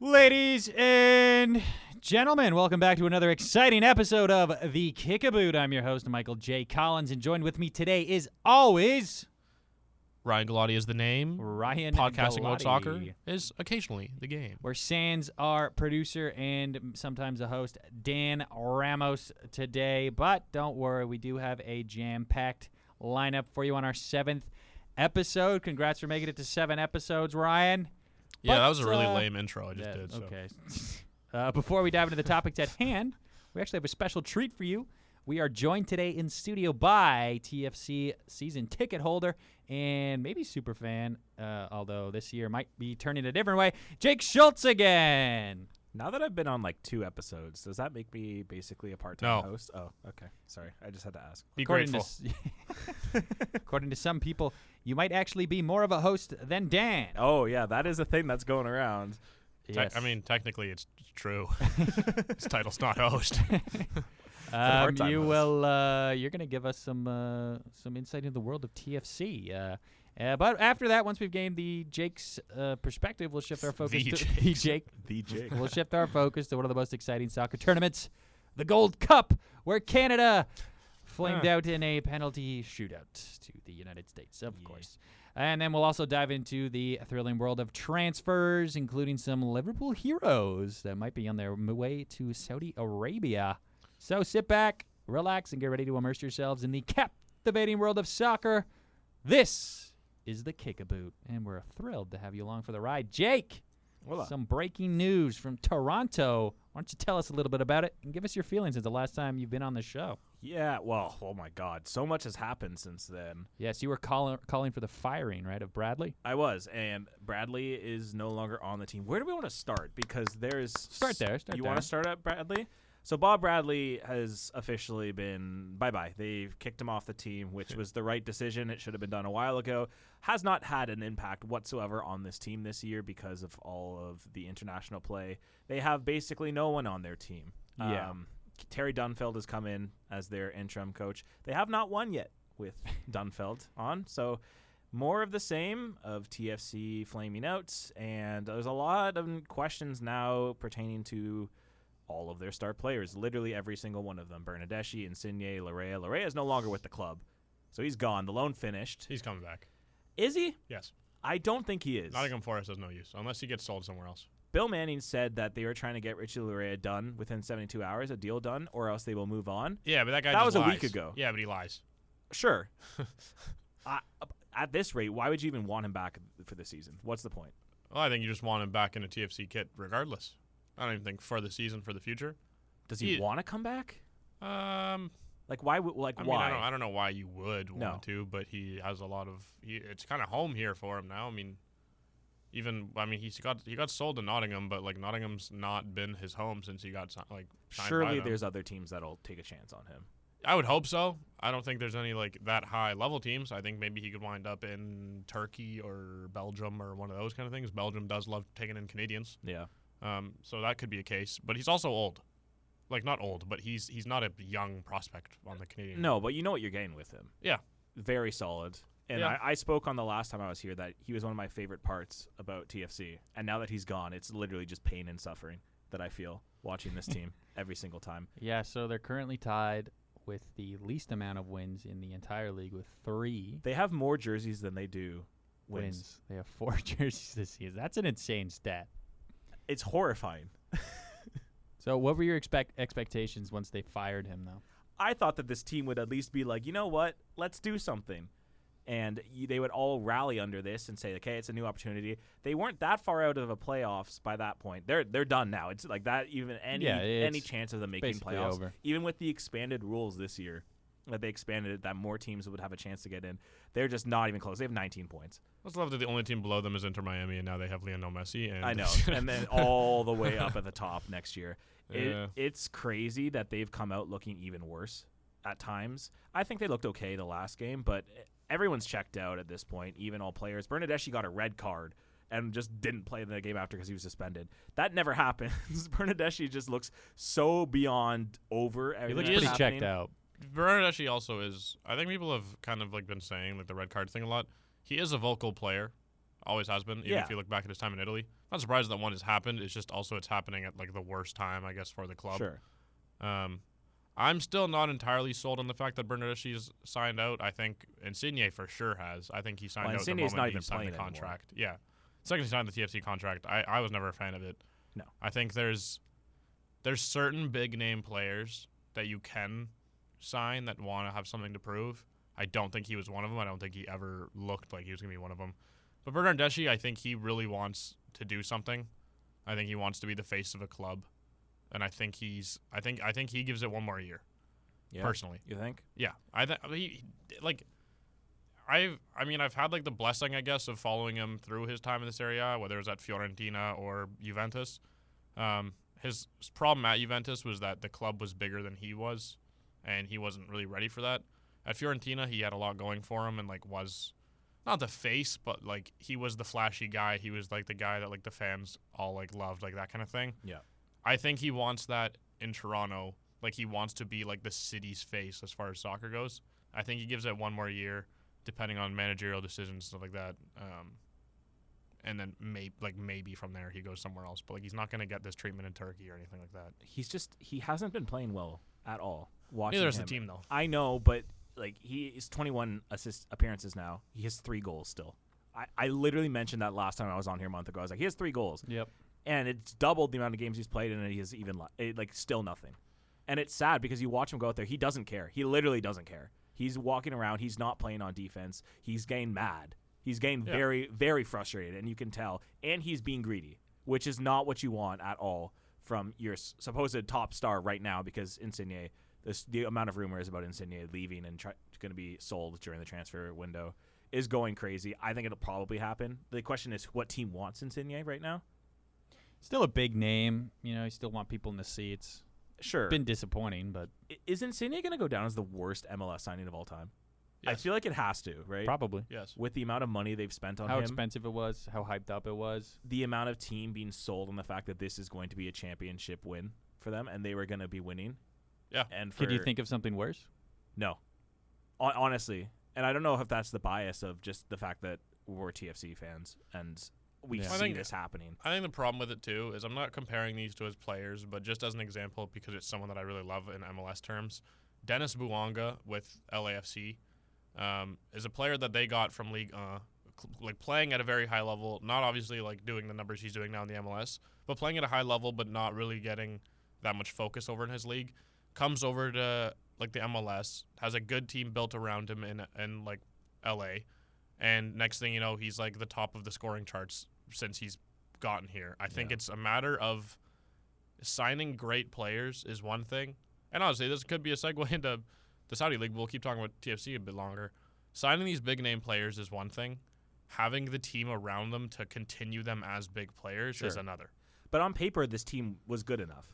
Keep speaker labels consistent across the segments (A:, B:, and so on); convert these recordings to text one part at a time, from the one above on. A: Ladies and gentlemen, welcome back to another exciting episode of The Kickaboot. I'm your host, Michael J. Collins, and joined with me today is always
B: Ryan Galati is the name.
A: Ryan
B: Podcasting World
A: Galati.
B: Soccer is occasionally the game.
A: Where Sans, our producer and sometimes a host, Dan Ramos today. But don't worry, we do have a jam packed lineup for you on our seventh episode. Congrats for making it to seven episodes, Ryan.
B: Yeah,
A: But,
B: that was a really
A: uh,
B: lame intro I just
A: Yeah,
B: did. So.
A: Okay. Uh, before we dive into the topics at hand, we actually have a special treat for you. We are joined today in studio by TFC season ticket holder and maybe super fan, uh, although this year might be turning a different way, Jake Schultz again.
C: Now that I've been on like two episodes, does that make me basically a
B: No.
C: part-time host? Oh, okay. Sorry, I just had to ask.
B: Be
A: According to
B: grateful.
A: s- according to some people, you might actually be more of a host than Dan.
C: Oh yeah, that is a thing that's going around.
B: Te- I mean, technically, it's true. His title's not host.
A: Um,
C: part-time
A: you
C: host.
A: will. Uh, you're going to give us some uh, some insight into the world of TFC. Uh, uh, but after that, once we've gained the Jake's uh, perspective, we'll shift our focus
B: The
A: to
B: Jake's.
A: Jake.
C: The Jake.
A: We'll shift our focus to one of the most exciting soccer tournaments, the Gold Cup, where Canada flamed out in a penalty shootout to the United States, of course. And then we'll also dive into the thrilling world of transfers, including some Liverpool heroes that might be on their m- way to Saudi Arabia. So sit back, relax, and get ready to immerse yourselves in the captivating world of soccer. This is the Kickaboot, and we're thrilled to have you along for the ride. Jake,
C: Hola.
A: some breaking news from Toronto. Why don't you tell us a little bit about it and give us your feelings since the last time you've been on the show?
C: yeah. Well, oh my God, so much has happened since then.
A: Yes, you were calling calling for the firing, right, of Bradley?
C: I was, and Bradley is no longer on the team. Where do we want to start? Because there's
A: Start there, start
C: you want
A: there.
C: to start at Bradley? So Bob Bradley has officially been bye bye. They've kicked him off the team, which was the right decision. It should have been done a while ago. Has not had an impact whatsoever on this team this year because of all of the international play. They have basically no one on their team.
A: Yeah.
C: Um, Terry Dunfeld has come in as their interim coach. They have not won yet with Dunfeld on. So more of the same of TFC flaming out, and there's a lot of questions now pertaining to all of their star players, literally every single one of them. Bernadeschi, Insigne, Larea. Larea is no longer with the club, so he's gone. The loan finished.
B: He's coming back.
C: Is he?
B: Yes.
C: I don't think he is.
B: Nottingham Forest has no use unless he gets sold somewhere else.
C: Bill Manning said that they were trying to get Richie Larea done within 72 hours, a deal done, or else they will move on.
B: Yeah, but that guy.
C: That
B: just
C: was a
B: lies.
C: week ago.
B: Yeah, but he lies.
C: Sure. I, at this rate, why would you even want him back for the season? What's the point?
B: Well, I think you just want him back in a TFC kit, regardless. I don't even think for the season, for the future.
C: Does he
B: Yeah.
C: want to come back?
B: Um,
C: Like why? would Like
B: I mean,
C: why?
B: I don't, I don't know why you would want
C: No.
B: to, but he has a lot of. He, it's kind of home here for him now. I mean, even I mean he's got he got sold to Nottingham, but like Nottingham's not been his home since he got si- like. signed by
C: Surely
B: them.
C: there's other teams that'll take a chance on him.
B: I would hope so. I don't think there's any like that high level teams. I think maybe he could wind up in Turkey or Belgium or one of those kind of things. Belgium does love taking in Canadians,
C: Yeah.
B: um, so that could be a case. But he's also old, like not old, but he's he's not a young prospect on the Canadian.
C: Mm. No, but you know what you're getting with him.
B: Yeah.
C: Very solid. And
B: Yeah.
C: I, I spoke on the last time I was here that he was one of my favorite parts about TFC. And now that he's gone, it's literally just pain and suffering that I feel watching this team every single time.
A: Yeah, so they're currently tied with the least amount of wins in the entire league with three
C: They have more jerseys than they do wins.
A: wins. They have four jerseys this season. That's an insane stat.
C: It's horrifying.
A: So, what were your expect expectations once they fired him, though?
C: I thought that this team would at least be like, you know what, let's do something. And y- they would all rally under this and say, okay, it's a new opportunity. They weren't that far out of a playoffs by that point. They're they're done now. It's like that even any
A: Yeah,
C: any
A: it's
C: chance of them making
A: basically
C: playoffs,
A: over.
C: even with the expanded rules this year that they expanded it, that more teams would have a chance to get in. They're just not even close. They have 19 points.
B: Let's love that the only team below them is Inter Miami, and now they have Lionel Messi. And
C: I know. and then all the way up at the top next year. It,
B: Yeah.
C: It's crazy that they've come out looking even worse at times. I think they looked okay the last game, but everyone's checked out at this point, even all players. Bernadeschi got a red card and just didn't play the game after because he was suspended. That never happens. Bernadeschi just looks so beyond over.
A: He
C: everything
A: looks
C: that's
A: pretty
C: happening.
A: checked out.
B: Bernardeschi also is. I think people have kind of like been saying like the red card thing a lot. He is a vocal player. always has been. Even
C: Yeah.
B: if you look back at his time in Italy, not surprised that one has happened. It's just also it's happening at like the worst time, I guess, for the club.
C: Sure.
B: Um, I'm still not entirely sold on the fact that Bernardeschi's signed out. I think Insigne for sure has. I think he signed
C: Well,
B: out the
C: Insigne's
B: moment
C: not
B: he
C: even
B: signed the
C: playing anymore.
B: contract. Yeah, second he signed the TFC contract. I, I was never a fan of it.
C: No.
B: I think there's there's certain big name players that you can sign that want to have something to prove. I don't think he was one of them. I don't think he ever looked like he was gonna be one of them. But Bernardeschi, I think he really wants to do something. I think he wants to be the face of a club, and I think he's. I think I think he gives it one more year.
C: Yeah.
B: Personally,
C: You think?
B: yeah. I think he he- like. I've, I mean, I've had like the blessing, I guess, of following him through his time in this area, whether it was at Fiorentina or Juventus. Um, his s- problem at Juventus was that the club was bigger than he was, and he wasn't really ready for that. At Fiorentina, he had a lot going for him, and like was not the face, but like he was the flashy guy. He was like the guy that like the fans all like loved, like that kind of thing.
C: Yeah.
B: I think he wants that in Toronto. Like he wants to be like the city's face as far as soccer goes. I think he gives it one more year, depending on managerial decisions stuff like that. Um, and then maybe like maybe from there he goes somewhere else. But like he's not gonna get this treatment in Turkey or anything like that.
C: He's just he hasn't been playing well at all. Watching
B: Neither is the
C: him.
B: team though.
C: I know, but like he is 21 assist appearances now. He has three goals still. I, I literally mentioned that last time I was on here a month ago. I was like, he has three goals,
A: Yep.
C: and it's doubled the amount of games he's played, and he has even li- it, like still nothing. And it's sad because you watch him go out there. He doesn't care. He literally doesn't care. He's walking around. He's not playing on defense. He's getting mad. He's getting
B: Yeah.
C: very, very frustrated, and you can tell. And he's being greedy, which is not what you want at all from your s- supposed top star right now. Because Insigne, this, the amount of rumors about Insigne leaving and try, going to be sold during the transfer window is going crazy. I think it'll probably happen. The question is, what team wants Insigne right now?
A: Still a big name. You know, you still want people in the seats.
C: Sure.
A: Been disappointing, but
C: I- is Insigne going to go down as the worst MLS signing of all time? I
B: Yes.
C: feel like it has to, right?
A: probably.
B: Yes.
C: With the amount of money they've spent on
A: How
C: him,
A: expensive it was, how hyped up it was.
C: the amount of team being sold on the fact that this is going to be a championship win for them, and they were going to be winning.
B: Yeah.
C: And for,
A: Could you think of something worse?
C: No, Hon- honestly, and I don't know if that's the bias of just the fact that we're TFC fans and we
A: Yeah.
B: I
C: see
B: think-
C: this happening.
B: I think the problem with it too is I'm not comparing these to his players, but just as an example, because it's someone that I really love in MLS terms, Dennis Buonga with LAFC um, is a player that they got from League, uh, cl- like playing at a very high level. Not obviously like doing the numbers he's doing now in the MLS, but playing at a high level, but not really getting that much focus over in his league. Comes over to like the MLS, has a good team built around him in in like LA, and next thing you know, he's like the top of the scoring charts since he's gotten here. I think
C: Yeah.
B: it's a matter of signing great players is one thing. And honestly, this could be a segue into the Saudi League. We'll keep talking about TFC a bit longer. Signing these big name players is one thing. Having the team around them to continue them as big players is
C: Sure.
B: another.
C: But on paper, this team was good enough.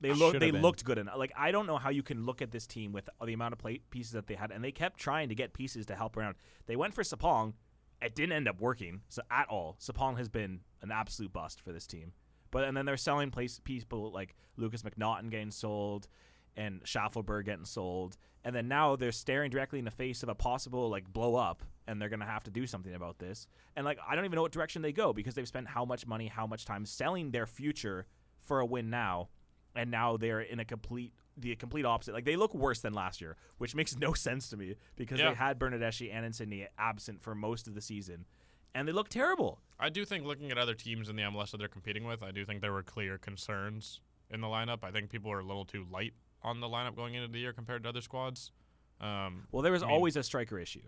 C: They
A: Should
C: looked
A: have
C: they
A: been.
C: looked good enough. Like I don't know how you can look at this team with the amount of play pieces that they had, and they kept trying to get pieces to help around. They went for Sapong. It didn't end up working so at all. Sapong has been an absolute bust for this team. But and then they're selling place people like Lucas McNaughton getting sold, and Schaffelberg getting sold, and then now they're staring directly in the face of a possible like blow up, and they're gonna have to do something about this. And like I don't even know what direction they go because they've spent how much money, how much time selling their future for a win now, and now they're in a complete the complete opposite. Like they look worse than last year, which makes no sense to me because
B: Yeah.
C: they had Bernadeschi and Insigne absent for most of the season, and they look terrible.
B: I do think looking at other teams in the MLS that they're competing with, I do think there were clear concerns in the lineup. I think people were a little too light on the lineup going into the year compared to other squads. Um,
C: Well, there was
B: I mean-
C: always a striker issue.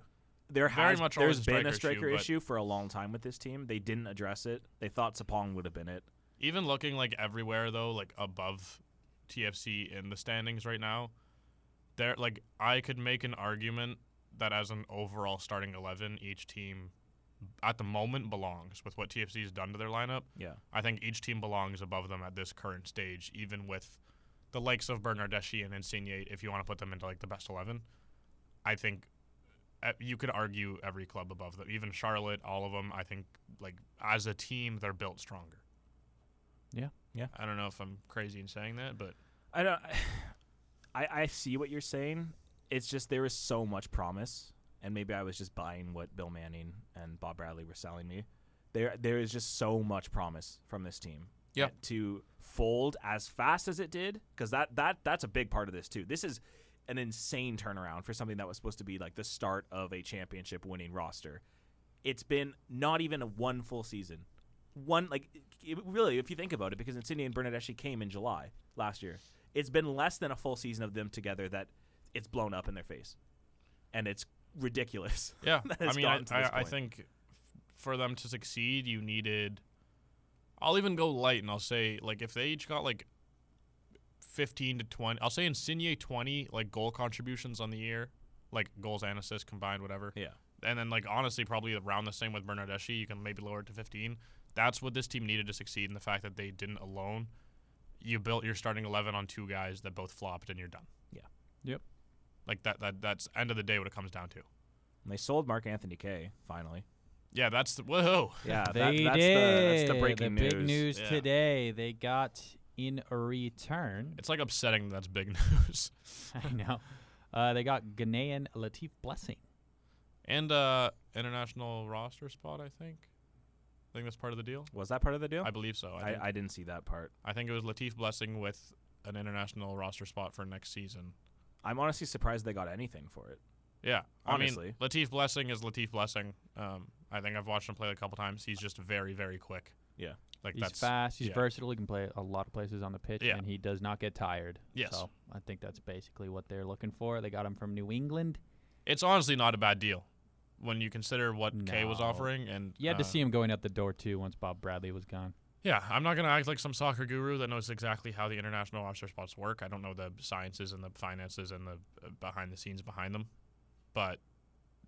C: There
B: Very
C: has
B: much
C: there's
B: always a
C: been a
B: striker
C: striker
B: issue, but-
C: issue for a long time with this team. They didn't address it. They thought Sapong would have been it.
B: even looking like everywhere though, like above TFC in the standings right now, there like I could make an argument that as an overall starting eleven, each team at the moment belongs with what TFC's done to their lineup.
C: Yeah.
B: I think each team belongs above them at this current stage, even with the likes of Bernardeschi and Insigne. If you want to put them into like the best eleven, I think uh, you could argue every club above them, even Charlotte, all of them. I think like as a team, they're built stronger.
A: Yeah.
C: Yeah.
B: I don't know if I'm crazy in saying that, but
C: I don't. I I see what you're saying. It's just there was so much promise, and maybe I was just buying what Bill Manning and Bob Bradley were selling me. there there is just so much promise from this team.
B: Yeah.
C: Uh, To fold as fast as it did, because that that that's a big part of this too. This is an insane turnaround for something that was supposed to be like the start of a championship winning roster. It's been not even a one full season. One like it, really, if you think about it, because Insigne and Bernard actually came in July last year. It's been less than a full season of them together that it's blown up in their face, and it's ridiculous.
B: Yeah,
C: that
B: I
C: it's
B: mean, I,
C: gotten to this
B: I, I
C: point.
B: think f- for them to succeed, you needed. I'll even go light, and I'll say like if they each got like fifteen to twenty, I'll say Insigne twenty like goal contributions on the year, like goals and assists combined, whatever.
C: Yeah.
B: And then like honestly, probably around the same with Bernardeschi, you can maybe lower it to fifteen. That's what this team needed to succeed, and the fact that they didn't alone. You built your starting eleven on two guys that both flopped, and you're done.
C: Yeah.
A: Yep.
B: Like that. That that's end of the day what it comes down to.
C: And they sold Mark Anthony Kay finally.
B: Yeah, that's the whoa.
C: Yeah, that-
A: they
C: that's,
A: did.
C: The, that's the breaking
A: big news
B: Yeah.
A: today. They got in a return.
B: It's like upsetting that's big news.
A: I know. Uh, they got Ghanaian Latif Blessing.
B: And uh international roster spot, I think. I think that's part of the deal.
C: Was that part of the deal?
B: I believe so. I,
C: I,
B: think,
C: I didn't see that part.
B: I think it was Latif Blessing with an international roster spot for next season.
C: I'm honestly surprised they got anything for it.
B: Yeah. I
C: Honestly.
B: mean, Latif Blessing is Latif Blessing. Um, I think I've watched him play a couple times. He's just very, very quick.
C: Yeah.
B: Like
A: He's
B: that's
A: fast. He's
B: yeah.
A: versatile. He can play a lot of places on the pitch,
B: Yeah.
A: and he does not get tired.
B: Yes.
A: So I think that's basically what they're looking for. They got him from New England.
B: It's honestly not a bad deal when you consider what Kay was
A: No.
B: offering. And
A: You had to
B: uh,
A: see him going out the door too once Bob Bradley was gone.
B: Yeah, I'm not going to act like some soccer guru that knows exactly how the international roster spots work. I don't know the sciences and the finances and the uh, behind the scenes behind them. But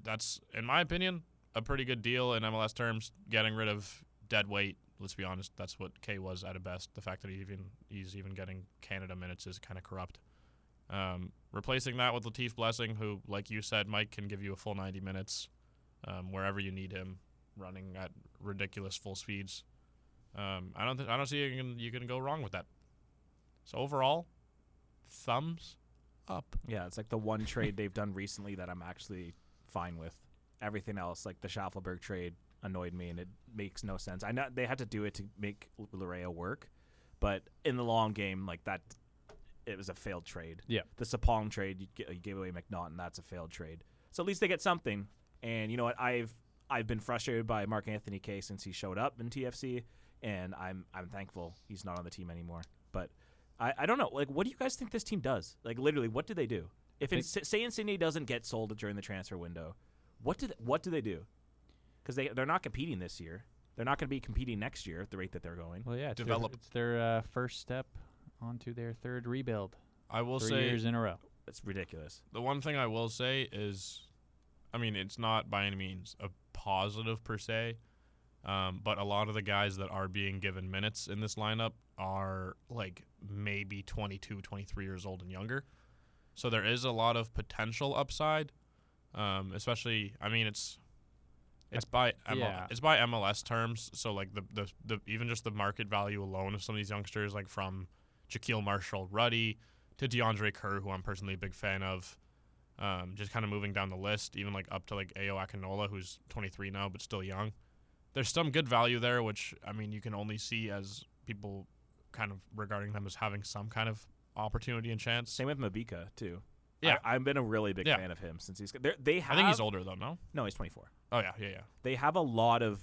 B: that's, in my opinion, a pretty good deal in MLS terms, getting rid of dead weight. Let's be honest, that's what K was at a best. The fact that he even he's even getting Canada minutes is kind of corrupt. Um, replacing that with Latif Blessing, who, like you said, Mike can give you a full 90 minutes um, wherever you need him, running at ridiculous full speeds. Um, I don't. Th- I don't see you can you can go wrong with that. So overall, thumbs up.
C: Yeah, it's like the one trade they've done recently that I'm actually fine with. Everything else, like the Schaffelberg trade, annoyed me and it makes no sense. I know they had to do it to make L- Larea work, but in the long game, like that, it was a failed trade.
A: Yeah.
C: The Sapong trade, you, g- you gave away McNaughton, that's a failed trade. So at least they get something. And you know what? I've I've been frustrated by Mark Anthony Kay since he showed up in TFC, and I'm I'm thankful he's not on the team anymore. But I, I don't know. Like, what do you guys think this team does? Like, literally, what do they do? If
A: They-
C: in, say Insigne doesn't get sold during the transfer window, what do they, what do they do? Because they they're not competing this year. They're not going to be competing next year at the rate that they're going.
A: Well, yeah, it's
B: Develop.
A: Their, it's their uh, first step onto their third rebuild.
B: I will
A: three
B: say
A: years in a row.
C: It's ridiculous.
B: the one thing I will say is, I mean, it's not by any means a positive per se, um, but a lot of the guys that are being given minutes in this lineup are like maybe 22, 23 years old and younger. So there is a lot of potential upside, um, especially. I mean, it's it's by ML,
A: yeah.
B: it's by MLS terms. So like the, the the even just the market value alone of some of these youngsters, like from Jaquil Marshall, Ruddy to DeAndre Kerr, who I'm personally a big fan of. Um, just kind of moving down the list, even like up to like Ao Akinola, who's 23 now but still young. There's some good value there, which I mean you can only see as people kind of regarding them as having some kind of opportunity and chance.
C: Same with Mabika too.
B: Yeah.
C: I, I've been a really big
B: Yeah.
C: fan of him since he's. they're- They
B: I
C: have.
B: think he's older though, no?
C: No, he's 24.
B: Oh yeah, yeah, yeah.
C: they have a lot of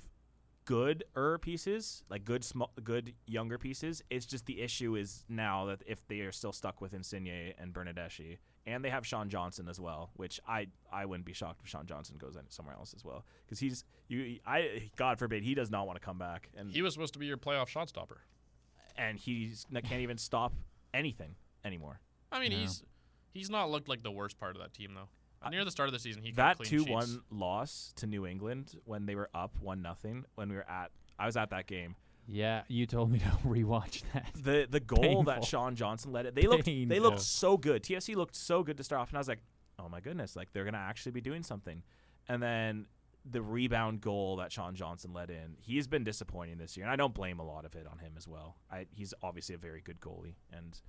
C: good er pieces, like good sm- good younger pieces. It's just the issue is now that if they are still stuck with Insigne and Bernadeschi, and they have Sean Johnson as well, which I I wouldn't be shocked if Sean Johnson goes in somewhere else as well because he's you I God forbid he does not want to come back and
B: He was supposed to be your playoff shot stopper.
C: and he's n- can't even stop anything anymore.
B: I mean,
A: No.
B: he's he's not looked like the worst part of that team though.
C: Uh,
B: Near the start of the season, he kept
C: that
B: clean
C: two
B: sheets.
C: one loss to New England when they were up one nothing when we were at I was at that game.
A: Yeah, you told me to rewatch that.
C: the the goal
A: Painful.
C: that Sean Johnson let it. They looked they
A: Painful.
C: looked so good. TFC looked so good to start off, and I was like, oh my goodness, like they're gonna actually be doing something. And then the rebound goal that Sean Johnson let in, he's been disappointing this year, and I don't blame a lot of it on him as well. I, he's obviously a very good goalie, and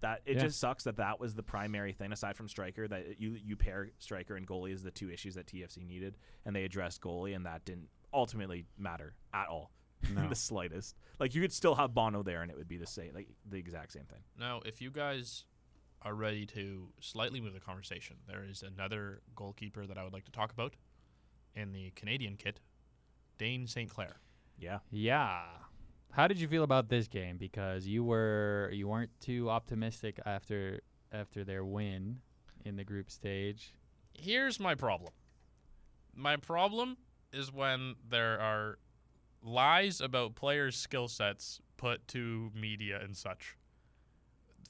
C: that it
A: Yeah.
C: just sucks that that was the primary thing aside from striker that you you pair striker and goalie is the two issues that TFC needed, and they addressed goalie, and that didn't ultimately matter at all,
D: No.
C: the slightest. Like you could still have Bono there, and it would be the same, like the exact same thing.
B: Now, if you guys are ready to slightly move the conversation, there is another goalkeeper that I would like to talk about in the Canadian kit, Dane St. Clair.
C: Yeah.
A: Yeah. How did you feel about this game? Because you were you weren't too optimistic after after their win in the group stage.
B: Here's my problem. My problem is when there are lies about players' skill sets put to media and such.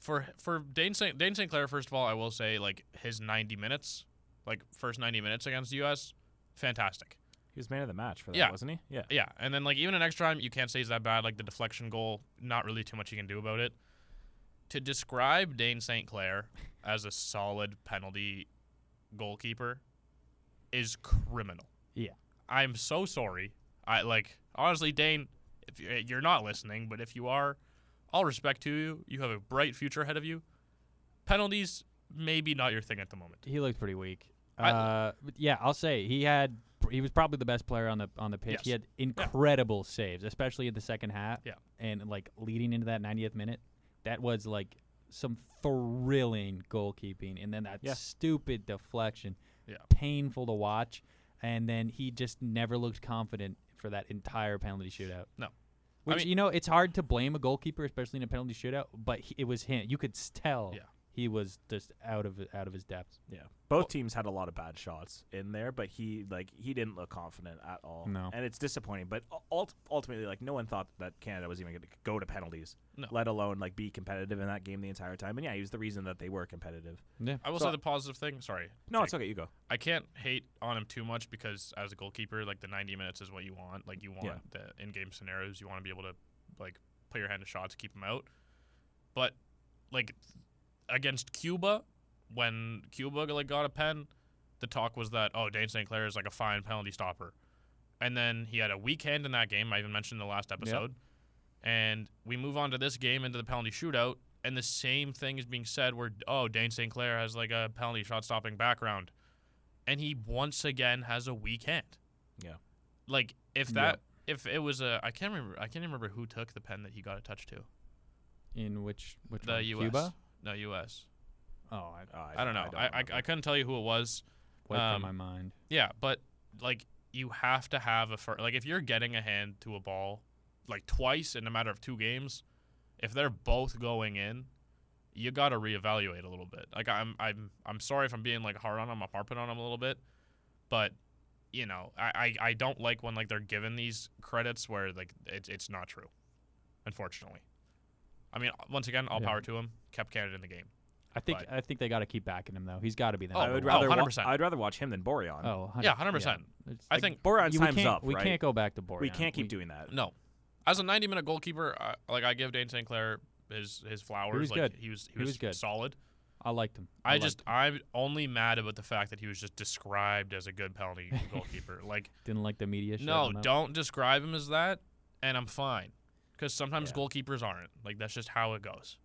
B: For for Dane St. Dane St. Clair, first of all, I will say like his 90 minutes, like first 90 minutes against the U.S., fantastic.
C: He was man of the match for that,
B: Yeah.
C: wasn't he? Yeah.
B: Yeah, and then like even an extra time, you can't say he's that bad. Like the deflection goal, not really too much you can do about it. To describe Dane St. Clair as a solid penalty goalkeeper is criminal.
A: Yeah.
B: I'm so sorry. I like honestly, Dane, if you're, you're not listening, but if you are, all respect to you. You have a bright future ahead of you. Penalties, maybe not your thing at the moment.
A: He looked pretty weak.
B: I-
A: uh, but yeah, I'll say he had he was probably the best player on the on the pitch. He
B: Yes.
A: had incredible saves, especially in the second half.
B: Yeah.
A: and like leading into that 90th minute, that was like some thrilling goalkeeping, and then that
C: Yeah.
A: stupid deflection.
B: Yeah.
A: painful to watch, and then he just never looked confident for that entire penalty shootout.
B: No. I
A: Which
B: mean-
A: you know it's hard to blame a goalkeeper, especially in a penalty shootout. But he, it was him. You could s- tell
B: Yeah.
A: he was just out of out of his depth.
C: Yeah. Both teams had a lot of bad shots in there, but he like he didn't look confident at all.
A: No.
C: And it's disappointing, but u- ult- ultimately like no one thought that Canada was even going to go to penalties,
B: No.
C: let alone like be competitive in that game the entire time. And yeah, he was the reason that they were competitive.
A: Yeah.
B: I will
C: So-
B: say the positive thing. Sorry,
C: No,
B: Jake.
C: it's okay. You go.
B: I can't hate on him too much because as a goalkeeper, like the 90 minutes is what you want. Like you want
C: Yeah.
B: the in-game scenarios. You want to be able to like put your hand to shots, keep them out. But like against Cuba, when Cuba like got a pen, the talk was that oh Dane St Clair is like a fine penalty stopper, and then he had a weak hand in that game. I even mentioned in the last episode, and we move on to this game into the penalty shootout, and the same thing is being said where oh Dane St Clair has like a penalty shot stopping background, and he once again has a weak hand.
C: Yeah.
B: like if
A: Yeah.
B: that if it was a I can't remember I can't remember who took the pen that he got a touch to
A: In which which
B: the
A: one?
B: U.S.
A: Cuba?
B: No, U.S.
A: Oh, I
C: Uh,
B: I don't know. I I, I,
C: remember.
B: couldn't tell you who it was.
A: wiped
B: Um,
A: from my mind.
B: Yeah, but like you have to have a fir- like if you're getting a hand to a ball like twice in a matter of two games, if they're both going in, you got to reevaluate a little bit. Like I'm I'm I'm sorry if I'm being like hard on them, I'm harping on them a little bit, but you know I, I, I don't like when like they're given these credits where like it's it's not true, unfortunately. I mean, once again, all
A: Yeah.
B: power to him. Kept Canada in the game.
A: I think
B: but-
A: I think they got to keep backing him though. He's got to be the.
B: Oh,
A: number
C: I would
A: one.
B: oh,
C: rather. wa-
B: 100%.
C: I'd rather watch him than Boreon.
A: Oh, 100
B: Yeah, hundred percent.
A: It's
B: I
A: like,
B: think
C: Boreon's
A: you- we
C: time's
A: can't-
C: up.
A: We
C: right?
A: can't go back to Borean.
C: We can't keep
A: We-
C: doing that.
B: No, as a 90 minute goalkeeper, I, like I give Dane St. Clair his his flowers.
A: was
B: like
A: good.
B: he was he,
A: He
B: was,
A: was good.
B: solid.
A: I liked him.
B: I,
A: liked
B: just
A: him.
B: I'm only mad about the fact that he was just described as a good penalty goalkeeper. Like
A: didn't like the media. shut
B: no,
A: him up.
B: don't describe him as that, and I'm fine. Because sometimes
C: Yeah.
B: goalkeepers aren't. Like that's just how it goes.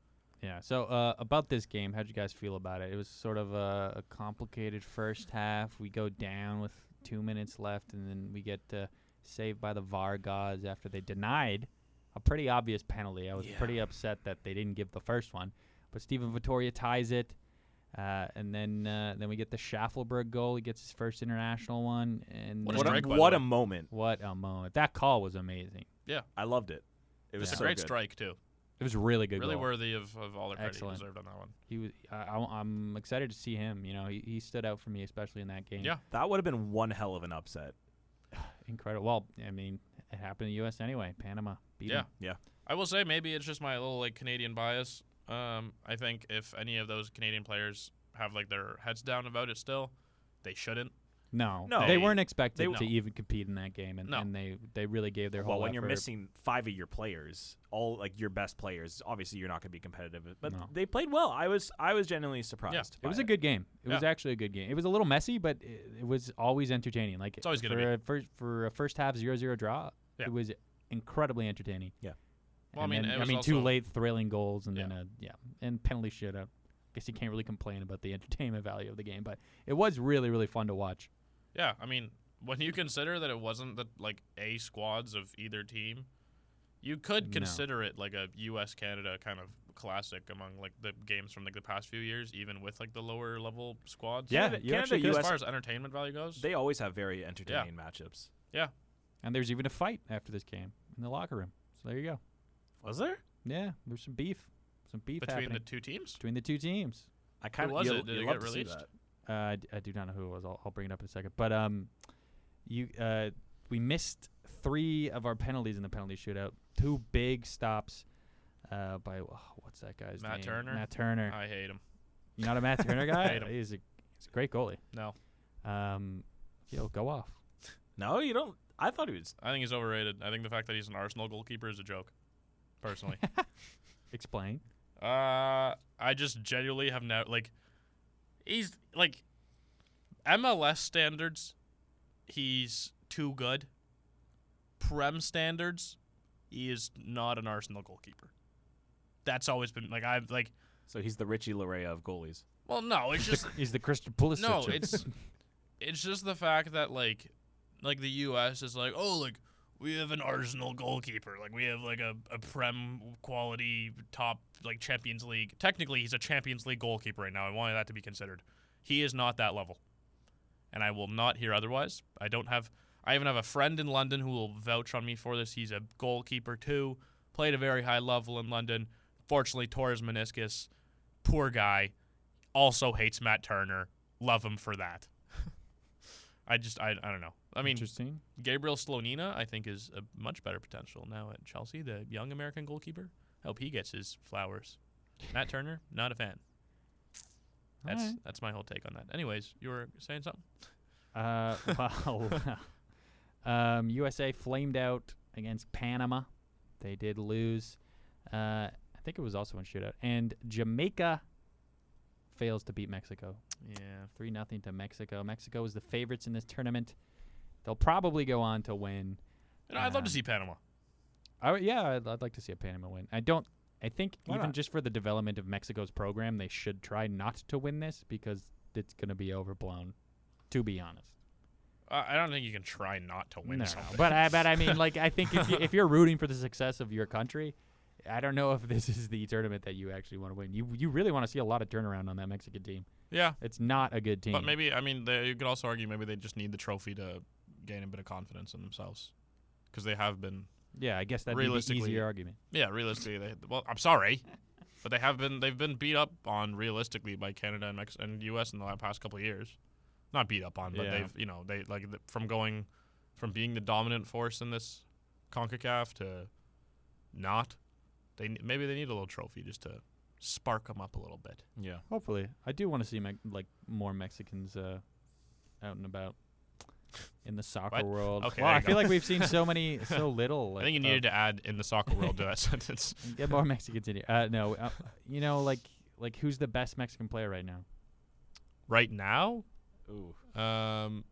A: Yeah. So uh, about this game, how'd you guys feel about it? It was sort of a, a complicated first half. We go down with two minutes left, and then we get uh, saved by the VAR gods after they denied a pretty obvious penalty. I was
C: Yeah.
A: pretty upset that they didn't give the first one, but Steven Vittoria ties it. Uh, and then, uh, then we get the Schaffelberg goal. He gets his first international one, and
B: What
A: then-
C: What
B: Strike,
C: a,
B: by the
C: what
B: way.
C: a moment!
A: what a moment! That call was amazing.
C: I loved it. It was
B: It's
C: so
B: a great
C: good.
B: strike too.
A: It was a really good.
B: really
A: goal.
B: worthy of, of all the credit he
A: Excellent.
B: deserved on that one.
A: He was. I, I, I'm excited to see him. You know, he, he stood out for me, especially in that game.
B: Yeah.
C: That would have been one hell of an upset.
A: incredible. Well, I mean, it happened in the U.S. anyway. Panama beat 'em.
B: Yeah.
C: Yeah.
B: I will say maybe it's just my little like Canadian bias. Um, I think if any of those Canadian players have like their heads down about it still, they shouldn't.
A: No,
C: No.
A: they, weren't expected
B: they-
A: to
B: no.
A: even compete in that game, and,
B: No.
A: and they they really gave their whole.
C: Well, when you're
A: effort.
C: missing five of your players, all like your best players, obviously you're not going to be competitive. But
A: No.
C: they played well. I was I was genuinely surprised.
A: It
C: by
A: was a good game. It was
B: Yeah.
A: actually a good game. It was a little messy, but it, it was always entertaining. Like
B: It's always gonna
A: for
B: be.
A: a first for a first half 0-0 draw.
B: Yeah.
A: It was incredibly entertaining.
C: Yeah.
B: Well, I
A: And
B: mean,
A: then-
B: it
A: I
B: was
A: mean, two
B: also-
A: late thrilling goals, and
B: Yeah.
A: then a yeah, and penalty shootout. Guess you can't really complain about the entertainment value of the game, but it was really really fun to watch.
B: Yeah, I mean, when you consider that it wasn't the like A squads of either team, you could
A: No.
B: consider it like a U.S. Canada kind of classic among like the games from like the past few years, even with like the lower level squads.
A: Yeah,
C: Canada-
A: you actually
C: Canada,
A: could.
B: As
C: US
B: far as entertainment value goes,
C: They always have very entertaining matchups.
A: And there's even a fight after this game in the locker room. So there you go.
C: Was there?
A: Yeah, there's some beef, some beef
B: between
A: happening
B: the two teams,
A: between the two teams.
C: I kind of
B: was
C: you,
B: it? Did
C: you
B: it
C: love
B: get
C: to see
B: released?
C: that.
A: Uh, I, d- I do not know who it was. I'll, I'll bring it up in a second. But um, you uh, we missed three of our penalties in the penalty shootout. Two big stops uh, by oh, what's that guy's
B: Matt
A: name?
B: Turner?
A: Matt Turner.
B: I hate them.
A: You're not a Matt Turner guy.
B: Hate him.
A: he's a he's a great goalie.
B: No,
A: Um, he'll go off.
C: No, you don't. I thought he was.
B: I think he's overrated. I think the fact that he's an Arsenal goalkeeper is a joke, personally.
A: Explain.
B: Uh, I just genuinely have never like. He's like MLS standards. He's too good. Prem standards, he is not an Arsenal goalkeeper. That's always been like I've like.
C: So he's the Richie Larea of goalies.
B: Well, no, it's just
A: He's the Christian Pulisic.
B: no,
A: of-
B: it's it's just the fact that like like the US is like, "Oh, like we have an Arsenal goalkeeper. Like we have like a, a prem quality top like Champions League. Technically, he's a Champions League goalkeeper right now. I wanted that to be considered. He is not that level. And I will not hear otherwise. I don't have I even have a friend in London who will vouch on me for this. He's a goalkeeper too. Played a very high level in London. Fortunately, Torres meniscus. Poor guy also hates Matt Turner. Love him for that. I just I, I don't know. I mean,
A: interesting.
B: Gabriel Slonina I think is a much better potential now at Chelsea, the young American goalkeeper. Hope he gets his flowers. Matt Turner, not a fan. That's
A: Alright.
B: that's my whole take on that. Anyways, you were saying something?
A: Uh, wow. um, USA flamed out against Panama. They did lose. Uh, I think it was also in shootout. And Jamaica fails to beat Mexico.
B: Yeah.
A: 3 nothing to Mexico. Mexico is the favorites in this tournament. They'll probably go on to win.
B: You know, I'd love
A: Um,
B: to see Panama.
A: I would- yeah, I'd, I'd like to see a Panama win. I don't. I think
C: Why
A: even
C: not?
A: just for the development of Mexico's program, they should try not to win this because it's going to be overblown. To be honest.
B: I I don't think you can try not to win
A: No,
B: something.
A: but I but I mean, like I think if you, if you're rooting for the success of your country, I don't know if this is the tournament that you actually want to win. You you really want to see a lot of turnaround on that Mexican team.
B: yeah,
A: It's not a good team.
B: but maybe I mean they, you could also argue maybe they just need the trophy to gain a bit of confidence in themselves because they have been
A: yeah, I guess that'd be the
B: Realistically-
A: easier argument.
B: Yeah, realistically, they well, I'm sorry, but they have been they've been beat up on realistically by Canada and Mex- and U.S. in the la- past couple of years. Not beat up on, but
A: Yeah.
B: they've you know they like th- from going from being the dominant force in this Concacaf to not. They n- maybe they need a little trophy just to spark them up a little bit.
C: Yeah.
A: Hopefully, I do want to see me- like more Mexicans uh, out and about in the soccer
B: What?
A: world.
B: Okay,
A: well,
B: there
A: I
B: you
A: feel
B: go.
A: like we've seen so many, so little. Like,
B: I think
C: uh,
B: you needed to add in the soccer world to that sentence.
A: to get more Mexicans in here. Uh, no, uh, you know, like like who's the best Mexican player right now?
B: Right now,
C: Ooh.
B: Um,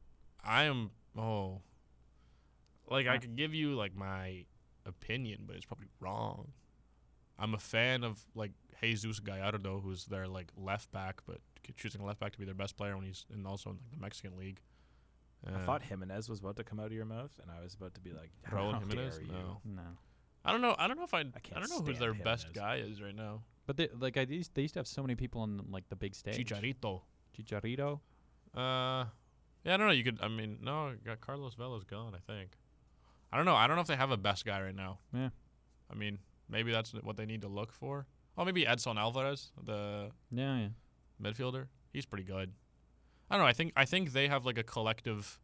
B: I am oh, like I
A: Huh.
B: could give you like my opinion, but it's probably wrong. I'm a fan of like Jesus Gallardo, who's their like left back, but c- choosing left back to be their best player when he's and also in like, the Mexican league.
C: I
B: Uh,
C: thought Jimenez was about to come out of your mouth, and I was about to be like,
B: Raul
C: How
B: Jimenez?
C: dare you?
B: No.
A: No.
B: I don't know. I don't know if I. I,
C: can't
B: don't know who
C: stand
B: their
C: him
B: best
C: as-
B: guy is right now.
A: But they, like I they used, they used to have so many people on like the big stage.
B: Chicharito.
A: Chicharito.
B: Uh, yeah, I don't know. You could. I mean, no, you got Carlos Vela's gone. I think. I don't know. I don't know if they have a best guy right now.
A: Yeah.
B: I mean, maybe that's what they need to look for. Oh, maybe Edson Alvarez, the
A: Yeah, yeah.
B: midfielder. He's pretty good. I don't know. I think I think they have like a collective.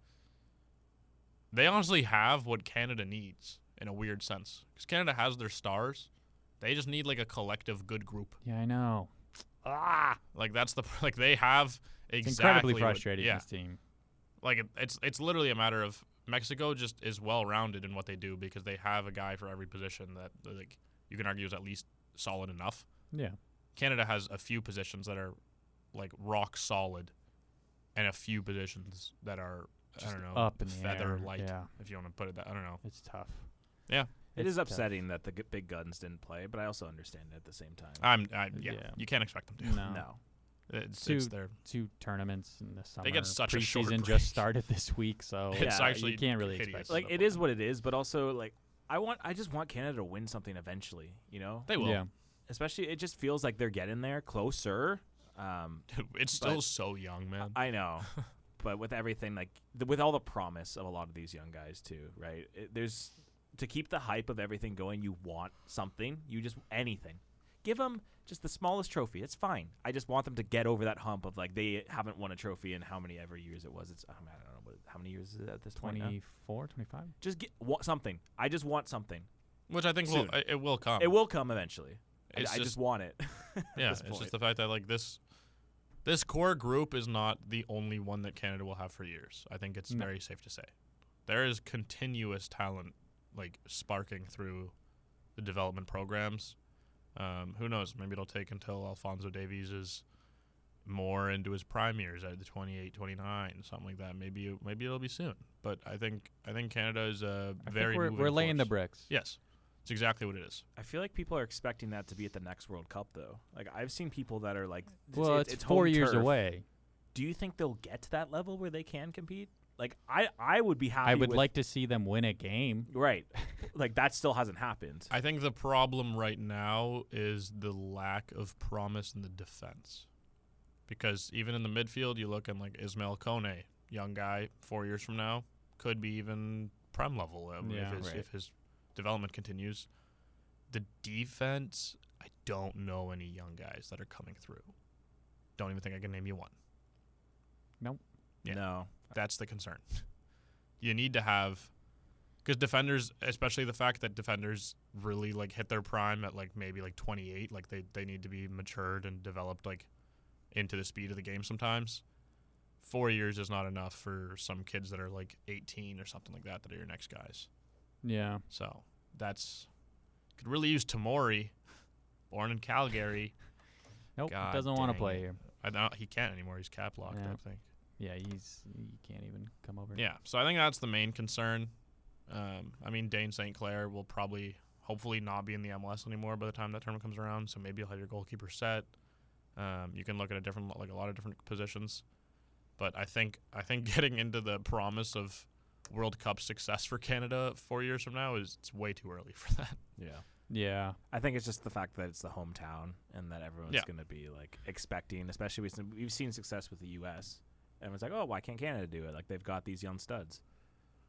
B: They honestly have what Canada needs in a weird sense because Canada has their stars. They just need like a collective good group.
A: Yeah, I know.
B: Ah, like that's the like they have
A: It's
B: exactly.
A: incredibly
B: what-
A: frustrating
B: yeah,
A: this team.
B: like it, it's it's literally a matter of Mexico just is well rounded in what they do because they have a guy for every position that like you can argue is at least solid enough.
A: Yeah.
B: Canada has a few positions that are like rock solid, and a few positions that are I
A: Just
B: don't know
A: up in the
B: feather
A: air,
B: light
A: yeah.
B: if you want to put it that I don't know.
A: It's tough.
B: Yeah.
C: It
A: It's
C: is
A: tough.
C: upsetting that the g- big guns didn't play, but I also understand it at the same time.
B: I'm I, yeah,
A: Yeah.
B: you can't expect them to.
A: No.
C: No.
B: It's,
A: Two-
B: it's their
A: two tournaments in the summer.
B: They get such a short
A: preseason
B: break.
A: just started this week, so
B: It's
A: yeah,
B: actually
A: you can't really
B: hideous.
A: expect.
B: Like,
A: it.
C: Like it is what it is, but also like I want I just want Canada to win something eventually, you know?
B: They will.
A: Yeah.
C: Especially it just feels like they're getting there closer. Um
B: it's
C: But-
B: still so young, man.
C: I know. but with everything like th- with all the promise of a lot of these young guys too, right? It, there's to keep the hype of everything going, you want something, you just anything. Give them just the smallest trophy. It's fine. I just want them to get over that hump of like they haven't won a trophy in how many ever years it was. It's I don't know what, how many years is it at this point. now?
A: 24, 25?
C: Just get wa- something. I just want something.
B: Which I think will
C: Soon.
B: I- it will come.
C: It will come eventually. I,
B: It's
C: I just
B: just-
C: want it. at
B: yeah,
C: this
B: it's
C: point.
B: just the fact that like this this core group is not the only one that Canada will have for years. I think it's
A: No.
B: very safe to say. There is continuous talent like sparking through the development programs. Um, who knows? Maybe it'll take until Alfonso Davies is more into his prime years at the 28, 29, something like that. Maybe it- maybe it'll be soon. But I think I think Canada is a
A: I
B: very
A: think we're,
B: moving
A: we're laying the
B: force.
A: bricks.
B: Yes, it's exactly what it is.
C: I feel like people are expecting that to be at the next World Cup, though. Like I've seen people that are like, it's-
A: Well,
C: it's,
A: it's,
C: it's
A: four
C: home
A: years
C: turf.
A: away.
C: Do you think they'll get to that level where they can compete? Like I, I would be happy.
A: I would
C: with-
A: like to see them win a game.
C: right, like that still hasn't happened.
B: I think the problem right now is the lack of promise in the defense. Because even in the midfield, you look and like Ismail Kone, young guy, four years from now, could be even prem level um,
A: Yeah.
B: if, his,
A: Right.
B: if his development continues. The defense, I don't know any young guys that are coming through. Don't even think I can name you one. yeah.
C: No,
B: That's the concern. You need to have because defenders, especially the fact that defenders really like hit their prime at like maybe like 28, like they they need to be matured and developed like into the speed of the game sometimes. 4 years is not enough for some kids that are like 18 or something like that that are your next guys.
A: Yeah.
B: So, that's could really use Tamori, born in Calgary.
A: Nope.
B: God
A: doesn't want to
B: dang.
A: play here.
B: I don't, he can't anymore. He's cap locked, I
A: Yeah.
B: think.
A: Yeah, he's he can't even come over.
B: Yeah, so I think that's the main concern. Um, I mean, Dane St. Clair will probably, hopefully, not be in the MLS anymore by the time that tournament comes around. So maybe you'll have your goalkeeper set. Um, you can look at a different, like a lot of different positions. But I think I think getting into the promise of World Cup success for Canada four years from now is it's way too early for that.
C: yeah.
A: Yeah.
C: I think it's just the fact that it's the hometown and that everyone's
B: Yeah.
C: going to be like expecting, especially we've seen, we've seen success with the U.S. Everyone's like, oh, why can't Canada do it? Like they've got these young studs.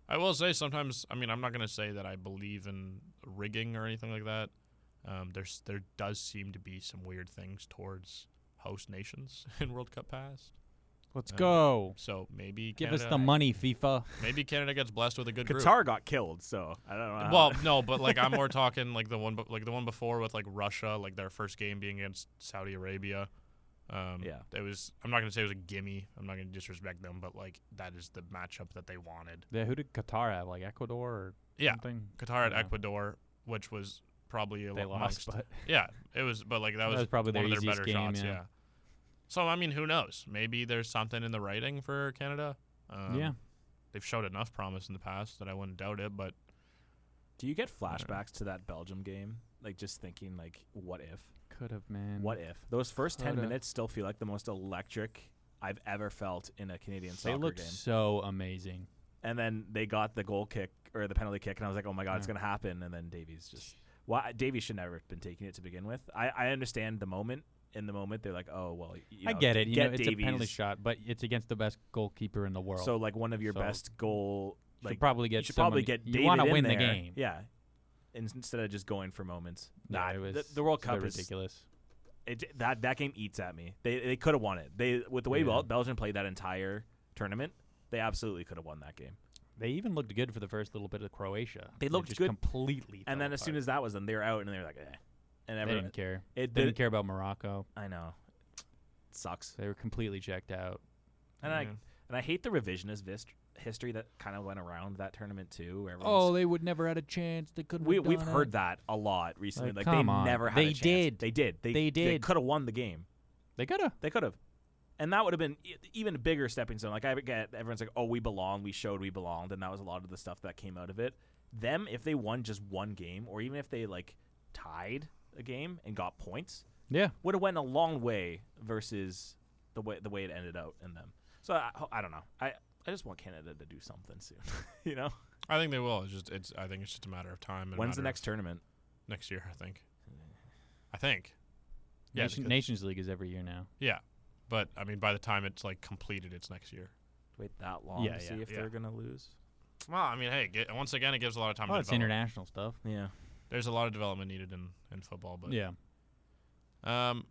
B: I will say sometimes. I mean, I'm not going to say that I believe in rigging or anything like that. Um, there's there does seem to be some weird things towards host nations in World Cup past.
A: Let's
B: Uh,
A: go.
B: So maybe
A: Give
B: Canada,
A: us the money, FIFA.
B: Maybe Canada gets blessed with a good group.
C: Qatar got killed, so I don't know.
A: uh.
C: how-
B: Well, no, but like I'm more talking like the one be- like the one before with like Russia, like their first game being against Saudi Arabia. Um,
C: Yeah.
B: it was. I'm not gonna say it was a gimme. I'm not gonna disrespect them, but like that is the matchup that they wanted.
A: Yeah, who did Qatar have? Like Ecuador or
B: Yeah,
A: something?
B: Qatar at
A: Yeah.
B: Ecuador, which was probably a
A: They lost,
B: amongst,
A: but
B: Yeah, it was, but like that
A: That
B: was,
A: was probably
B: one
A: their
B: of their
A: easiest
B: better
A: game,
B: shots.
A: yeah.
B: So I mean, who knows? Maybe there's something in the writing for Canada. Um,
A: yeah.
B: They've showed enough promise in the past that I wouldn't doubt it, but
C: Do you get
B: don't know.
C: flashbacks to that Belgium game? Like just thinking, like, what if?
A: Could have, man.
C: What if those first ten
A: Coulda.
C: minutes still feel like the most electric I've ever felt in a Canadian
A: They
C: soccer
A: looked
C: game?
A: so amazing.
C: And then they got the goal kick or the penalty kick, and I was like, oh my god, it's
A: Yeah.
C: gonna happen. And then Davies just why Davies should never have been taking it to begin with. I, I understand the moment. In the moment, they're like, oh well, y- you
A: I
C: know,
A: get it. You know,
C: get
A: it's a penalty
C: Davies.
A: shot, but it's against the best goalkeeper in the world.
C: So like one of your
A: So,
C: best goal,
A: You
C: like
A: should probably get
C: you should probably
A: someone-
C: get
A: you wanna
C: David in
A: win the
C: there.
A: game.
C: Yeah. In- Instead of just going for moments,
A: Nah,
C: Nah,
A: it was
C: the, the World
A: it's a bit
C: Cup is
A: ridiculous.
C: it, that that game eats at me. They they could have won it. They with the way
A: Yeah.
C: Bel- Belgium played that entire tournament, they absolutely could have won that game.
A: They even looked good for the first little bit of Croatia.
C: They looked
A: just
C: good.
A: completely.
C: And then as soon as that was done, they were out and they were like, eh. and
A: they
C: everyone,
A: didn't care,
C: it
A: they
C: did,
A: didn't care about Morocco.
C: I know, it sucks.
A: They were completely checked out.
C: And I
B: Yeah.
C: and I hate the revisionist vist- history that kind of went around that tournament too. Where
A: Oh,
C: everyone's-
A: they would never had a chance. They couldn't.
C: we we've heard that a lot recently.
A: Like,
C: Like,
A: come
C: they
A: on.
C: never had. a
A: They
C: chance.
A: did.
C: They did. They
A: They
C: They
A: did.
C: could have won the game.
A: They coulda.
C: They could have. And that would have been e- even a bigger stepping stone. Like I get everyone's like, "Oh, we belong. We showed we belonged," and that was a lot of the stuff that came out of it. Them, if they won just one game, or even if they like tied a game and got points,
A: Yeah.
C: would have went a long way versus the way the way it ended out in them. So I, I don't know. I I just want Canada to do something soon. you know,
B: I think they will. It's just it's. I think it's just a matter of time. and a
C: when's the
B: matter of-
C: next tournament?
B: next year? I think. I think. Yeah,
A: Nation,
B: because-
A: Nations League is every year now.
B: Yeah, but I mean, by the time it's like completed, it's next year.
C: Wait that long
A: Yeah,
C: to
A: yeah,
C: see if
B: yeah.
C: they're gonna lose.
B: Well, I mean, hey, get, once again, it gives a lot of time.
A: Well,
B: to
A: Oh, it's
B: develop.
A: international stuff.
C: Yeah.
B: There's a lot of development needed in in football, but
A: yeah.
B: Um,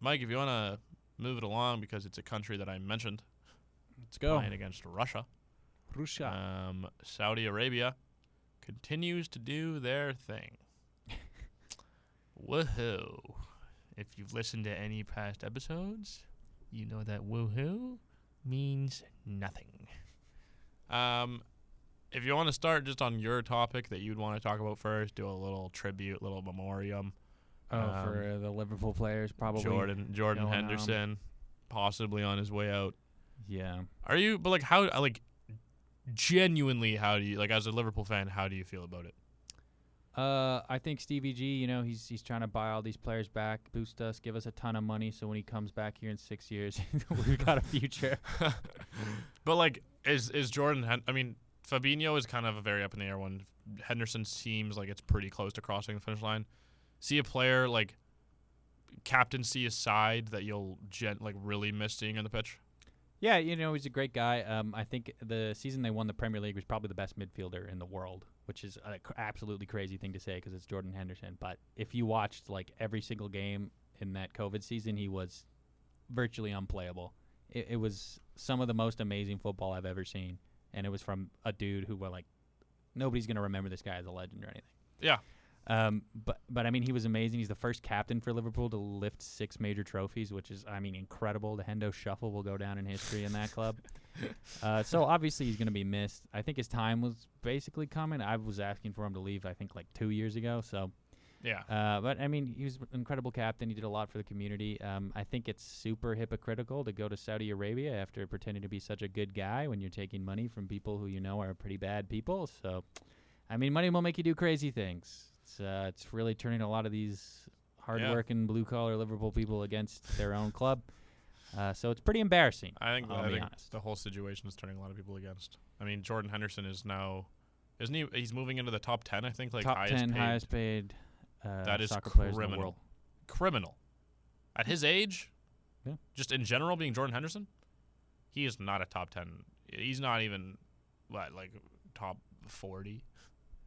B: Mike, if you want to move it along because it's a country that I mentioned
A: Let's go.
B: playing against Russia.
A: Russia.
B: Um, Saudi Arabia continues to do their thing. woohoo. If you've listened to any past episodes, you know that woohoo means nothing. Um, if you want to start just on your topic that you'd want to talk about first, do a little tribute, little memoriam.
A: oh,
B: um,
A: for uh, the Liverpool players, probably.
B: Jordan Jordan
A: going on.
B: Henderson, possibly on his way out.
A: Yeah.
B: Are you? But like, how? Like, genuinely, how do you? Like, as a Liverpool fan, how do you feel about it?
A: Uh, I think Stevie G, you know, he's he's trying to buy all these players back, boost us, give us a ton of money, so when he comes back here in six years, we've got a future.
B: but like, is is Jordan? Hen- I mean, Fabinho is kind of a very up in the air one. Henderson seems like it's pretty close to crossing the finish line. See a player like captaincy aside that you'll gen- like really miss seeing on the pitch.
A: yeah, you know, he's a great guy. Um, I think the season they won the Premier League was probably the best midfielder in the world, which is an absolutely crazy thing to say because it's Jordan Henderson. But if you watched like every single game in that COVID season, he was virtually unplayable. It, it was some of the most amazing football I've ever seen, and it was from a dude who were like, nobody's gonna remember this guy as a legend or anything.
B: Yeah.
A: Um, but but I mean, he was amazing. He's the first captain for Liverpool to lift six major trophies, which is I mean incredible. The Hendo Shuffle will go down in history in that club. Uh, so obviously he's going to be missed. I think his time was basically coming. I was asking for him to leave. I think like two years ago. So,
B: Yeah.
A: uh, but I mean, he was an incredible captain. He did a lot for the community. Um, I think it's super hypocritical to go to Saudi Arabia after pretending to be such a good guy when you're taking money from people who you know are pretty bad people. So, I mean, money will make you do crazy things. It's uh, it's really turning a lot of these hardworking blue collar Liverpool people against their own club. Uh, so it's pretty embarrassing.
B: I think,
A: I'll
B: I
A: be
B: think
A: honest.
B: the whole situation is turning a lot of people against. I mean, Jordan Henderson is now, isn't he? He's moving into the top ten, I think, like
A: top
B: highest
A: ten
B: paid
A: highest paid uh,
B: That is
A: soccer players in the
B: criminal.
A: world.
B: criminal. At his age,
A: Yeah.
B: just in general, being Jordan Henderson, he is not a top ten. He's not even what like top forty.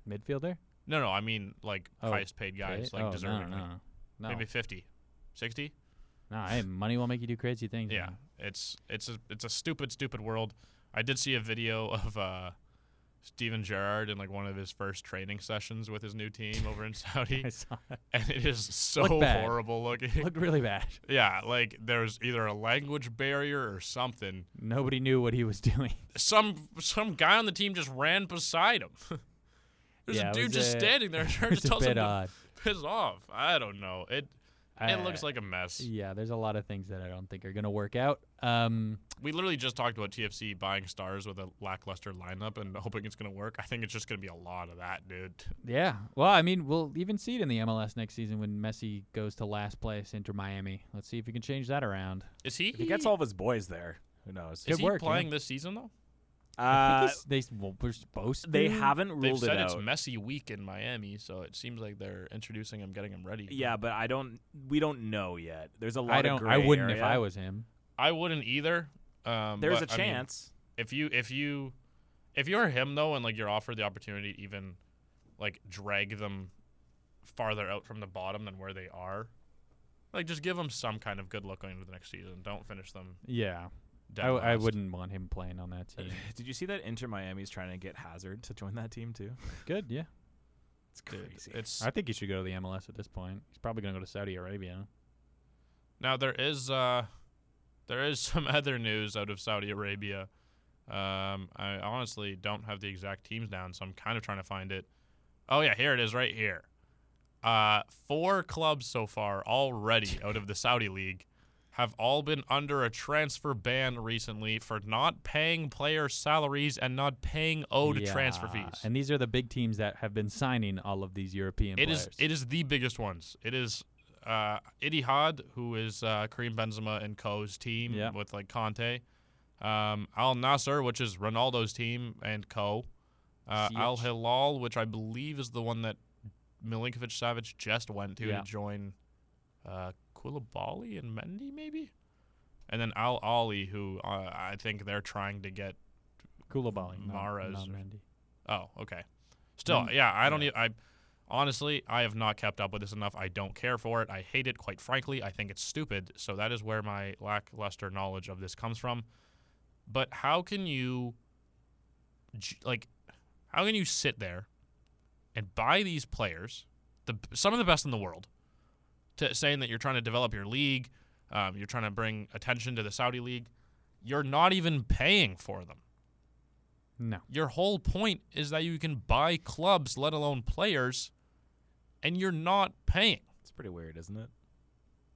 A: Midfielder?
B: No, no, I mean like
A: Oh,
B: highest paid guys,
A: Right?
B: like
A: oh, no,
B: deserving,
A: no, no, no,
B: maybe 50, 60.
A: no. Hey, money will make you do crazy things.
B: Yeah,
A: man.
B: it's it's a it's a stupid stupid world. I did see a video of uh, Steven Gerrard in like one of his first training sessions with his new team over in Saudi,
A: I saw it.
B: and it is so
A: Looked bad.
B: horrible looking.
A: Looked really bad.
B: yeah, like there's either a language barrier or something.
A: Nobody knew what he was doing.
B: Some some guy on the team just ran beside him. There's
A: Yeah,
B: a
A: it
B: dude
A: was
B: just
A: a-
B: standing there trying to
A: It's a
B: tell him
A: bit uh,
B: to
A: odd.
B: piss off. I don't know. It it looks like a mess.
A: Yeah, there's a lot of things that I don't think are gonna work out. Um,
B: we literally just talked about TFC buying stars with a lackluster lineup and hoping it's going to work. I think it's just going to be a lot of that, dude.
A: yeah. Well, I mean, we'll even see it in the MLS next season when Messi goes to last place Inter Miami. Let's see if we can change that around.
B: Is he?
C: If he gets all of his boys there, who knows?
A: Could
B: is he
A: work, yeah.
B: playing this season though?
A: I
C: Uh,
A: think it's- they well, we're supposed to.
C: they haven't
B: They've
C: ruled
B: said
C: it
B: it's
C: out.
B: messy week in Miami, so it seems like they're introducing him, getting him ready.
C: Yeah, but I don't. We don't know yet. There's a lot
A: I don't.
C: of gray
A: I wouldn't if
C: area.
A: I was him.
B: I wouldn't either. Um,
C: There's a
B: but, I mean,
C: chance.
B: if you if you if you're him though and like you're offered the opportunity to even like drag them farther out from the bottom than where they are like just give them some kind of good look going into the next season don't finish them
A: Yeah, I,
B: dead
A: w- I
B: last.
A: wouldn't want him playing on that team.
C: Did you see that Inter Miami's trying to get Hazard to join that team too?
A: Good, yeah.
C: It's
B: Dude,
C: crazy.
B: it's
A: I think he should go to the MLS at this point. He's probably going to go to Saudi Arabia.
B: now there is uh there is some other news out of saudi arabia um i honestly don't have the exact teams down so i'm kind of trying to find it oh yeah here it is right here uh four clubs so far already out of the saudi league have all been under a transfer ban recently for not paying player salaries and not paying owed transfer
A: Yeah,
B: fees.
A: And these are the big teams that have been signing all of these European
B: It
A: players.
B: is it is the biggest ones. It is uh, Itihad, who is uh, Karim Benzema and Co's team
A: Yeah.
B: with like Conte, um, Al Nasser, which is Ronaldo's team and Co, uh,
A: CH.
B: Al Hilal, which I believe is the one that Milinkovic Savage just went to
A: Yeah.
B: to join uh, Koulibaly and Mendy, maybe, and then Al Ali, who uh, I think they're trying to get.
A: Koulibaly. not-
B: Mahrez
A: not
B: or-
A: Mendy.
B: Oh, okay. Still,
A: Mm,
B: yeah, I don't.
A: yeah.
B: e- I honestly, I have not kept up with this enough. I don't care for it. I hate it. Quite frankly, I think it's stupid. So that is where my lackluster knowledge of this comes from. But how can you, j- like, how can you sit there and buy these players, the some of the best in the world, to saying that you're trying to develop your league, um, you're trying to bring attention to the Saudi league, you're not even paying for them
A: No.
B: your whole point is that you can buy clubs, let alone players, and you're not paying.
C: It's pretty weird, isn't it?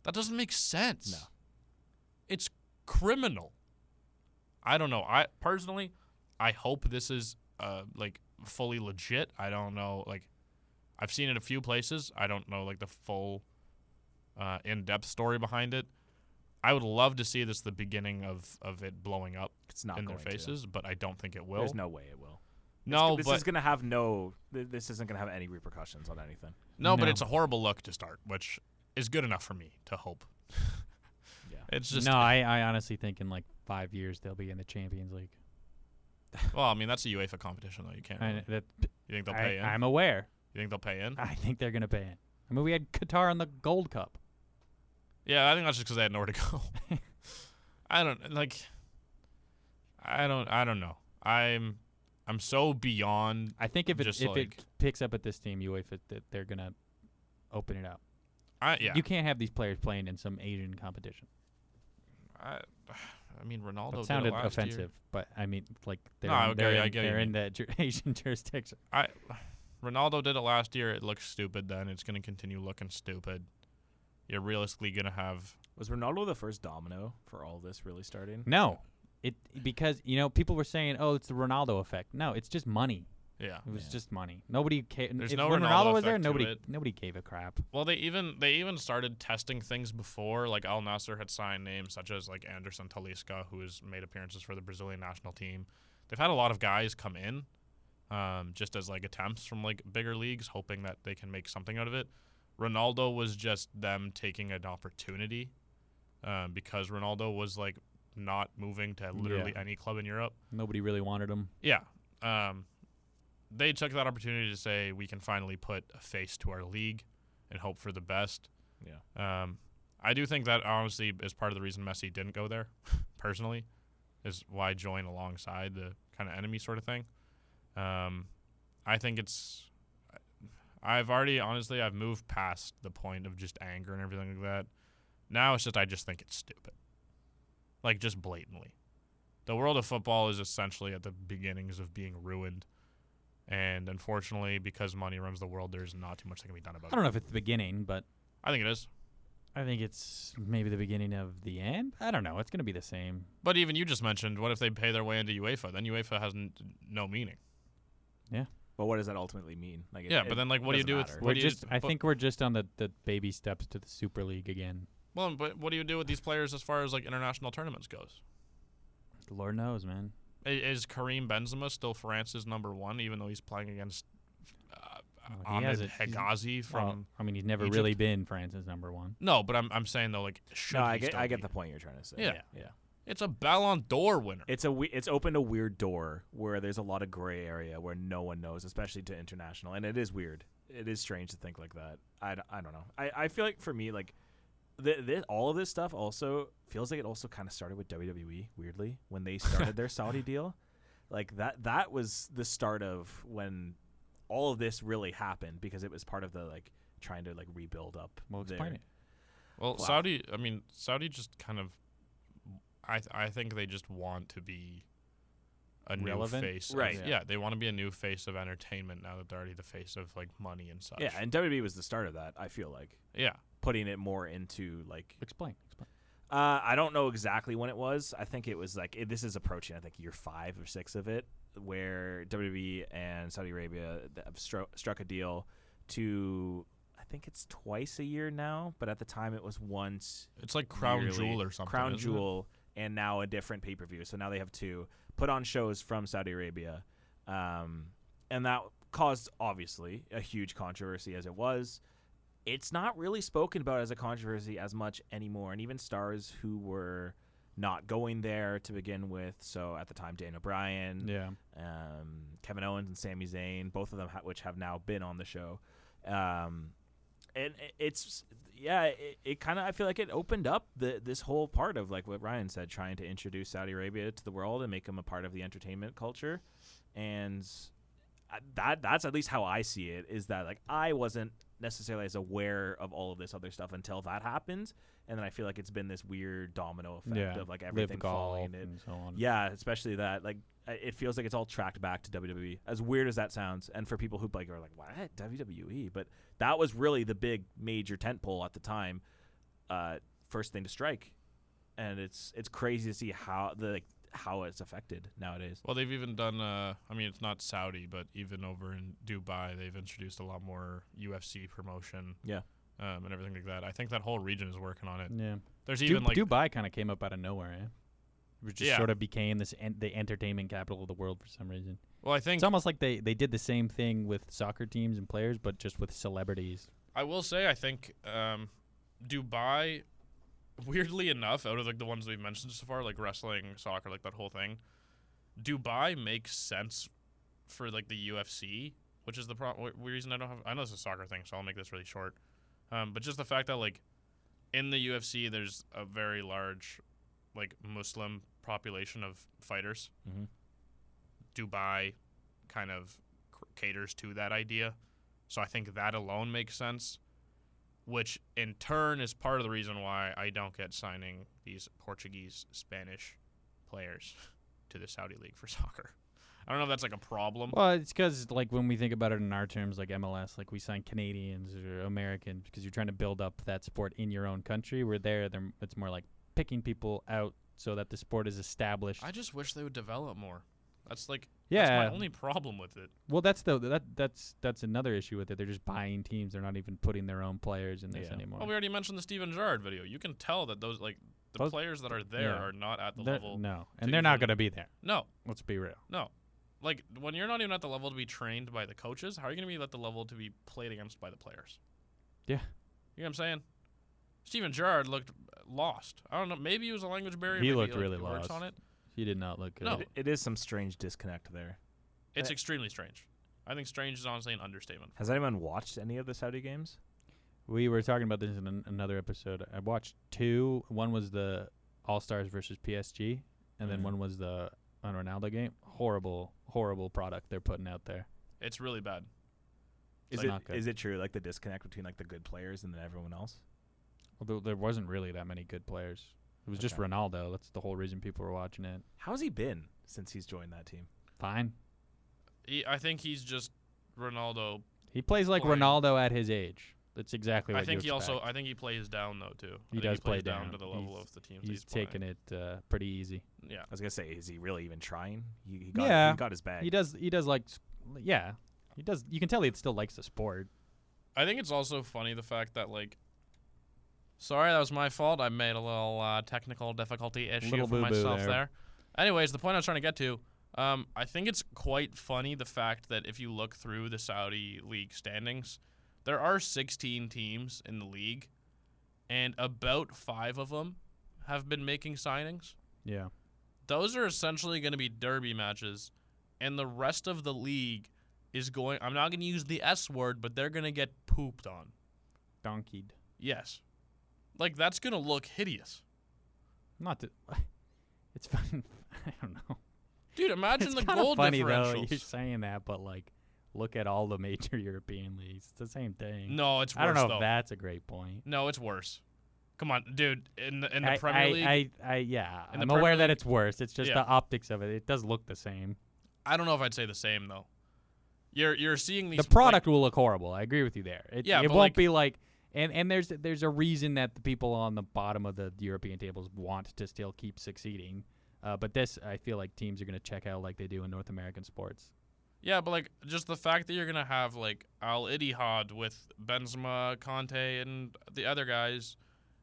B: That doesn't make sense.
C: No.
B: It's criminal. I don't know. I personally, I hope this is uh like fully legit. I don't know. Like, I've seen it a few places. I don't know like the full, uh, in-depth story behind it. I would love to see this the beginning of of it blowing up
C: It's not
B: in their
C: going to.
B: faces, but I don't think it will.
C: There's no way it will.
B: no,
C: this
B: but
C: is going to have no. th- This isn't going to have any repercussions on anything.
B: No, but
A: No.
B: it's a horrible look to start, which is good enough for me to hope.
C: Yeah.
B: It's just
A: no, I, I honestly think in like five years they'll be in the Champions League.
B: well, I mean that's a UEFA competition though. You can't.
A: I,
B: really-
A: that,
B: You think they'll
A: I,
B: pay in?
A: I'm aware.
B: you think they'll pay in?
A: I think they're going to pay in. I mean, we had Qatar in the Gold Cup.
B: Yeah, I think that's just because they had nowhere to go. I don't like. I don't. I don't know. I'm. I'm so beyond.
A: I think if it
B: Just
A: if
B: like-
A: it picks up at this team, UEFA that they're going to open it up.
B: I yeah.
A: You can't have these players playing in some Asian competition.
B: I, I mean Ronaldo.
A: That
B: did it
A: sounded
B: last year.
A: offensive, but I mean, like they're
B: No, I
A: in,
B: get
A: they're,
B: you, I
A: in,
B: get you
A: they're
B: mean.
A: in that ju- Asian jurisdiction.
B: I Ronaldo did it last year. It looks stupid. Then it's gonna continue looking stupid. You're realistically gonna have
C: Was Ronaldo the first domino for all this really starting?
A: No, it because you know people were saying, oh, it's the Ronaldo effect. No, it's just money.
B: yeah.
A: It was
C: Yeah.
A: just money. Nobody cared.
B: There's
A: if,
B: no
A: when
B: Ronaldo
A: was there,
B: effect to
A: nobody
B: it.
A: nobody gave a crap.
B: Well, they even they even started testing things before. Like Al Nasser had signed names such as like Anderson Talisca, who has made appearances for the Brazilian national team. They've had a lot of guys come in, um, just as like attempts from like bigger leagues, hoping that they can make something out of it. Ronaldo was just them taking an opportunity, um, because Ronaldo was like not moving to literally
A: Yeah.
B: any club in Europe.
A: Nobody really wanted him.
B: Yeah. Um, they took that opportunity to say we can finally put a face to our league and hope for the best.
C: Yeah.
B: Um, I do think that honestly is part of the reason Messi didn't go there, personally, is why join alongside the kind of enemy sort of thing. Um, I think it's. I've already honestly I've moved past the point of just anger and everything like that. Now it's just I just think it's stupid, like just blatantly. The world of football is essentially at the beginnings of being ruined, and unfortunately, because money runs the world, there's not too much that can be done about
A: I
B: it.
A: don't know if it's the beginning, but
B: I think it is.
A: I think it's maybe the beginning of the end. I don't know. It's going to be the same.
B: But even you just mentioned, what if they pay their way into UEFA? Then UEFA has n- no meaning.
C: But what does that ultimately mean? Like, it-
B: yeah,
C: it
B: but then like, what do you
C: doesn't
B: do
C: matter.
B: with?
A: We're
B: What do you,
A: just. I
B: but-
A: think we're just on the, the baby steps to the Super League again.
B: Well, but what do you do with these players as far as like international tournaments goes?
A: Lord knows, man.
B: I- Is Karim Benzema still France's number one, even though he's playing against uh,
A: Well, he has
B: Ahmed
A: it. He's-
B: Hegazi from?
A: Well, I mean, he's never
B: Egypt.
A: really been France's number one.
B: no, but I'm I'm saying though, like, should
C: No,
B: he
C: I get
B: still
C: I get
B: be?
C: the point you're trying to say.
B: Yeah.
C: yeah.
B: It's a Ballon d'Or winner.
C: It's a we- it's opened a weird door where there's a lot of gray area where no one knows, especially to international, and it is weird. It is strange to think like that. I, d- I don't know. I, I feel like for me like th- th- all of this stuff also feels like it also kind of started with WWE weirdly when they started their Saudi deal. Like that that was the start of when all of this really happened because it was part of the like trying to like rebuild up.
A: Well,
C: their-
A: explain it.
B: Well,
C: Wow.
B: Saudi, I mean, Saudi just kind of, I th- I think they just want to be a
A: Relevant?
B: new face, of-
C: Right.
B: yeah.
C: Yeah.
B: they want to be a new face of entertainment now that they're already the face of like money and such.
C: Yeah, and WWE was the start of that. I feel like
B: yeah.
C: putting it more into like
A: Explain. Explain.
C: Uh, I don't know exactly when it was. I think it was like it, this is approaching. I think year five or six of it, E where WWE and Saudi Arabia th- have stro- struck a deal to I think it's twice a year now, but at the time it was once
B: It's like Crown
C: yearly.
B: Jewel or something.
C: Crown
B: isn't it?
C: Jewel, and now a different pay per view. So now they have two put on shows from Saudi Arabia, um, and that caused obviously a huge controversy as it was. It's not really spoken about as a controversy as much anymore, and even stars who were not going there to begin with. So at the time, Dan
B: Mm.
C: O'Brien,
A: Yeah.
C: um, Kevin Owens and Sami Zayn, both of them ha- which have now been on the show. Um, and i- it's yeah, it, it kind of I feel like it opened up the this whole part of like what Ryan said, trying to introduce Saudi Arabia to the world and make them a part of the entertainment culture, and I- that that's at least how I see it is that like I wasn't necessarily as aware of all of this other stuff until that happened, and then I feel like it's been this weird domino effect
A: Yeah.
C: of like
A: Live
C: everything falling.
A: golf
C: It-
A: and so on.
C: yeah, especially that. Like, I- it feels like it's all tracked back to WWE. As weird as that sounds, and for people who like are like, "What WWE?" But that was really the big major tentpole at the time. Uh, first thing to strike, and it's it's crazy to see how the like, how it's affected nowadays.
B: Well, they've even done. Uh, I mean, it's not Saudi, but even over in Dubai, they've introduced a lot more UFC promotion.
C: Yeah.
B: Um, and everything like that. I think that whole region is working on it.
A: Yeah.
B: There's
A: Du-
B: even like
A: Dubai kind of came up out of nowhere, eh? Which just
B: Yeah.
A: sort of became this en- the entertainment capital of the world for some reason.
B: well, I think
A: It's almost like they, they did the same thing with soccer teams and players, but just with celebrities.
B: I will say I think um, Dubai, weirdly enough, out of like the ones we've mentioned so far, like wrestling, soccer, like that whole thing, Dubai makes sense for like the UFC, which is the pro- w- reason I don't have. I know this is a soccer thing, so I'll make this really short. Um, but just the fact that like in the UFC, there's a very large like Muslim population of fighters.
C: Mhm.
B: Dubai kind of c- caters to that idea. So I think that alone makes sense, which in turn is part of the reason why I don't get signing these Portuguese, Spanish players to the Saudi League for soccer. I don't know if that's like a problem.
A: Well, it's because like when we think about it in our terms, like MLS, like we sign Canadians or Americans because you're trying to build up that sport in your own country. Where there, they're, it's more like picking people out so that the sport is established.
B: I just wish they would develop more. That's like that's
A: yeah.
B: my only problem with it.
A: well, that's the that that's that's another issue with it. They're just buying teams. They're not even putting their own players in this
C: Yeah.
A: anymore.
B: Well, we already mentioned the Steven Gerrard video. You can tell that those like the
A: Those-
B: players that are there
A: yeah.
B: are not at the
A: They're-
B: level.
A: no,
B: to
A: and they're not
B: even-
A: going to be there.
B: No,
A: Let's be real.
B: no. Like when you're not even at the level to be trained by the coaches, how are you going to be at the level to be played against by the players?
A: Yeah.
B: You know what I'm saying? Steven Gerrard looked uh, lost. I don't know. Maybe it was a language barrier.
A: He
B: maybe
A: looked
B: like,
A: really
B: it works
A: lost.
B: on it.
A: He did not look good.
B: No.
C: It, it is some strange disconnect there.
B: It's
C: Eh.
B: extremely strange. I think strange is honestly an understatement.
C: Has anyone watched any of the Saudi games?
A: We were talking about this in an, another episode. I watched two. One was the All Stars versus PSG, and
C: Mhm.
A: then one was the on Ronaldo game. Horrible, horrible product they're putting out there.
B: It's really bad.
C: Is
A: Like-
C: it
A: Not good.
C: is it true like the disconnect between like the good players and then everyone else?
A: Although there wasn't really that many good players. It was just
C: Okay.
A: Ronaldo. That's the whole reason people were watching it.
C: How's he been since he's joined that team?
A: Fine.
B: He, I think he's just Ronaldo.
A: He plays like
B: Fine.
A: Ronaldo at his age. That's exactly what
B: I think he
A: you expect.
B: also. I think he plays down though too.
A: He
B: I think
A: does
B: he
A: play
B: plays down,
A: down.
B: to the level
A: He's-
B: of the teams. that
A: he's
B: playing.
A: taking it uh, pretty easy.
B: Yeah.
C: I was gonna say, is he really even trying? He, he got
A: Yeah.
C: he got his bag.
A: He does. He does like. s- Yeah. He does. You can tell he still likes the sport.
B: I think it's also funny the fact that like. Sorry, that was my fault. I made a little uh, technical difficulty issue
A: Little
B: for
A: boo-boo
B: myself
A: there.
B: there. Anyways, the point I was trying to get to, um, I think it's quite funny the fact that if you look through the Saudi league standings, there are 16 teams in the league, and about five of them have been making signings.
A: Yeah.
B: those are essentially going to be derby matches, and the rest of the league is going. I'm not going to use the S word, but they're going to get pooped on.
A: Donkeyed.
B: Yes, like that's going to look hideous,
A: Not that it's fun. I don't know.
B: dude. Imagine
A: it's
B: the
A: kinda
B: goal
A: funny though.
B: differentials.
A: You're saying that, but like, look at all the major European leagues. It's the same thing.
B: no, it's worse
A: I don't know
B: though.
A: if that's a great point.
B: no, it's worse. Come on, dude. In the in the
A: I,
B: Premier
A: I,
B: League, I,
A: I, I, yeah.
B: In the
A: I'm
B: Premier
A: aware that
B: League-
A: it's worse. It's just
B: Yeah.
A: the optics of it. It does look the same.
B: don't know if I'd say the same though. You're you're seeing these
A: The
B: like-
A: product will look horrible. I agree with you there. It,
B: Yeah,
A: it
B: but,
A: won't
B: like-
A: be like. And, and there's there's a reason that the people on the bottom of the European tables want to still keep succeeding, uh, but this I feel like teams are going to check out like they do in North American sports.
B: Yeah, but like just the fact that you're gonna have like Al Ittihad with Benzema, Conte, and the other guys,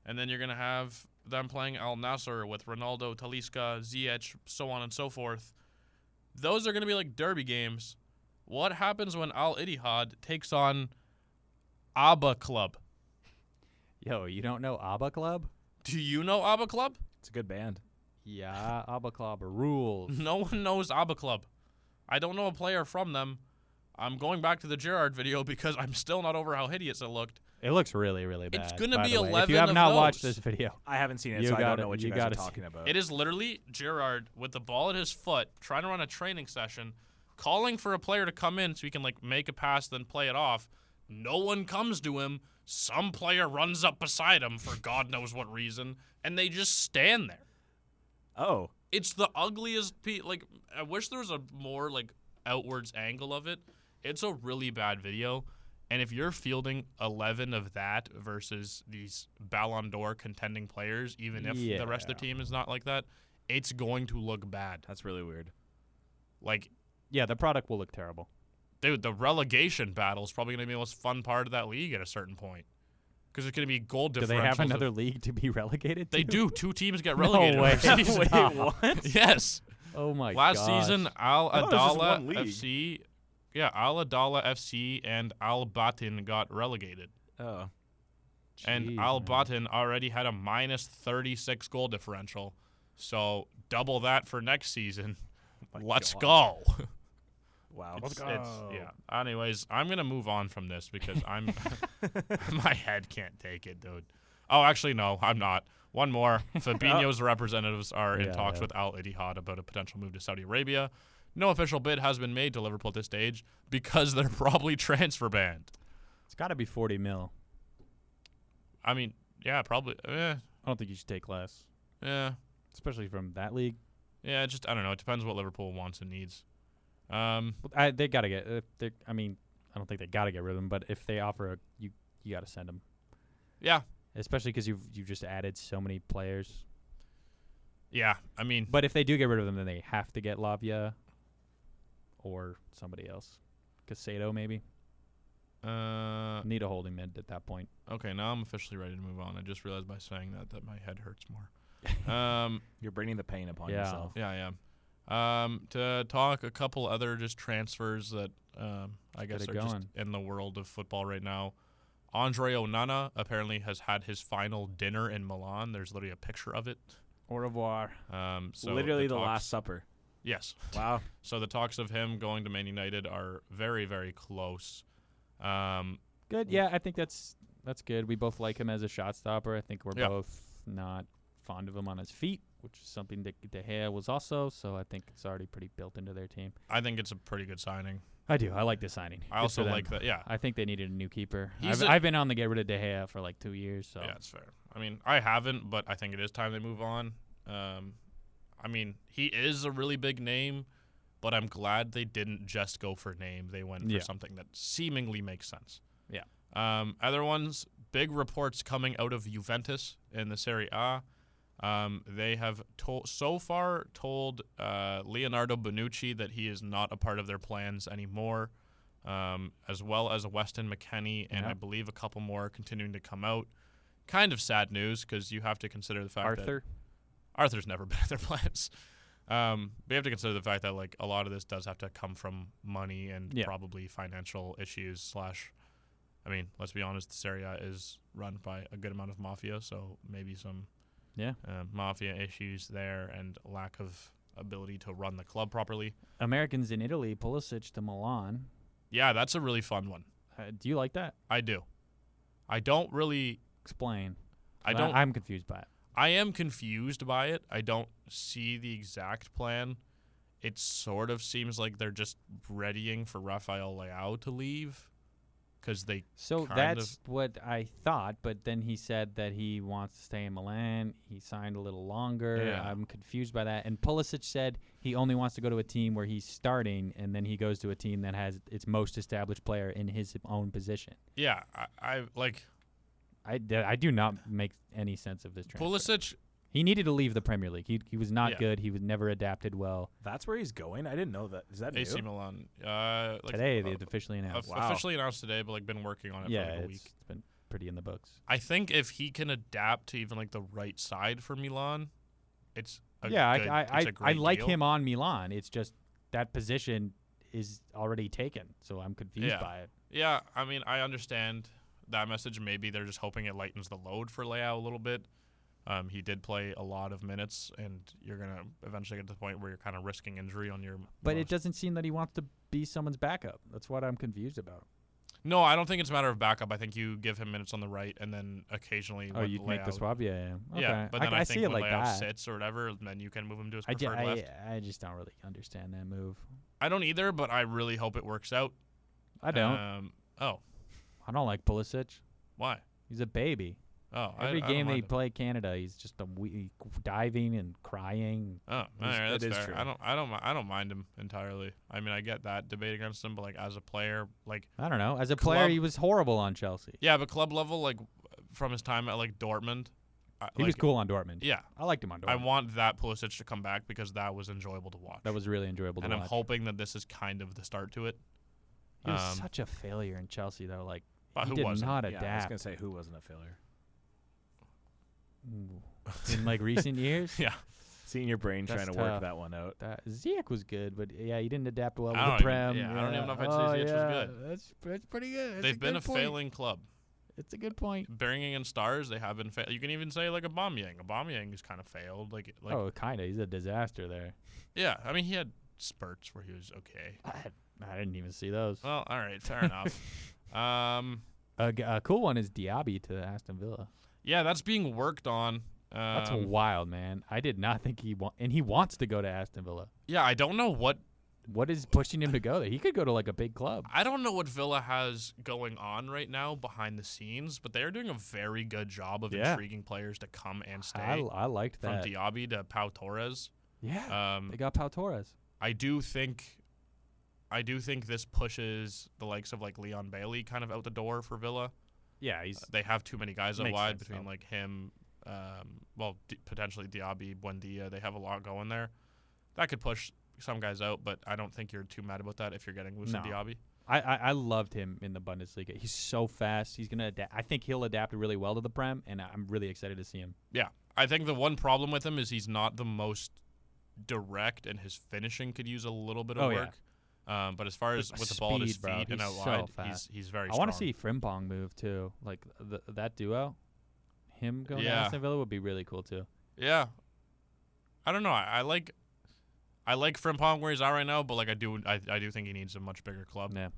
B: and then you're gonna have them playing Al Nasser with Ronaldo, Talisca, Ziyech, so on and so forth. Those are gonna be like derby games. What happens when Al Ittihad takes on Abba Club?
A: Yo, you don't know ABBA Club?
B: Do you know Abba Club?
C: It's a good band.
A: Yeah, ABBA Club rules.
B: No one knows ABBA Club. I don't know a player from them. I'm going back to the Gerard video because I'm still not over how hideous it looked.
A: Mm-hmm. It looks really, really bad.
B: It's gonna
A: by
B: be
A: the way. If
B: 11
A: you have
B: of
A: not watched
B: those.
A: this video,
C: I haven't seen it,
A: You
C: so I don't
A: gotta-
C: know what you,
A: you
C: guys are
A: gotta see-
C: talking about.
B: It is literally Gerard with the ball at his foot trying to run a training session, calling for a player to come in so he can like make a pass then play it off. No one comes to him. Some player runs up beside him for God knows what reason, and they just stand there.
C: oh,
B: It's the ugliest. Pe- like I wish there was a more like outwards angle of it. It's a really bad video, and if you're fielding 11 of that versus these Ballon d'Or contending players, even if the rest of the team is not like that, it's going to look bad.
C: that's really weird.
B: Like,
A: yeah, the product will look terrible.
B: dude, the relegation battle is probably going to be the most fun part of that league at a certain point because it's going to be goal differentials.
A: Do they have
B: of-
A: another league to be relegated?
B: They
A: to?
B: do. Two teams get relegated.
A: way.
B: every season.
A: Wait, Stop.
B: yes.
A: Oh my
B: Last
A: gosh.
B: season, Al
C: I thought it was just
B: Adala
C: one
B: FC,
C: league.
B: yeah, Al Adala FC and Al Batin got relegated,
C: Oh,
A: Jeez,
B: and Al
A: man.
B: Batin already had a minus 36 goal differential, so double that for next season.
C: my
B: Let's
C: God.
B: go.
C: Wow.
B: It's- it's-
A: Oh.
B: yeah. Anyways, I'm gonna move on from this because I'm my head can't take it, dude. Oh, actually, no, I'm not. One more. Fabinho's representatives are in
A: Oh. Yeah,
B: talks
A: yeah.
B: with Al Ittihad about a potential move to Saudi Arabia. No official bid has been made to Liverpool at this stage because they're probably transfer banned.
A: it's got to be 40 mil.
B: I mean, yeah, probably. Eh,
A: I don't think you should take less,
B: yeah,
A: especially from that league.
B: yeah. it Just I don't know. It depends what Liverpool wants and needs. Um,
A: But I, they gotta get. Uh, they- I mean, I don't think they gotta get rid of him, but if they offer, a, you you gotta send him,
B: yeah,
A: especially because you've you've just added so many players.
B: yeah. I mean,
A: But if they do get rid of them, then they have to get Lavia or somebody else. Casado maybe
B: uh,
A: need a holding mid at that point.
B: Okay, now I'm officially ready to move on. I just realized by saying that that my head hurts more. um,
C: You're bringing the pain upon
A: Yeah.
C: yourself.
B: yeah, I am. Um, to talk a couple other just transfers that um, I
A: Let's
B: guess
A: get
B: are
A: it
B: just
A: going.
B: in the world of football right now. Andre Onana apparently has had his final dinner in Milan. There's literally a picture of it.
A: Au revoir.
B: Um, so
C: Literally the,
B: talks-
C: Last Supper.
B: Yes.
C: Wow.
B: So the talks of him going to Man United are very, very close. Um,
A: Good. Yeah, I think that's that's good. We both like him as a shot stopper. I think we're
B: Yeah.
A: both not fond of him on his feet, which is something that De Gea was also. So I think it's already pretty built into their team.
B: I think it's a pretty good signing.
A: I do. I like the signing.
B: I also like that. Yeah.
A: I think they needed a new keeper.
B: He's
A: I've,
B: a-
A: i I've been on the get rid of De Gea for like two years. So
B: Yeah, it's fair. I mean, I haven't, but I think it is time they move on. Um, I mean, he is a really big name, but I'm glad they didn't just go for name. They went for
A: Yeah.
B: something that seemingly makes sense.
A: Yeah.
B: Um, other ones, big reports coming out of Juventus in the Serie A. Um, they have to- so far told uh, Leonardo Bonucci that he is not a part of their plans anymore, um, as well as Weston McKenney and
A: Yeah.
B: I believe a couple more continuing to come out. Kind of sad news because you have to consider the fact that
A: Arthur.
B: Arthur's never been in their plans. Um, we have to consider the fact that like a lot of this does have to come from money and
A: Yeah.
B: probably financial issues. Slash, I mean, let's be honest, this area is run by a good amount of mafia, so maybe some
A: Yeah.
B: uh, mafia issues there and lack of ability to run the club properly.
A: Americans in Italy, Pulisic to Milan.
B: Yeah, that's a really fun one.
A: Uh, do you like that?
B: I do. I don't really.
A: Explain.
B: I don't.
A: I, am confused by it.
B: I am confused by it. I don't see the exact plan. It sort of seems like they're just readying for Rafael Leao to leave because they
A: So
B: Kind of.
A: that's what I thought, but then he said that he wants to stay in Milan. He signed a little longer.
B: Yeah.
A: I'm confused by that. And Pulisic said he only wants to go to a team where he's starting, and then he goes to a team that has its most established player in his own position.
B: yeah I, I like
A: I, I do not make any sense of this transfer.
B: Pulisic.
A: He He needed to leave the Premier League. He, he was not
B: Yeah.
A: good. He was never adapted well.
C: That's where he's going. I didn't know that. Is that new?
B: AC Milan. Uh, like,
A: Today,
B: uh,
A: they officially announced.
B: of-
C: wow.
B: Officially announced today, but like been working on it
A: yeah,
B: for like a
A: it's-
B: week.
A: it's been pretty in the books.
B: I think if he can adapt to even like the right side for Milan, it's a
A: yeah,
B: good-
A: I, I,
B: it's
A: I,
B: a
A: I
B: great
A: like
B: deal.
A: him on Milan. It's just that position is already taken, so I'm confused
B: Yeah.
A: by it.
B: Yeah, I mean, I understand that message. Maybe they're just hoping it lightens the load for Leao a little bit. Um, he did play a lot of minutes, and you're gonna eventually get to the point where you're kind of risking injury on your.
A: But it
B: most-
A: doesn't seem that he wants to be someone's backup. That's what I'm confused about.
B: no, I don't think it's a matter of backup. I think you give him minutes on the right, and then occasionally.
A: Oh,
B: when
A: you'd make the
B: Leao-
A: swap, yeah, yeah. Okay.
B: Yeah, but then
A: I,
B: I,
A: I
B: think
A: see it
B: when
A: like
B: Leao
A: that.
B: sits or whatever, then you can move him to his
A: I, ju-
B: preferred
A: I-
B: left.
A: I just don't really understand that move.
B: I don't either, but I really hope it works out.
A: I don't.
B: Um, oh,
A: I don't like Pulisic.
B: why?
A: He's a baby.
B: Oh, I-
A: Every
B: I don't
A: game they
B: mind him.
A: play Canada, he's just a wee, diving and crying.
B: Oh, all
C: Is-
B: right,
C: that
B: that's
C: is
B: fair.
C: true.
B: I don't, I don't, mi- I don't mind him entirely. I mean, I get that debate against him, but like as a player, like
A: I don't know. As a player,
B: Club-
A: he was horrible on Chelsea.
B: yeah, but club level, like from his time at like Dortmund, I,
A: He was
B: like,
A: cool on Dortmund.
B: Yeah,
A: I liked him on Dortmund.
B: I want that Pulisic to come back because that was enjoyable to watch.
A: that was really enjoyable
B: and
A: to
B: I'm
A: watch.
B: hoping that this is kind of the start to it.
A: He was
B: Um,
A: such a failure in Chelsea, though. Like
B: but
A: he
B: who
A: did
B: wasn't?
A: not
C: Yeah, I was
A: adapt
C: gonna say who wasn't a failure.
A: Ooh. in like recent years.
B: yeah,
C: Seeing your brain
A: That's
C: trying to work
A: tough.
C: that one out.
A: That, Ziyech was good, but yeah, he didn't adapt well
B: I
A: with the
B: don't
A: Prem.
B: even- yeah, I don't even know if I'd say
A: oh,
B: Ziyech was
A: yeah.
B: good.
A: That's that's pretty good. That's a
B: they've been
A: good
B: a
A: point.
B: failing club.
A: It's a good point.
B: Bringing in stars, they have been. Fa- you can even say like a Aubameyang. Aubameyang has kind of failed. Like, like
A: oh, kind of. He's a disaster there.
B: yeah, I mean he had spurts where he was okay.
A: I, I didn't even see those.
B: Well, all right, fair enough. Um,
A: A, g- a cool one is Diaby to Aston Villa.
B: yeah, that's being worked on. Um,
A: That's wild, man. I did not think he wa- and he wants to go to Aston Villa.
B: yeah, I don't know what
A: What is pushing him to go there? He could go to like a big club.
B: I don't know what Villa has going on right now behind the scenes, but they are doing a very good job of
A: Yeah.
B: intriguing players to come and stay.
A: I, I liked
B: from
A: that.
B: Diaby to Pau Torres.
A: yeah,
B: Um,
A: they got Pau Torres.
B: I do think I do think this pushes the likes of like Leon Bailey kind of out the door for Villa.
A: Yeah, he's
B: They have too many guys out
A: Makes
B: wide
A: sense,
B: between
A: though.
B: like him, um, well, D- potentially Diaby, Buendia. They have a lot going there. That could push some guys out, but I don't think you're too mad about that if you're getting Lucien
A: No.
B: Diaby.
A: I, I, I loved him in the Bundesliga. He's so fast. He's gonna adapt. I think he'll adapt really well to the Prem, and I'm really excited to see him.
B: Yeah. I think the one problem with him is he's not the most direct, and his finishing could use a little bit of
A: Oh, yeah.
B: work. Um, but as far as
A: But
B: with the ball at his
A: speed, bro.
B: feet
A: He's
B: and out
A: so
B: wide, he's
A: fast.
B: he's very.
A: I want to see
B: strong.
A: Frimpong move too, like the, that duo. Him going to
B: Yeah.
A: Aston Villa would be really cool too.
B: Yeah. I don't know. I, I like. I like Frimpong where he's at right now, but like I do, I, I do think he needs a much bigger club.
A: Yeah,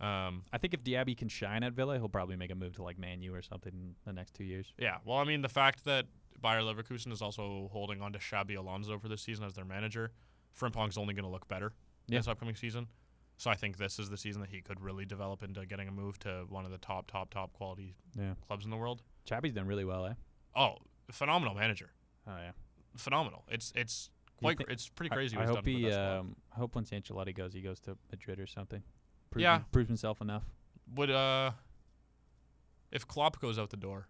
B: Um,
A: I think if Diaby can shine at Villa, he'll probably make a move to like Man U or something in the next two years.
B: yeah. Well, I mean, the fact that Bayer Leverkusen is also holding on to Shabby Alonso for this season as their manager, Frimpong's only going to look better
A: Yeah.
B: this upcoming season. So I think this is the season that he could really develop into getting a move to one of the top, top, top quality
A: Yeah,
B: clubs in the world.
A: Chappie's done really well, eh?
B: Oh, phenomenal manager,
A: Oh yeah.
B: phenomenal. It's it's quite,
A: thi-
B: cra- it's pretty
A: I-
B: crazy.
A: I,
B: what he's
A: hope
B: done with
A: he.
B: that squad.
A: Um, I hope once Ancelotti goes, he goes to Madrid or something. Proves
B: Yeah.
A: him- proves himself enough.
B: would uh if Klopp goes out the door.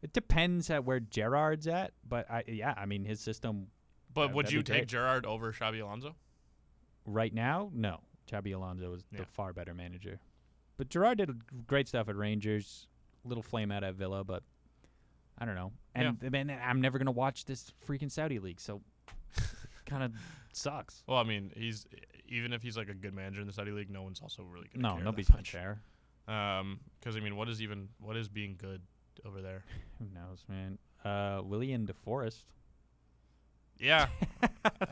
A: It depends at where Gerard's at, but I yeah, I mean his system
B: But
A: Yeah,
B: would
A: that'd
B: you
A: be
B: take
A: great.
B: Gerard over Xabi Alonso?
A: right now, no. Chabi Alonso is
B: Yeah.
A: the far better manager. But Gerard did great stuff at Rangers. Little flame out at Villa, but I don't know. And then I'm never gonna watch this freaking Saudi league, so kind of sucks.
B: Well, I mean, he's even if he's like a good manager in the Saudi league, no one's also really going to
A: No,
B: care
A: nobody's
B: that
A: gonna
B: much.
A: care.
B: Um, because I mean, what is even what is being good over there?
A: Who knows, man? Uh, William DeForest.
B: Yeah,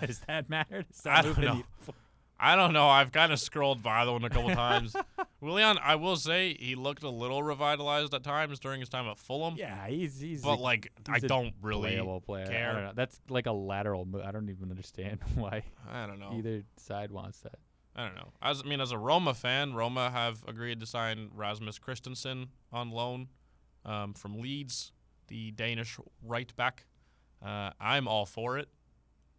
A: Does that matter? Does
B: I
A: that
B: don't
A: move any-
B: know. I don't know. I've kind of scrolled by the one a couple times. Willian, I will say he looked a little revitalized at times during his time at Fulham,
A: Yeah, he's he's.
B: but
A: a
B: like I
A: he's a
B: don't really,
A: playable player.
B: care.
A: I don't know. That's like a lateral move. I don't even understand why
B: I don't know.
A: either side wants that.
B: I don't know. As I mean, as a Roma fan, Roma have agreed to sign Rasmus Christensen on loan um, from Leeds, the Danish right back. Uh, I'm all for it.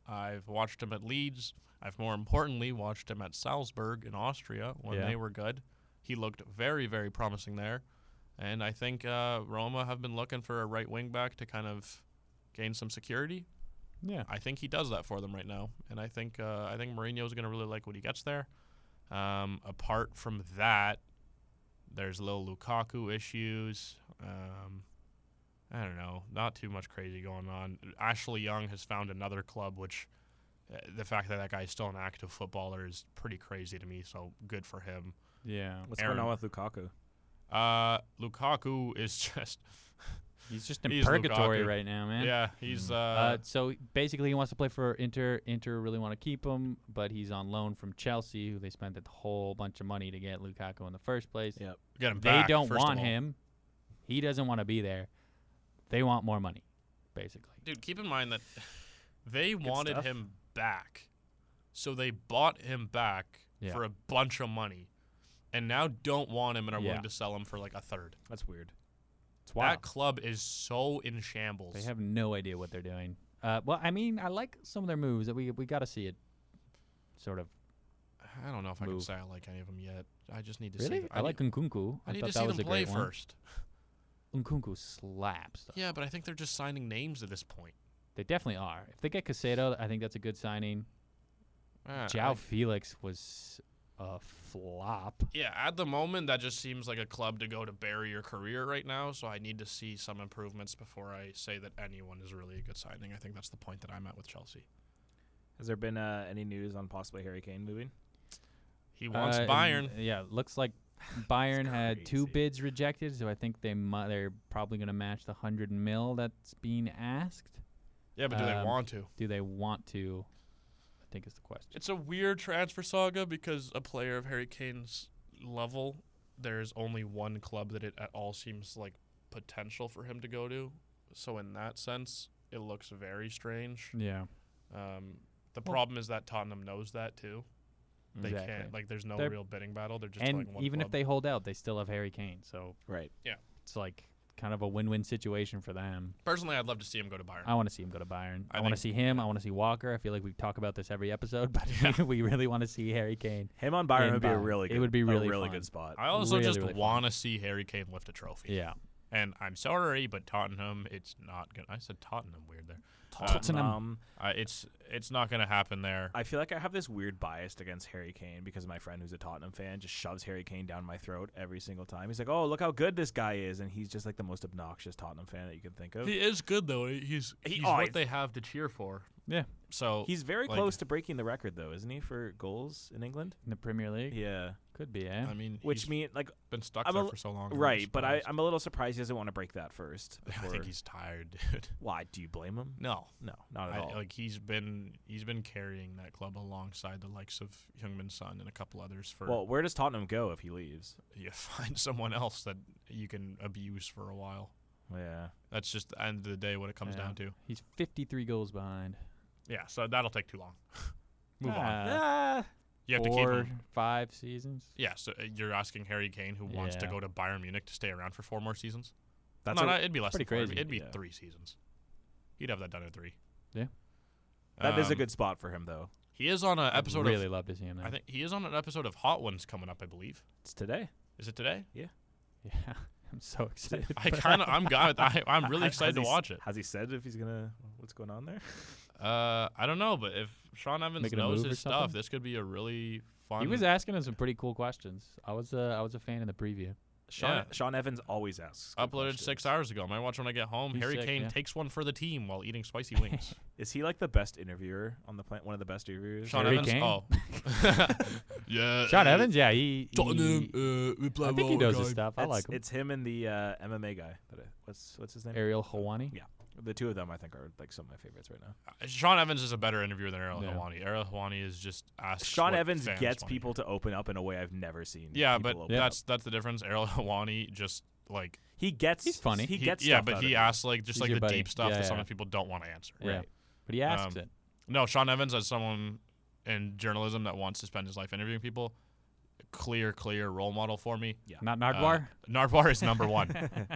B: I've watched him at Leeds. I've more importantly watched him at Salzburg in Austria when
A: Yeah.
B: they were good. He looked very, very promising there, and I think uh, Roma have been looking for a right wing back to kind of gain some security.
A: Yeah.
B: I think he does that for them right now, and I think uh, I think Mourinho's going to really like what he gets there. Um, apart from that, there's little Lukaku issues. Um, I don't know, not too much crazy going on. Ashley Young has found another club, which uh, the fact that that guy's still an active footballer is pretty crazy to me. So good for him.
A: Yeah.
C: What's
B: Aaron.
C: going on with Lukaku?
B: Uh, Lukaku is just
A: He's just in
B: He's
A: purgatory
B: Lukaku.
A: right now, man.
B: yeah, he's uh,
A: Uh, so basically, he wants to play for Inter. Inter really want to keep him, but he's on loan from Chelsea, who they spent a whole bunch of money to get Lukaku in the first place.
C: Yeah.
B: get him
A: They
B: back,
A: don't
B: first of
A: want
B: all.
A: him. He doesn't want to be there. They want more money, basically.
B: Dude, keep in mind that they wanted
C: stuff.
B: him back. So they bought him back
A: Yeah.
B: for a bunch of money. And now don't want him and are
A: Yeah.
B: willing to sell him for like a third.
C: That's weird.
A: It's wild.
B: That club is so in shambles.
A: They have no idea what they're doing. Uh, well, I mean, I like some of their moves. That we we got to see it, sort of.
B: I don't know if I can
A: Move.
B: say I like any of them yet. I just need to see.
A: Really,
B: th-
A: I, like
B: Need,
A: Nkunku. I,
B: I need
A: thought
B: to
A: that
B: see
A: was
B: them
A: a
B: play
A: great
B: first.
A: one. Nkunku slaps. though.
B: Yeah, but I think they're just signing names at this point.
A: They definitely are. If they get Casado, I think that's a good signing.
B: Ah,
A: Jao
B: I-
A: Felix was a flop.
B: yeah, at the moment that just seems like a club to go to bury your career right now. So I need to see some improvements before I say that anyone is really a good signing. I think that's the point that I'm at with Chelsea.
C: Has there been uh, any news on possibly Harry Kane moving?
B: He wants
A: Uh,
B: Bayern.
A: and- Yeah, looks like Bayern had two
C: crazy.
A: bids rejected, so I think they mu- they're probably going to match the hundred mil that's being asked.
B: Yeah, but do they
A: um,
B: want to?
A: Do they want to? I think is the question.
B: It's a weird transfer saga because a player of Harry Kane's level, there's only one club that it at all seems like potential for him to go to. So in that sense, it looks very strange.
A: Yeah,
B: Um, the
A: Well-
B: problem is that Tottenham knows that too. They
A: exactly.
B: can't like. There's no
A: They're-
B: real bidding battle. They're just
A: and
B: playing one
A: even if
B: club.
A: they hold out, they still have Harry Kane, so
C: Right.
A: it's like kind of a win-win situation for them.
B: personally, I'd love to see him go to
C: Uh,
B: Bayern.
A: I want to see him go to Bayern. I,
B: I
A: want to see
B: think-
A: him. I want to see Walker. I feel like we talk about this every episode, but we really want to see Harry Kane.
C: Him on Byron
A: In
C: would be a
A: Bayern.
C: really
A: It
C: good.
A: would be
C: a
A: really
C: really
A: fun.
C: good spot. Um,
B: I also
A: really,
B: just
A: really fun.
B: want to see Harry Kane lift a trophy.
A: Yeah,
B: And I'm sorry, but Tottenham, it's not gonna. I said Tottenham weird there. Uh,
A: Tottenham.
C: Um,
B: Uh, it's it's not gonna happen there.
C: I feel like I have this weird bias against Harry Kane because my friend who's a Tottenham fan just shoves Harry Kane down my throat every single time. He's like, "Oh, look how good this guy is," and he's just like the most obnoxious Tottenham fan that you can think of.
B: He is good though. He's
C: He-
B: he's
C: oh,
B: what
C: he's-
B: they have to cheer for.
A: Yeah.
B: So
C: He's very
B: like-
C: close to breaking the record, though, isn't he, for goals in England?
A: in the Premier League,
C: Yeah,
A: could be. Eh?
B: I mean,
C: which
B: he's
C: mean like
B: been stuck
C: I'm a
B: there
C: li-
B: for so long. I'm
C: right, but I,
B: surprised.
C: I'm a little surprised he doesn't want to break that first.
B: I
C: before-
B: think he's tired, dude.
C: Why do you blame him?
B: No,
C: No, not at
B: I,
C: all.
B: like he's been he's been carrying that club alongside the likes of Youngman Son and a couple others for
C: Well, where does Tottenham go if he leaves?
B: you find someone else that you can abuse for a while.
C: Yeah,
B: That's just the end of the day what it comes
A: Yeah.
B: down to.
A: He's 53 goals behind.
B: Yeah, so that'll take too long. Move on.
A: Ah,
B: You have to keep
A: four,
B: him.
A: five seasons.
B: Yeah, so uh, you're asking Harry Kane, who wants to
A: Yeah.
B: go to Bayern Munich, to stay around for four more seasons?
C: that's
B: no,
C: a-
B: no, it'd be less.
A: pretty
B: than four. It'd
A: crazy.
B: be- It'd be
C: Yeah.
B: three seasons. He'd have that done in three.
A: Yeah.
C: that is a
B: Um,
C: good spot for him, though.
B: He is on an
A: I'd
B: episode
A: really
B: of.
A: love to see him. There.
B: I think he is on an episode of Hot Ones coming up. I believe.
C: It's today.
B: Is it today?
A: Yeah, I'm so excited.
B: I
A: for
B: kind of.
A: that.
B: I'm. got- I, I'm really
C: Has- has
B: excited to
C: he s-
B: watch it.
C: Has he said if he's gonna? What's going on there?
B: Uh, I don't know, but if Sean Evans
A: Making a
B: knows
A: move or
B: his stuff,
A: something?
B: this could be a really fun.
A: He was asking him some pretty cool questions. I was uh, I was a fan in the preview.
C: Sean,
B: Yeah.
C: Sean Evans always asks. good
B: uploaded six
C: questions.
B: hours ago. I might watch when I get home.
A: He's
B: Harry
A: sick,
B: Kane
A: yeah.
B: takes one for the team while eating spicy wings.
C: Is he like the best interviewer on the planet? One of the best interviewers.
B: Sean
A: Harry
B: Evans.
A: Kane?
B: Oh, yeah.
A: Sean
B: uh,
A: Evans, yeah, he.
B: Tottenham.
A: he-
B: Uh, we play
A: I think he
B: well,
A: knows his
B: guy.
A: stuff. I
C: It's-
A: like him.
C: It's him and the uh, MMA guy. That I, what's what's his name?
A: Ariel Hawani.
C: Yeah. The two of them, I think, are like some of my favorites right now.
B: Uh, Sean Evans is a better interviewer than Errol
A: Yeah.
B: Hawani. Errol Hawani is just asks.
C: Sean
B: what
C: Evans
B: fans
C: gets
B: wanna
C: people
B: hear.
C: to open up in a way I've never seen.
B: Yeah,
C: people
B: but
C: open up.
B: that's that's the difference. Errol Hawani just like
C: he gets.
A: He's funny.
C: He gets.
B: yeah,
C: stuff
B: but
C: out
B: he
C: of it.
B: asks like just
A: He's
B: like
A: your
B: the
A: buddy.
B: deep stuff
A: Yeah,
B: that
A: yeah.
B: sometimes people don't want to answer.
A: Yeah.
C: Right.
A: But he asks
B: Um,
A: it.
B: No, Sean Evans as someone in journalism that wants to spend his life interviewing people, clear, clear role model for me.
A: Not Nardwar.
B: Uh, Nardwar is number one.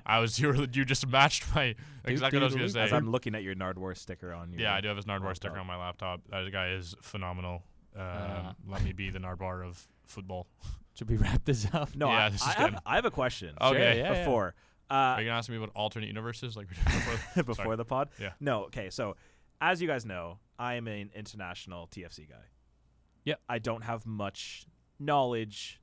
B: I was you were, you just matched my exactly what I was
A: doodle-oo.
B: gonna
C: As
B: say.
C: I'm looking at your Nardwar sticker on your.
B: Yeah, I do have his Nardwar sticker
C: laptop.
B: on my laptop. That guy is phenomenal. Um,
A: Uh.
B: let me be the Nardwar of football.
A: Should we wrap this up?
C: No,
B: Yeah,
C: I,
B: this is
C: I, have,
B: good.
C: I have a question.
B: Okay.
A: yeah, yeah.
C: before Uh,
B: Are you gonna ask me about alternate universes like we did before?
C: before
B: Sorry.
C: the pod?
B: Yeah.
C: No, okay. So, as you guys know, I am an international TFC guy.
A: Yep.
C: I don't have much knowledge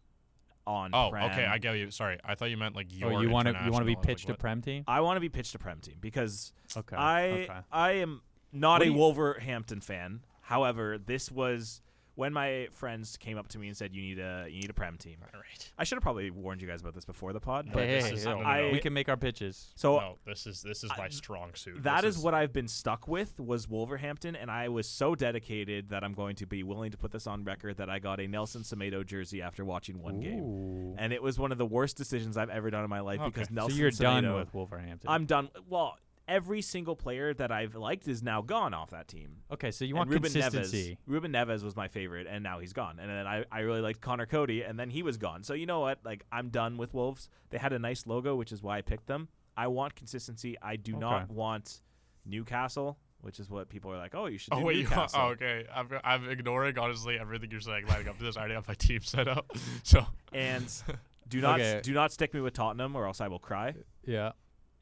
C: on
B: Oh,
C: Prem.
B: okay, I get you. Sorry, I thought you meant like your.
A: Oh, you want to you
B: international.
A: want to be
B: I was like,
A: pitched to
B: what?
A: prem team?
C: I want to be pitched to Prem team because
A: Okay.
C: I
A: okay.
C: I am not
A: What
C: a
A: do you-
C: Wolverhampton fan. However, this was when my friends came up to me and said you need a you need a Prem team.
B: All right.
C: I should have probably warned you guys about this before the pod, but
B: Hey,
A: Hey,
B: this
A: hey,
B: is-
A: hey,
B: no, no,
C: I-
B: no.
A: we can make our pitches.
C: so
B: no, this is this is my strong suit.
C: That
B: This
C: is what I've been stuck with was Wolverhampton, and I was so dedicated that I'm going to be willing to put this on record that I got a Nelson Semedo jersey after watching one game,
A: Ooh.
C: and it was one of the worst decisions I've ever done in my life
B: Okay.
C: because
B: So
A: So
C: Nelson.
A: you're done
C: Semedo-
A: with Wolverhampton.
C: I'm done. Well, every single player that I've liked is now gone off that team.
A: okay, so you
C: And
A: want
C: Ruben Neves.
A: consistency.
C: Ruben Neves was my favorite, and now he's gone. And then I, I really liked Connor Cody, and then he was gone. So you know what? Like I'm done with Wolves. They had a nice logo, which is why I picked them. I want consistency. I do not
A: Okay.
C: want Newcastle, which is what people are like. Oh, you should.
B: Oh
C: do
B: wait, you
C: Newcastle.
B: oh, okay. I'm, I'm ignoring honestly everything you're saying leading up to this. I already have my team set up, so
C: And do not
A: Okay.
C: do not stick me with Tottenham, or else I will cry.
A: Yeah.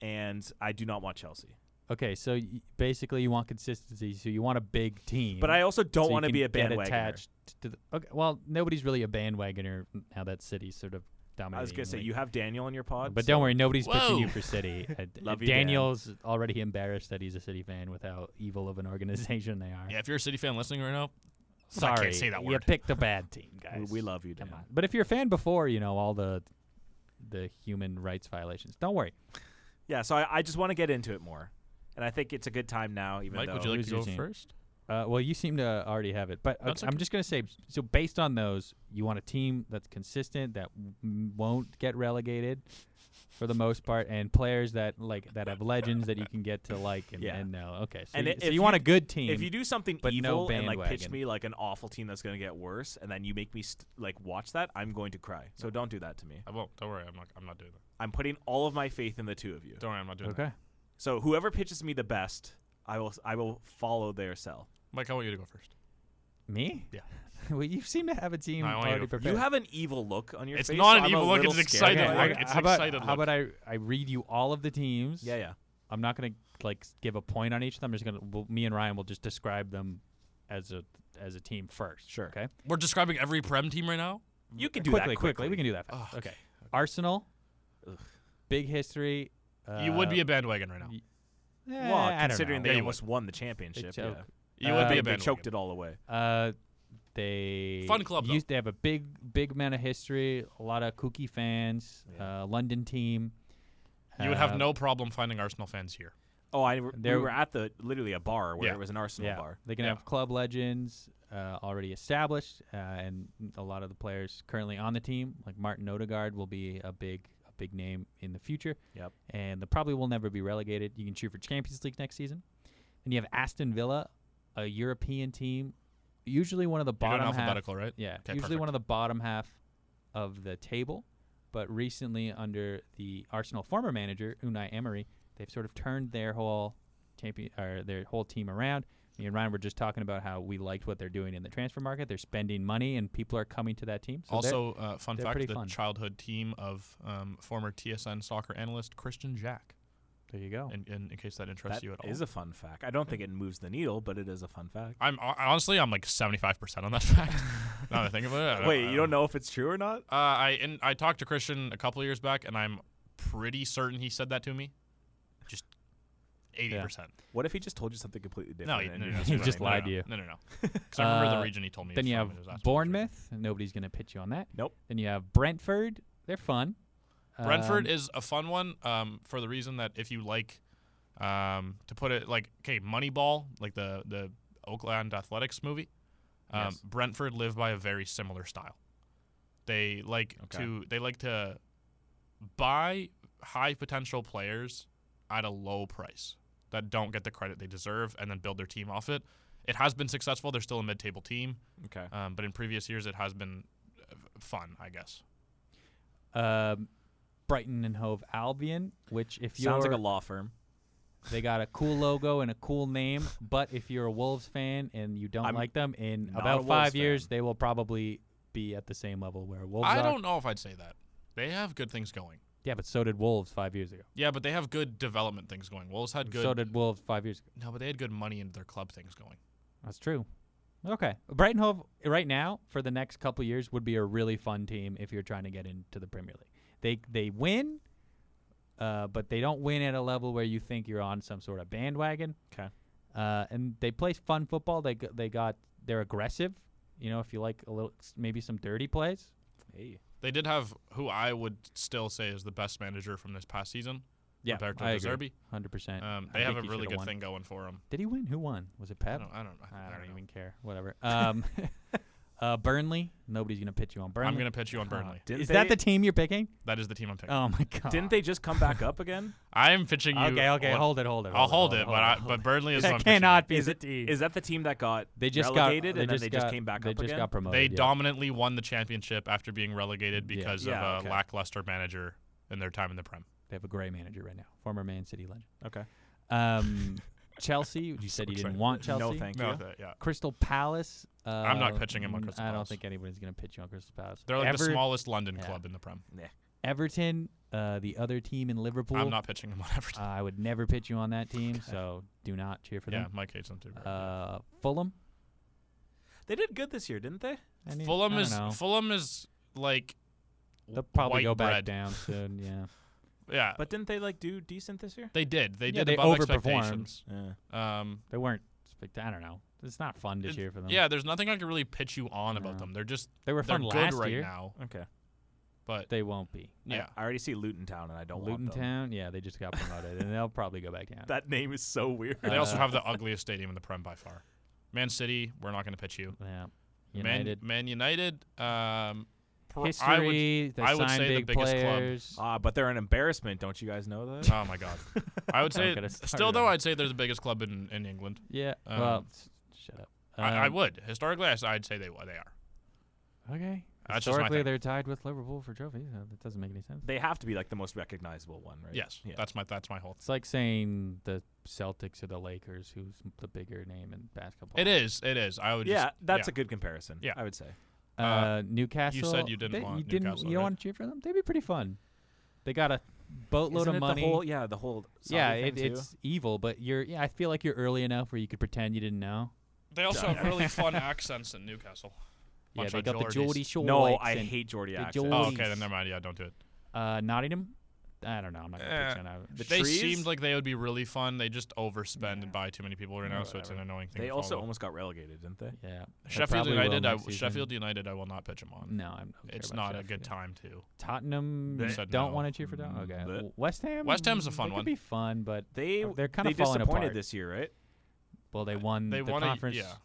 C: And I do not want Chelsea.
A: Okay, so y- basically you want consistency. So you want a big team.
C: But I also don't want to be a
A: Get
C: bandwagon.
A: attached to the. Okay, well, nobody's really a bandwagoner now that City's sort of dominating.
C: I was gonna
A: the
C: say
A: league.
C: you have Daniel in your pod,
A: But
C: so-
A: don't worry, nobody's pitching you
B: Whoa.
A: for City. Uh, d-
C: Love you, Dan.
A: Daniel's already embarrassed that he's a City fan with how evil of an organization they are.
B: yeah. If you're a City fan listening right now,
A: Sorry,
B: I can't say that
A: you
B: word.
A: picked a bad team,
C: We-
A: guys.
C: We love you, Dan.
A: Come on. But if you're a fan before, you know all the the human rights violations. Don't worry.
C: Yeah, so I, I just want to get into it more, and I think it's a good time now. Even
B: Mike,
C: though
B: would you like
A: Who's
B: to
A: your
B: go
A: team?
B: first?
A: Uh, well, you seem to already have it, but uh,
B: That's
A: I'm
B: okay.
A: just gonna say. So based on those, you want a team that's consistent, that w- won't get relegated, for the most part, and players that like that have legends that you can get to like and,
C: Yeah.
A: and know. Okay, so,
C: And
A: you,
C: i-
A: so
C: if
A: you want
C: you-
A: a good team.
C: if you do something
A: but no
C: evil and like pitch
A: bandwagon.
C: me like an awful team that's going to get worse, and then you make me st- like watch that, I'm going to cry. So don't do that to me.
B: I won't. Don't worry. I'm not. I'm not doing that.
C: I'm putting all of my faith in the two of you.
B: Don't worry. I'm not doing that.
A: okay,
C: So whoever pitches me the best, I will I will follow their cell.
B: Mike, I want you to go first.
A: me?
B: Yeah.
A: well, you seem to have a team
B: No, I want you
A: already
B: to-
A: prepared.
C: You have an evil look on your
B: It's
C: face.
B: not
C: so
B: an
C: I'm a
B: evil look,
C: little
B: it's
C: scared.
B: excited
A: Okay,
B: look.
A: I-
B: It's
A: how about,
B: excited
A: How
B: look.
A: about I, I read you all of the teams?
C: Yeah, yeah.
A: I'm not gonna like give a point on each of them. I'm just gonna we'll, me and Ryan will just describe them as a as a team first.
C: Sure.
A: Okay.
B: We're describing every prem team right now.
C: You can do
A: quickly,
C: that
A: quickly. We can do that.
B: Oh,
A: Fast.
B: okay.
A: okay. Arsenal.
C: Ugh.
A: Big history. Uh,
B: you would be a bandwagon right now.
A: y- eh,
C: Well,
A: I don't
C: considering
A: know.
C: they
B: Yeah, you
C: almost won the championship,
A: choke.
C: yeah.
B: You would
A: uh,
B: be a
C: they
B: bandwagon.
C: choked it all away.
A: Uh, they
B: Fun club, though.
A: Used, they have a big, big amount of history. A lot of kooky fans.
C: Yeah.
A: Uh, London team.
B: You would have
A: Uh,
B: no problem finding Arsenal fans here.
C: Oh, I we
A: There-
C: were at the literally a bar where
B: Yeah.
C: it was an Arsenal
A: Yeah,
C: bar.
A: they can
B: Yeah.
A: have club legends uh, already established, uh, and a lot of the players currently on the team, like Martin Odegaard, will be a big, a big name in the future.
C: Yep.
A: and they probably will never be relegated. You can cheer for Champions League next season. Then you have Aston Villa, a European team, usually one of the
B: You're
A: bottom
B: doing
A: half.
B: alphabetical, right?
A: Yeah,
B: Okay,
A: usually one
B: perfect.
A: of the bottom half of the table. But recently, under the Arsenal former manager Unai Emery, they've sort of turned their whole champion or their whole team around. Me and Ryan were just talking about how we liked what they're doing in the transfer market. They're spending money, and people are coming to that team. So they're-
B: also, uh, fun
A: they're
B: fact:
A: pretty
B: the
A: fun.
B: childhood team of um, former TSN soccer analyst Christian Jack.
A: there you go.
B: In, in, in case that interests
C: That
B: you at all.
C: is a fun fact. I don't think it moves the needle, but it is a fun fact.
B: I'm hon- honestly, I'm like 75 percent on that fact. now that I think about it. I
C: Wait,
B: I
C: you don't know if it's true or not?
B: Uh, I and I talked to Christian a couple of years back, and I'm pretty certain he said that to me. Just 80 percent.
C: What if he just told you something completely
B: No,
C: different?
B: he, no,
C: and
B: no,
C: you're
B: no,
A: He
B: no,
A: just
B: no,
A: lied
B: no,
A: to you.
B: No, no, no. Because I remember
A: Uh,
B: the region he told me.
A: Then
B: it's
A: you
B: from,
A: have
B: and it was Aston Villa's region.
A: Bournemouth. Nobody's going to pitch you on that.
C: Nope.
A: Then you have Brentford. They're fun.
B: Brentford
A: Um,
B: is a fun one um, for the reason that if you like, um, to put it like, okay, Moneyball, like the the Oakland Athletics movie, um,
C: Yes.
B: Brentford live by a very similar style. They like
C: Okay.
B: to they like to buy high potential players at a low price that don't get the credit they deserve, and then build their team off it. It has been successful. They're still a mid-table team,
C: Okay.
B: um, but in previous years, it has been uh, fun, I guess.
A: um, Brighton and Hove Albion, which if you're
C: Sounds like a law firm.
A: they got a cool logo and a cool name, but if you're a Wolves fan and you don't
C: I'm
A: like them, in
C: not a
A: about
C: Wolves
A: five years
C: fan.
A: they will probably be at the same level where Wolves
B: I
A: are.
B: don't know if I'd say that. They have good things going.
A: Yeah, but so did Wolves five years ago.
B: Yeah, but they have good development things going. Wolves had good.
A: So did Wolves five years ago.
B: no, but they had good money into their club things going.
A: That's true. Okay, Brighton Hove right now for the next couple years would be a really fun team if you're trying to get into the Premier League. They they win, uh, but they don't win at a level where you think you're on some sort of bandwagon.
C: 'Kay.
A: uh, and they play fun football. They g- they got they're aggressive. You know, if you like a little maybe some dirty plays.
C: Hey.
B: They did have who I would still say is the best manager from this past season, Roberto De Zerbi.
A: hundred percent.
B: Um,
A: I
B: they have
A: think
B: a
A: he
B: really
A: shoulda
B: good
A: won.
B: thing going for them.
A: Did he win? Who won? Was it
B: I
A: Pep?
B: don't, I don't, I
A: I
B: don't
A: don't
B: know.
A: even care. Whatever. Um, uh, Burnley. Nobody's gonna pitch you on Burnley. Uh-huh.
B: I'm gonna pitch you on Burnley.
C: Didn't
A: Is that
C: they-
A: the team you're picking?
B: That is the team I'm picking.
A: Oh my god.
C: Didn't they just come back up again?
B: I'm pitching you.
A: Okay, okay,
B: on-
A: hold it, hold it.
B: I'll hold it,
A: hold
B: but I,
A: hold
B: but Burnley
A: it.
B: is. who I'm
A: that
B: pitching you.
A: cannot be
C: Is
A: the
C: it-
A: team.
C: Is that the team that got
A: they just got
C: relegated and then they just
A: got-
C: came back
A: they
C: up
A: just
C: again?
A: got promoted.
B: They
A: yeah.
B: dominantly won the championship after being relegated
A: Yeah.
B: because of
C: Yeah,
B: a
C: okay.
B: lackluster manager in their time in the Prem.
A: They have a great manager right now, former Man City legend.
C: Okay.
A: Um, Chelsea. You said you didn't
B: excited.
A: want Chelsea.
C: No, thank
B: No,
C: you.
B: that- yeah.
A: Crystal Palace. Uh, I'm
B: not pitching him on Crystal
A: I don't
B: Palace.
A: think anybody's going to pitch you on Crystal Palace.
B: They're like the
A: Ever-
B: smallest London
A: yeah.
B: club in the Prem.
A: Everton, uh, the other team in Liverpool.
B: I'm not pitching him on
A: Uh,
B: Everton.
A: I would never pitch you on that team, so do not cheer for
B: yeah,
A: them.
B: Mike hates them too. right?
A: Uh, Fulham.
C: They did good this year, didn't they?
A: I mean, I
B: Fulham
A: don't
B: is
A: know.
B: Fulham is like
A: They'll
B: w-
A: probably
B: white
A: go back
B: bread.
A: down soon. Yeah.
B: Yeah, but
C: But didn't they like do decent this year?
B: they did. They
A: Yeah,
B: did
A: they
B: above
A: overperformed.
B: expectations.
C: Yeah.
B: Um,
A: They weren't. spect- I don't know. It's not fun to
B: It-
A: cheer for them.
B: yeah, there's nothing I can really pitch you on
A: No.
B: about them. They're just
A: they were
B: they're
A: fun
B: good
A: last
B: right
A: year.
B: now.
C: Okay.
B: But
A: They won't be.
C: I-
B: yeah,
C: I, already see Luton Town and I don't
A: Luton
C: want them.
A: Town. Yeah, they just got promoted, and they'll probably go back down.
C: That name is so weird.
A: Uh,
B: they also have the ugliest stadium in the Prem by far. Man City, we're not going to pitch you.
A: yeah.
B: Man-
A: United
B: Man, United. Um, pro- I would
A: history. they
B: I would
A: sign
B: say the
A: big
B: biggest club.
A: players.
C: Ah, but they're an embarrassment, don't you guys know that?
B: Oh my god. I
A: Don't
B: would say
A: get us
B: still
A: started
B: though
A: on
B: I'd say they're the biggest club in, in England.
A: Yeah.
B: Um,
A: well, s- shut up.
B: I, I
A: Um,
B: would. Historically I, I'd say they wa- they are.
A: Okay.
B: That's just my
A: Historically,
B: thing.
A: they're tied with Liverpool for trophies. Uh, that doesn't make any sense.
C: They have to be like the most recognizable one, right?
B: Yes.
C: Yeah.
B: That's my that's my whole
A: It's like saying the Celtics or the Lakers, who's the bigger name in basketball.
B: It is, it is. I would
C: yeah,
B: just,
C: that's
B: yeah.
C: a good comparison.
B: Yeah.
C: I would say.
A: Uh, Newcastle.
B: you didn't
A: they,
B: want
A: you didn't.
B: Newcastle,
A: you don't
B: right?
A: want to cheer for them. They'd be pretty fun. They got a boatload
C: Isn't
A: of
C: it
A: money.
C: The whole, yeah, the whole. Saudi
A: yeah,
C: thing
A: it,
C: too?
A: it's evil, but you're. Yeah, I feel like you're early enough where you could pretend you didn't know.
B: They also have really fun accents in Newcastle.
A: Yeah,
B: Bunch
A: they
B: of
A: got the
B: Geordies.
A: Geordie Shore.
C: No, I
A: accent.
C: hate Geordie
A: the
C: accent.
B: Oh,
A: Geordies.
B: okay, then never mind. Yeah, don't do it.
A: Uh, Nottingham. I don't know. I'm not gonna uh,
B: Eh,
A: pitch on that.
C: The
B: they
C: trees?
B: seemed like they would be really fun. They just overspend and buy too many people right now, so it's an
C: Whatever.
B: annoying thing.
C: They
B: to
C: also
B: follow.
C: almost got relegated, didn't they?
A: Yeah. They
B: Sheffield
A: probably will
B: United. I,
A: next season.
B: Sheffield United. I will not pitch them on.
A: No, I'm. I don't care
B: it's
A: about
B: not a
A: Sheffield.
B: good time to.
A: Tottenham.
B: They
A: you
B: said
A: don't
B: no.
A: want to cheer for Tottenham. Okay.
C: Mm, bleh.
A: W- West Ham.
B: West Ham's a fun
A: they
B: one.
A: Could be fun, but
C: They
A: They're kinda
C: they
A: falling
C: disappointed
A: apart.
C: this year, right?
A: well, they won
B: They
A: Hmm, the
B: won a-
A: conference.
B: yeah.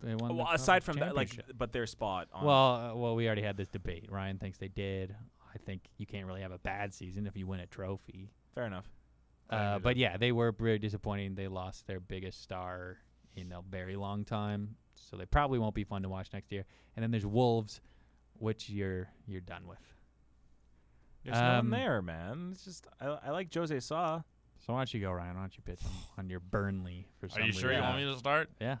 A: They won. the
C: Well, aside
A: conference
C: from that, like,
A: championship.
C: but their spot. On,
A: Well, uh, well, we already had this debate. Ryan thinks they did. I think you can't really have a bad season if you win a trophy.
C: fair enough.
B: I
A: Uh,
B: agree.
A: but yeah, they were very disappointing. They lost their biggest star in a very long time, so they probably won't be fun to watch next year. And then there's Wolves, which you're you're done with.
C: There's no
A: Um,
C: one there, man. It's just I, I like Jose Saw.
A: So why don't you go, Ryan? Why don't you pitch on, on your Burnley for some
B: Are you
A: reason?
B: sure you want me to start?
A: Yeah.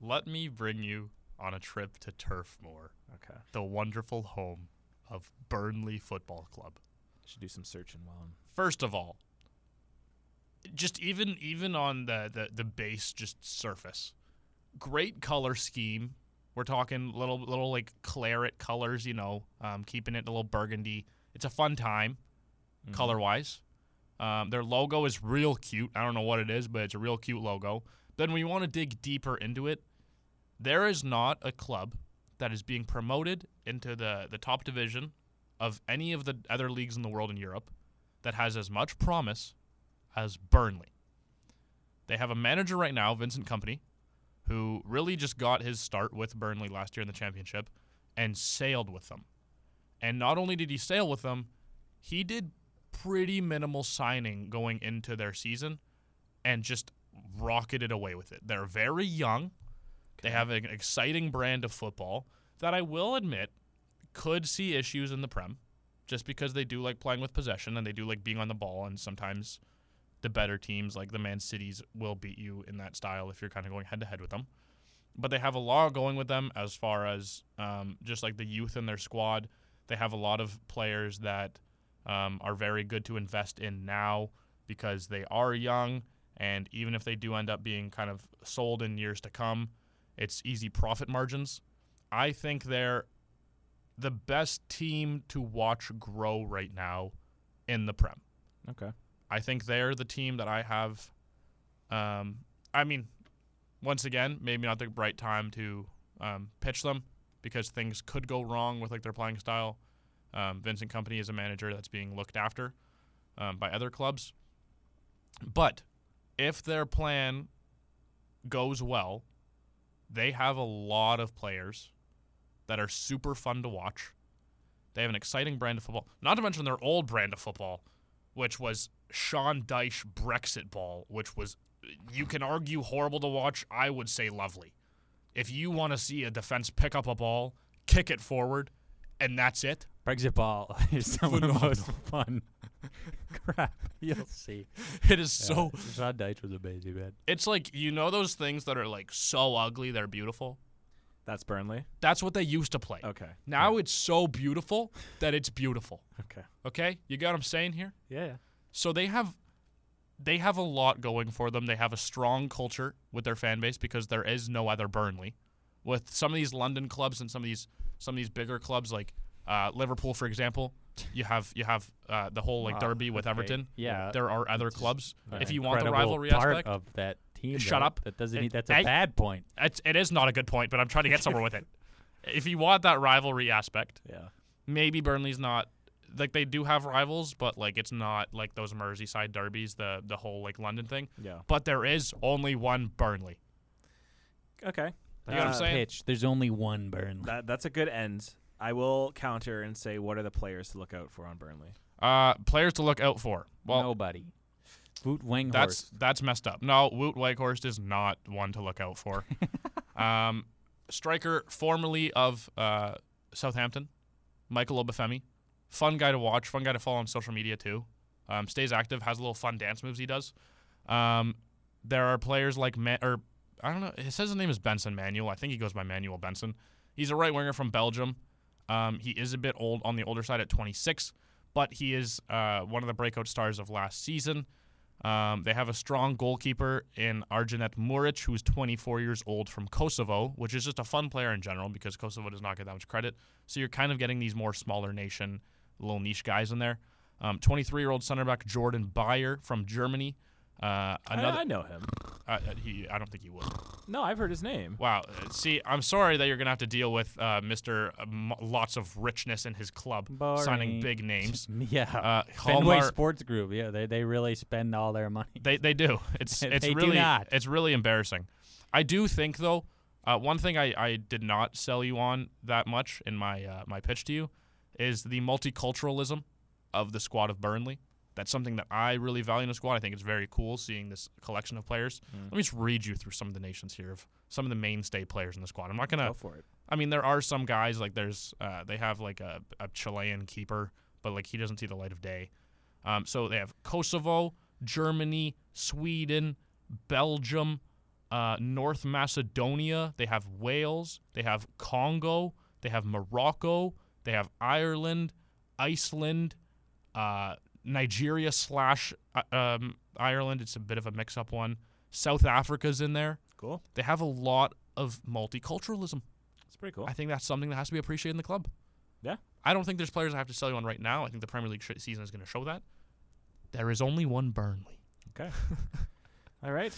B: Let me bring you on a trip to Turf Moor,
C: Okay,
B: the wonderful home of Burnley Football Club.
C: should do some searching while I'm.
B: First of all, just even even on the the, the base just surface, great color scheme. We're talking little little like claret colors, you know, um, keeping it a little burgundy. It's a fun time,
C: mm-hmm.
B: color wise. Um, their logo is real cute. I don't know what it is, but it's a real cute logo. Then when you want to dig deeper into it, there is not a club that is being promoted into the, the top division of any of the other leagues in the world in Europe that has as much promise as Burnley. They have a manager right now, Vincent Company, who really just got his start with Burnley last year in the championship and sailed with them. And not only did he sail with them, he did pretty minimal signing going into their season and just rocketed away with it. They're very young. They have an exciting brand of football that I will admit could see issues in the Prem just because they do like playing with possession and they do like being on the ball and sometimes the better teams like the Man Cities will beat you in that style if you're kind of going head to head with them. But they have a lot going with them as far as um, just like the youth in their squad. They have a lot of players that um, are very good to invest in now because they are young. And even if they do end up being kind of sold in years to come, it's easy profit margins. I think they're the best team to watch grow right now in the Prem.
C: Okay.
B: I think they're the team that I have. Um, I mean, once again, maybe not the right time to um, pitch them because things could go wrong with like their playing style. Um, Vincent Company is a manager that's being looked after um, by other clubs, but if their plan goes well, they have a lot of players that are super fun to watch. They have an exciting brand of football, not to mention their old brand of football, which was Sean Dyche Brexit ball, which was you can argue horrible to watch. I would say lovely. If you want to see a defense pick up a ball, kick it forward, and that's it.
A: Brexit ball is some of the most fun crap you'll see.
B: It is so.
A: Sean Dyche was amazing, man.
B: It's like you know those things that are like so ugly they're beautiful.
C: That's Burnley.
B: That's what they used to play.
C: Okay.
B: Now it's so beautiful that it's beautiful.
C: Okay.
B: Okay, you got what I'm saying here.
C: Yeah. yeah.
B: So they have they have a lot going for them. They have a strong culture with their fan base because there is no other Burnley. With some of these London clubs and some of these some of these bigger clubs like uh, Liverpool, for example, you have you have uh, the whole like
C: Wow,
B: derby with
C: okay.
B: Everton.
A: Yeah,
B: there are other
A: it's just
B: clubs.
A: An
B: If you want the
A: incredible
B: rivalry
A: part
B: aspect,
A: of that team,
B: Shut
A: though,
B: up.
A: That doesn't.
B: It-
A: mean that's a
B: I-
A: bad point.
B: it's, it is not a good point, but I'm trying to get somewhere with it. If you want that rivalry aspect,
C: Yeah.
B: maybe Burnley's not like they do have rivals, but like it's not like those Merseyside derbies, the the whole like London thing.
C: Yeah.
B: But there is only one Burnley.
C: Okay.
B: You know what I'm
C: Uh,
B: saying?
A: Pitch. There's only one Burnley.
C: That, that's a good end. I will counter and say, what are the players to look out for on Burnley?
B: Uh, players to look out for. Well,
A: Nobody. Voot Wanghorst.
B: that's that's messed up. No, Woot Weghorst is not one to look out for. um, striker formerly of uh, Southampton, Michael Obafemi. Fun guy to watch. Fun guy to follow on social media too. Um, stays active. Has a little fun dance moves he does. Um, there are players like Ma- or I don't know. It says his name is Benson Manuel. I think he goes by Manuel Benson. He's a right winger from Belgium. Um, he is a bit old on the older side at 26, but he is uh, one of the breakout stars of last season. Um, they have a strong goalkeeper in Arjanet Muric, who's 24 years old from Kosovo, which is just a fun player in general because Kosovo does not get that much credit. So you're kind of getting these more smaller nation, little niche guys in there. Um, 23-year-old center back Jordan Bayer from Germany. Uh,
C: I, I
B: another,
C: know him.
B: uh, he, I don't think he would.
C: No, I've heard his name.
B: Wow. Uh, See, I'm sorry that you're gonna have to deal with uh, Mr. M- lots of richness in his club, signing
A: Boring.
B: big names.
A: yeah.
B: Uh,
A: Fenway
B: Hallmark.
A: Sports Group. Yeah, they, they really spend all their money.
B: They they do. It's it's
A: They do
B: really
A: not.
B: it's really embarrassing. I do think though, uh, one thing I, I did not sell you on that much in my uh, my pitch to you is the multiculturalism of the squad of Burnley. That's something that I really value in a squad. I think it's very cool seeing this collection of players.
A: Hmm.
B: Let me just read you through some of the nations here of some of the mainstay players in the squad. I'm not gonna
C: Go for it.
B: I mean, there are some guys like there's uh, they have like a, a Chilean keeper, but like he doesn't see the light of day. Um, so they have Kosovo, Germany, Sweden, Belgium, uh, North Macedonia. They have Wales. They have Congo. They have Morocco. They have Ireland, Iceland, uh, Nigeria slash uh, um, Ireland. It's a bit of a mix-up one. South Africa's in there.
C: Cool.
B: They have a lot of multiculturalism.
C: It's pretty cool.
B: I think that's something that has to be appreciated in the club.
C: Yeah.
B: I don't think there's players I have to sell you on right now. I think the Premier League sh- season is going to show that. There is only one Burnley.
C: All right.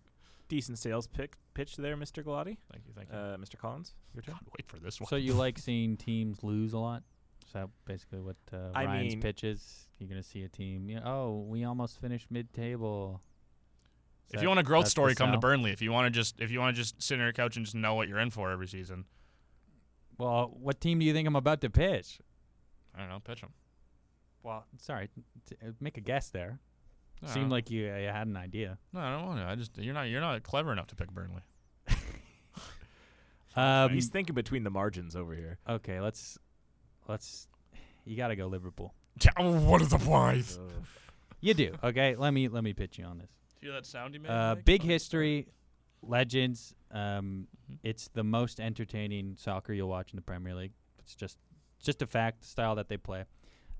C: Decent sales pick pitch there, Mr. Galati.
B: Thank you. Thank you.
C: Uh, Mr. Collins, your turn.
B: God, wait for this one.
A: So you like seeing teams lose a lot? Is that basically what uh,
C: I
A: Ryan's
C: mean-
A: pitch is? You're gonna see a team. You oh, we almost finished mid-table. Is
B: if
A: that-
B: you want a growth
A: that's the
B: story, come to
A: sell?
B: Burnley. If you want to just if you want to just sit on your couch and just know what you're in for every season,
A: Well, what team do you think I'm about to pitch?
B: I don't know, pitch them.
A: Well, sorry, t- uh, make a guess there. Seemed like you, uh, you had an idea.
B: no, I don't want to. I just you're not you're not clever enough to pick Burnley.
A: Um,
C: He's thinking between the margins over here.
A: okay, let's let's. You gotta go Liverpool.
B: Yeah, oh, what is the point?
C: Ugh.
A: You do. Okay, let me let me pitch you on this.
B: Hear that sound you made?
A: Uh,
B: Mike?
A: big
B: Sorry.
A: history, legends. Um,
B: Mhm.
A: it's the most entertaining soccer you'll watch in the Premier League. It's just it's just a fact, the style that they play.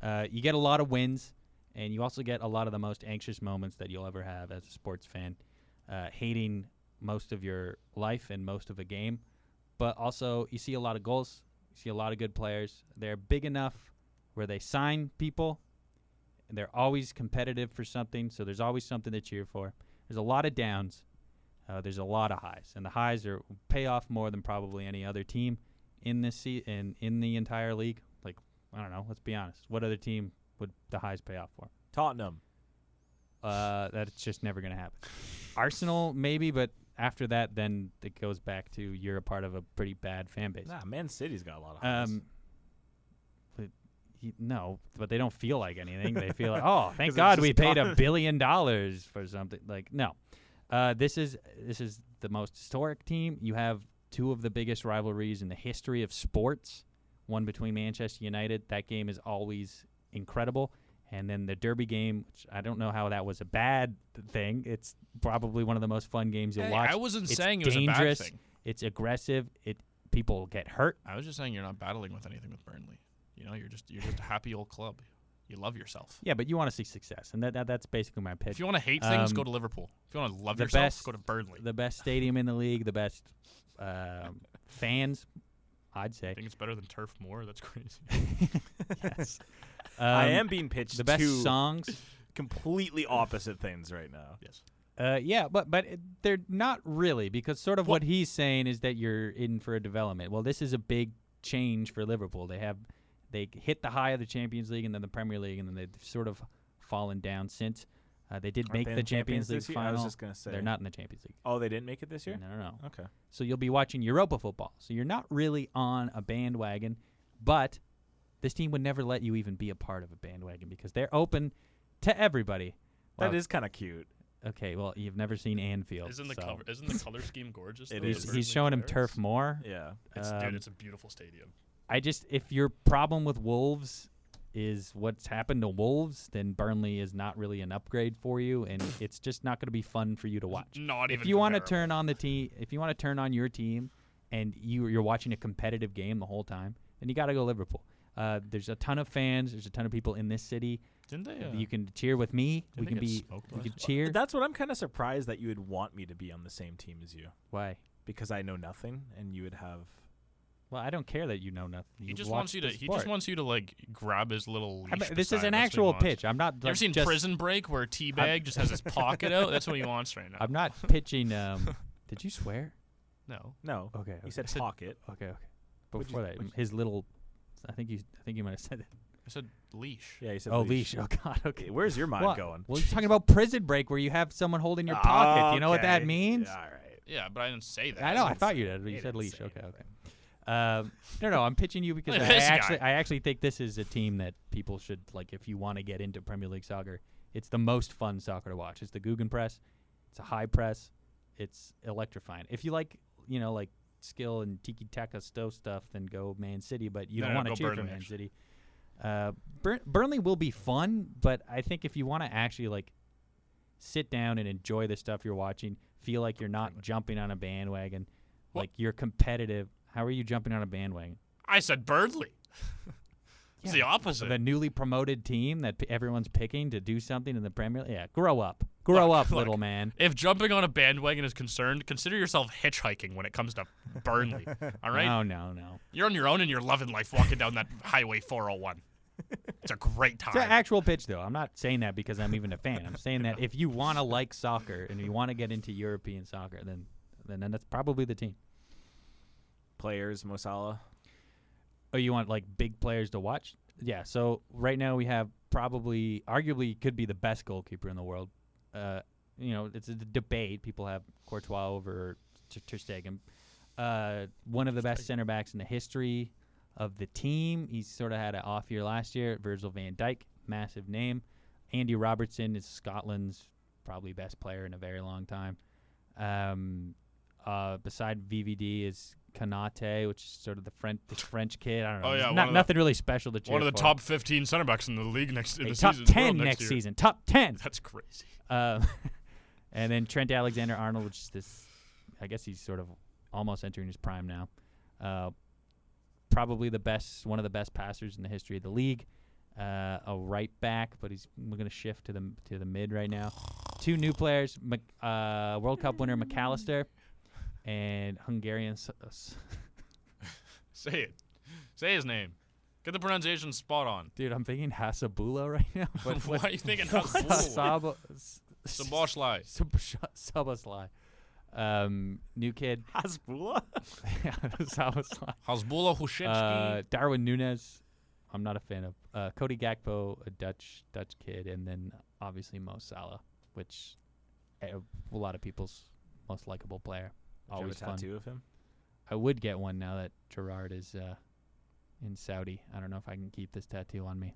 A: Uh, you get a lot of wins, and you also get a lot of the most anxious moments that you'll ever have as a sports fan, uh, hating most of your life and most of a game. But also, you see a lot of goals. You see a lot of good players. They're big enough where they sign people, and they're always competitive for something. So there's always something to cheer for. There's a lot of downs. Uh, there's a lot of highs, and the highs are pay off more than probably any other team in this se- in in the entire league. Like I don't know. Let's be honest. What other team would the highs pay off for?
C: Tottenham.
A: Uh, that's just never going to happen. Arsenal maybe, but after that, then it goes back to you're a part of a pretty bad fan base.
C: Nah, Man City's got a lot of highs.
A: Um, but y- no, but they don't feel like anything. They feel like, oh, thank
C: 'Cause it's
A: God we
C: just
A: paid a
C: gone.
A: billion dollars for something. Like, no, uh, this is this is the most historic team. You have two of the biggest rivalries in the history of sports. One between Manchester United. That game is always incredible. And then the Derby game, which I don't know how that was a bad thing. It's probably one of the most fun games you'll
B: Hey,
A: watch.
B: I wasn't
A: It's
B: saying it was a bad
A: dangerous.
B: thing.
A: It's aggressive. It people get hurt.
B: I was just saying you're not battling with anything with Burnley. You know, you're just you're just a happy old club. You love yourself.
A: Yeah, but you want to see success, and that, that that's basically my pitch.
B: If you want to hate things, go
A: Um,
B: to Liverpool. If you want to love
A: the
B: yourself,
A: best-
B: go to Burnley.
A: the best stadium in the league, the best um, fans, I'd
B: I
A: say.
B: think it's better than Turf Moor. That's crazy.
A: yes.
C: I
A: Um,
C: am being pitched
A: the best
C: two
A: songs.
C: completely opposite things right now.
B: yes.
A: Uh, yeah, but but it- they're not really because sort of what he's saying is that you're in for a development. Well, this is a big change for Liverpool. They have they hit the high of the Champions League and then the Premier League, and then they've sort of fallen down since. Uh, they did
C: Aren't
A: make
C: they in
A: the
C: the
A: Champions
C: Champions
A: League
C: this year? I was
A: final.
C: just gonna say.
A: they're not in the Champions League.
C: Oh, they didn't make it this year.
A: No, no, no.
C: Okay.
A: So you'll be watching Europa football. So you're not really on a bandwagon, but this team would never let you even be a part of a bandwagon because they're open to everybody.
C: That
A: Well,
C: is kind of cute.
A: okay. Well, you've never seen Anfield.
B: Isn't the
A: so-
B: cover? Isn't the color scheme gorgeous?
C: It
B: though,
C: is.
A: He's,
B: with
A: he's
B: Burnley
A: showing him
B: players?
A: turf more.
C: Yeah.
B: It's,
A: Um,
B: dude, it's a beautiful stadium.
A: I just if your problem with Wolves is what's happened to Wolves, then Burnley is not really an upgrade for you, and it's just not going to be fun for you to watch.
B: Not even.
A: if you want to
B: comparable.
A: turn on the team, if you want to turn on your team, and you you're watching a competitive game the whole time, then you got to go Liverpool. Uh, there's a ton of fans. There's a ton of people in this city.
B: Didn't they? Uh,
A: You can cheer with me.
B: Didn't
A: we
B: they
A: can
B: get
A: be.
B: smoked
A: We
B: last
A: can
B: week?
A: cheer.
C: That's what I'm kind of surprised that you would want me to be on the same team as you
A: Why?
C: because I know nothing and you would have.
A: Well, I don't care that you know nothing.
B: he
A: You've
B: just wants
A: watched
B: you to.
A: the
B: He just
A: sport.
B: wants you to like grab his little.
A: I
B: leash
A: mean, this is
B: beside him.
A: an
B: That's what he
A: actual
B: wants.
A: pitch. I'm not.
B: You ever
A: like,
B: seen
A: just,
B: Prison Break where Teabag just has his pocket out? That's what he wants right now.
A: I'm not pitching. Um, did you swear?
B: no.
C: No.
A: Okay.
C: He
A: Okay.
C: said
B: said-
C: pocket.
A: okay. okay.
C: What'd you-
A: Before that,
C: what'd you-
A: his little. I think you. I think you might have said it.
B: I said leash.
C: Yeah, he said
A: Oh, leash. Oh God. Okay.
C: Okay, Where's your mind
A: well,
C: going?
A: Well, you're talking about prison break where you have someone holding your pocket. You know what that
C: Okay.
A: means?
C: All right.
B: Yeah, but I didn't say that.
A: I know. I
B: didn't
A: thought you did. but You
C: He
A: said
C: didn't
A: leash.
C: say
A: Okay. Okay.
C: anything.
A: Um, no, no. I'm pitching you because
B: Look
A: I
B: at this
A: actually,
B: guy.
A: I actually think this is a team that people should like. If you want to get into Premier League soccer, it's the most fun soccer to watch. It's the Guggen press. It's a high press. It's electrifying. If you like, you know, like skill and tiki taka sto stuff, then go Man City. But you
B: No,
A: don't
B: no,
A: want
B: go
A: to cheer for
B: Burnley,
A: Man
B: actually.
A: City. Uh, Bur- Burnley will be fun, but I think if you want to actually like sit down and enjoy the stuff you're watching, feel like you're not jumping on a bandwagon,
B: Well-
A: like you're competitive. How are you jumping on a bandwagon?
B: I said Birdley. it's the
A: Yeah.
B: opposite.
A: The newly promoted team that p- everyone's picking to do something in the Premier League. Yeah, grow up, grow
B: Look,
A: up,
B: look.
A: little man.
B: if jumping on a bandwagon is concerned, consider yourself hitchhiking when it comes to Burnley. All right,
A: No, no, no.
B: you're on your own and you're loving life walking down that Highway 401. It's a great time.
A: It's an actual pitch, though. I'm not saying that because I'm even a fan. I'm saying that if you want to like soccer and you want to get into European soccer, then then, then that's probably the team.
C: Players, Mosala.
A: Oh, you want like big players to watch? Yeah. So right now we have probably, arguably, could be the best goalkeeper in the world. Uh, you know, it's a d- debate. People have Courtois over Ter, Ter Stegen. Uh, one of the best center backs in the history of the team. He sort of had an off year last year. Virgil Van Dyke, massive name. Andy Robertson is Scotland's probably best player in a very long time. Um, uh, beside VVD is Kanate, which is sort of the French the French kid. I don't know.
B: Oh, yeah,
A: There's
B: one
A: not,
B: of the-
A: nothing really special to cheer
B: One of the
A: for.
B: top 15 center backs in the league next in
A: Hey,
B: the
A: top
B: season, world
A: ten
B: next,
A: next
B: year.
A: season. Top ten.
B: That's crazy.
A: Um, and then Trent Alexander Arnold, which is this, I guess he's sort of almost entering his prime now. Uh, probably the best, one of the best passers in the history of the league. uh, a right back, but he's we're gonna shift to the to the mid right now. Two new players: Mc, uh, World Cup winner McAllister and Hungarian. S- uh, S-
B: Say it. Say his name. Get the pronunciation spot on.
A: Dude, I'm thinking Hasabula right now. But
B: Why are you thinking Hasbulla?
A: Sabo, S-
B: Saboshli.
A: Sab- Sh- Sabosly. Um, new kid,
C: Hasbula?
A: Sabosly.
B: Hasbulla Hushinsky.
A: Uh, Darwin Nunez, I'm not a fan of. Uh, Cody Gakpo, a Dutch Dutch kid, and then obviously Mo Salah, which a, a lot of people's most likable player.
C: Do you have a
A: Always fun.
C: tattoo of him?
A: I would get one now that Gerard is uh, in Saudi. I don't know if I can keep this tattoo on me.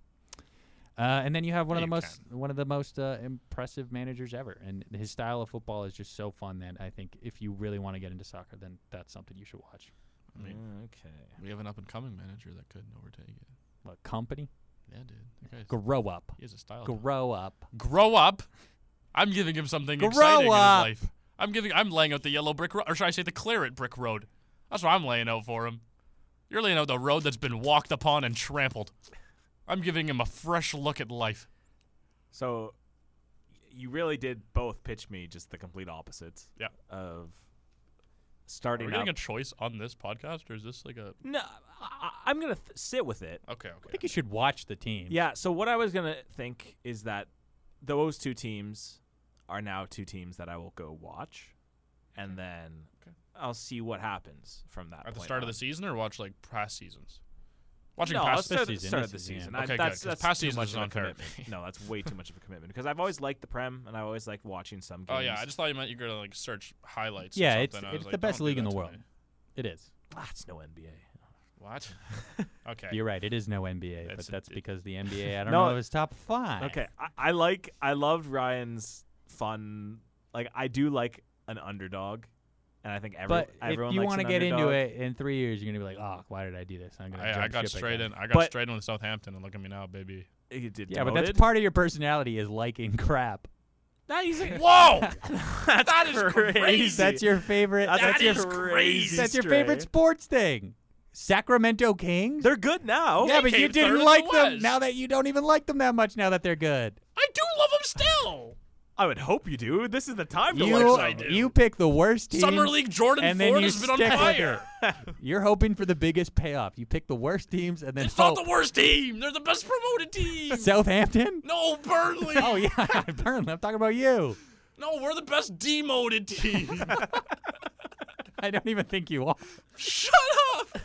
A: Uh, and then you have one of
B: Yeah,
A: the
B: you
A: most one of the most uh, impressive managers ever, and his style of football is just so fun that I think if you really want to get into soccer, then that's something you should watch.
B: I mean,
C: Mm, okay.
B: we have an up and coming manager that could overtake it.
A: What company? Oh.
B: Yeah, dude. That guy's-
A: Grow up,
B: he has a style. though.
A: grow up.
B: Grow up. I'm giving him something
A: Grow
B: exciting
A: up.
B: in his life. I'm giving. I'm laying out the yellow brick road, or should I say the claret brick road? That's what I'm laying out for him. You're laying out the road that's been walked upon and trampled. I'm giving him a fresh look at life.
C: So y- you really did both pitch me just the complete opposites.
B: Yeah.
C: Of
B: Are we
C: starting
B: getting
C: up.
B: a choice on this podcast, or is this like a
C: no, I, I'm gonna th- sit with it.
B: okay?
A: I
B: Okay.
A: think you should watch the team.
C: Yeah. So what I was gonna think is that those two teams are now two teams that I will go watch, and then
B: Okay.
C: I'll see what happens from that.
B: At the
C: point
B: start of
C: on.
B: the season, or watch like past seasons? Watching
C: no,
B: past
C: let's start,
A: this
C: the
A: season,
C: start
A: this
C: of the
A: season,
C: season.
B: yeah.
C: I-
B: Okay, good,
C: that's
B: 'cause
C: that's
B: past
C: too
B: season
C: much
B: is
C: of a
B: unfair.
C: commitment. no, that's way too much of a commitment because I've always liked the prem and I always liked watching some games.
B: Oh yeah, I just thought you meant you were gonna like search highlights. or
A: Yeah, it's-
B: something. I was
A: it's
B: like,
A: the best
B: "Don't do
A: league in
B: that
A: the
B: to
A: world."
B: me."
A: It is.
C: ah, it's no NBA.
B: What? okay.
A: You're right. It is no NBA,
B: That's-
A: but that's
B: it-
A: because the NBA. I don't
C: No.
A: know if it's top five.
C: Okay, I, I like I loved Ryan's fun. Like I do like an underdog, and I think every,
A: but
C: everyone
A: if you
C: want to
A: get into it in three years, you're gonna be like, "Oh, why did I do this?" I'm gonna.
B: I, I
A: jump
B: got
A: ship
B: straight
A: again."
B: in. I got
C: But-
B: straight in with Southampton, and look at me now, baby.
C: You did
A: Yeah, but that's part of your personality is liking crap.
B: Whoa!
C: that's
B: that is crazy.
A: That's your favorite.
C: That's
A: that's your.
B: is
C: crazy.
A: That's your
C: Stray.
A: favorite sports thing. Sacramento Kings.
C: They're good now.
A: yeah,
B: they
A: but you
B: came third in
A: didn't
B: the
A: like them.
B: West.
A: Now that you don't even like them that much. Now that they're good,
B: I do love them still.
C: I would hope you do. This is the time to
A: you
C: like them.
A: you pick the worst team.
B: Summer League Jordan
A: and then
B: Ford
A: you
B: has been on
A: stick with
B: fire.
A: You're hoping for the biggest payoff. You pick the worst teams and then
B: It's
A: hope.
B: not the worst team. They're the best promoted team.
A: Southampton.
B: No, Burnley.
A: Oh yeah, Burnley. I'm talking about you.
B: No, we're the best demoted team.
A: I don't even think you are.
B: Shut up.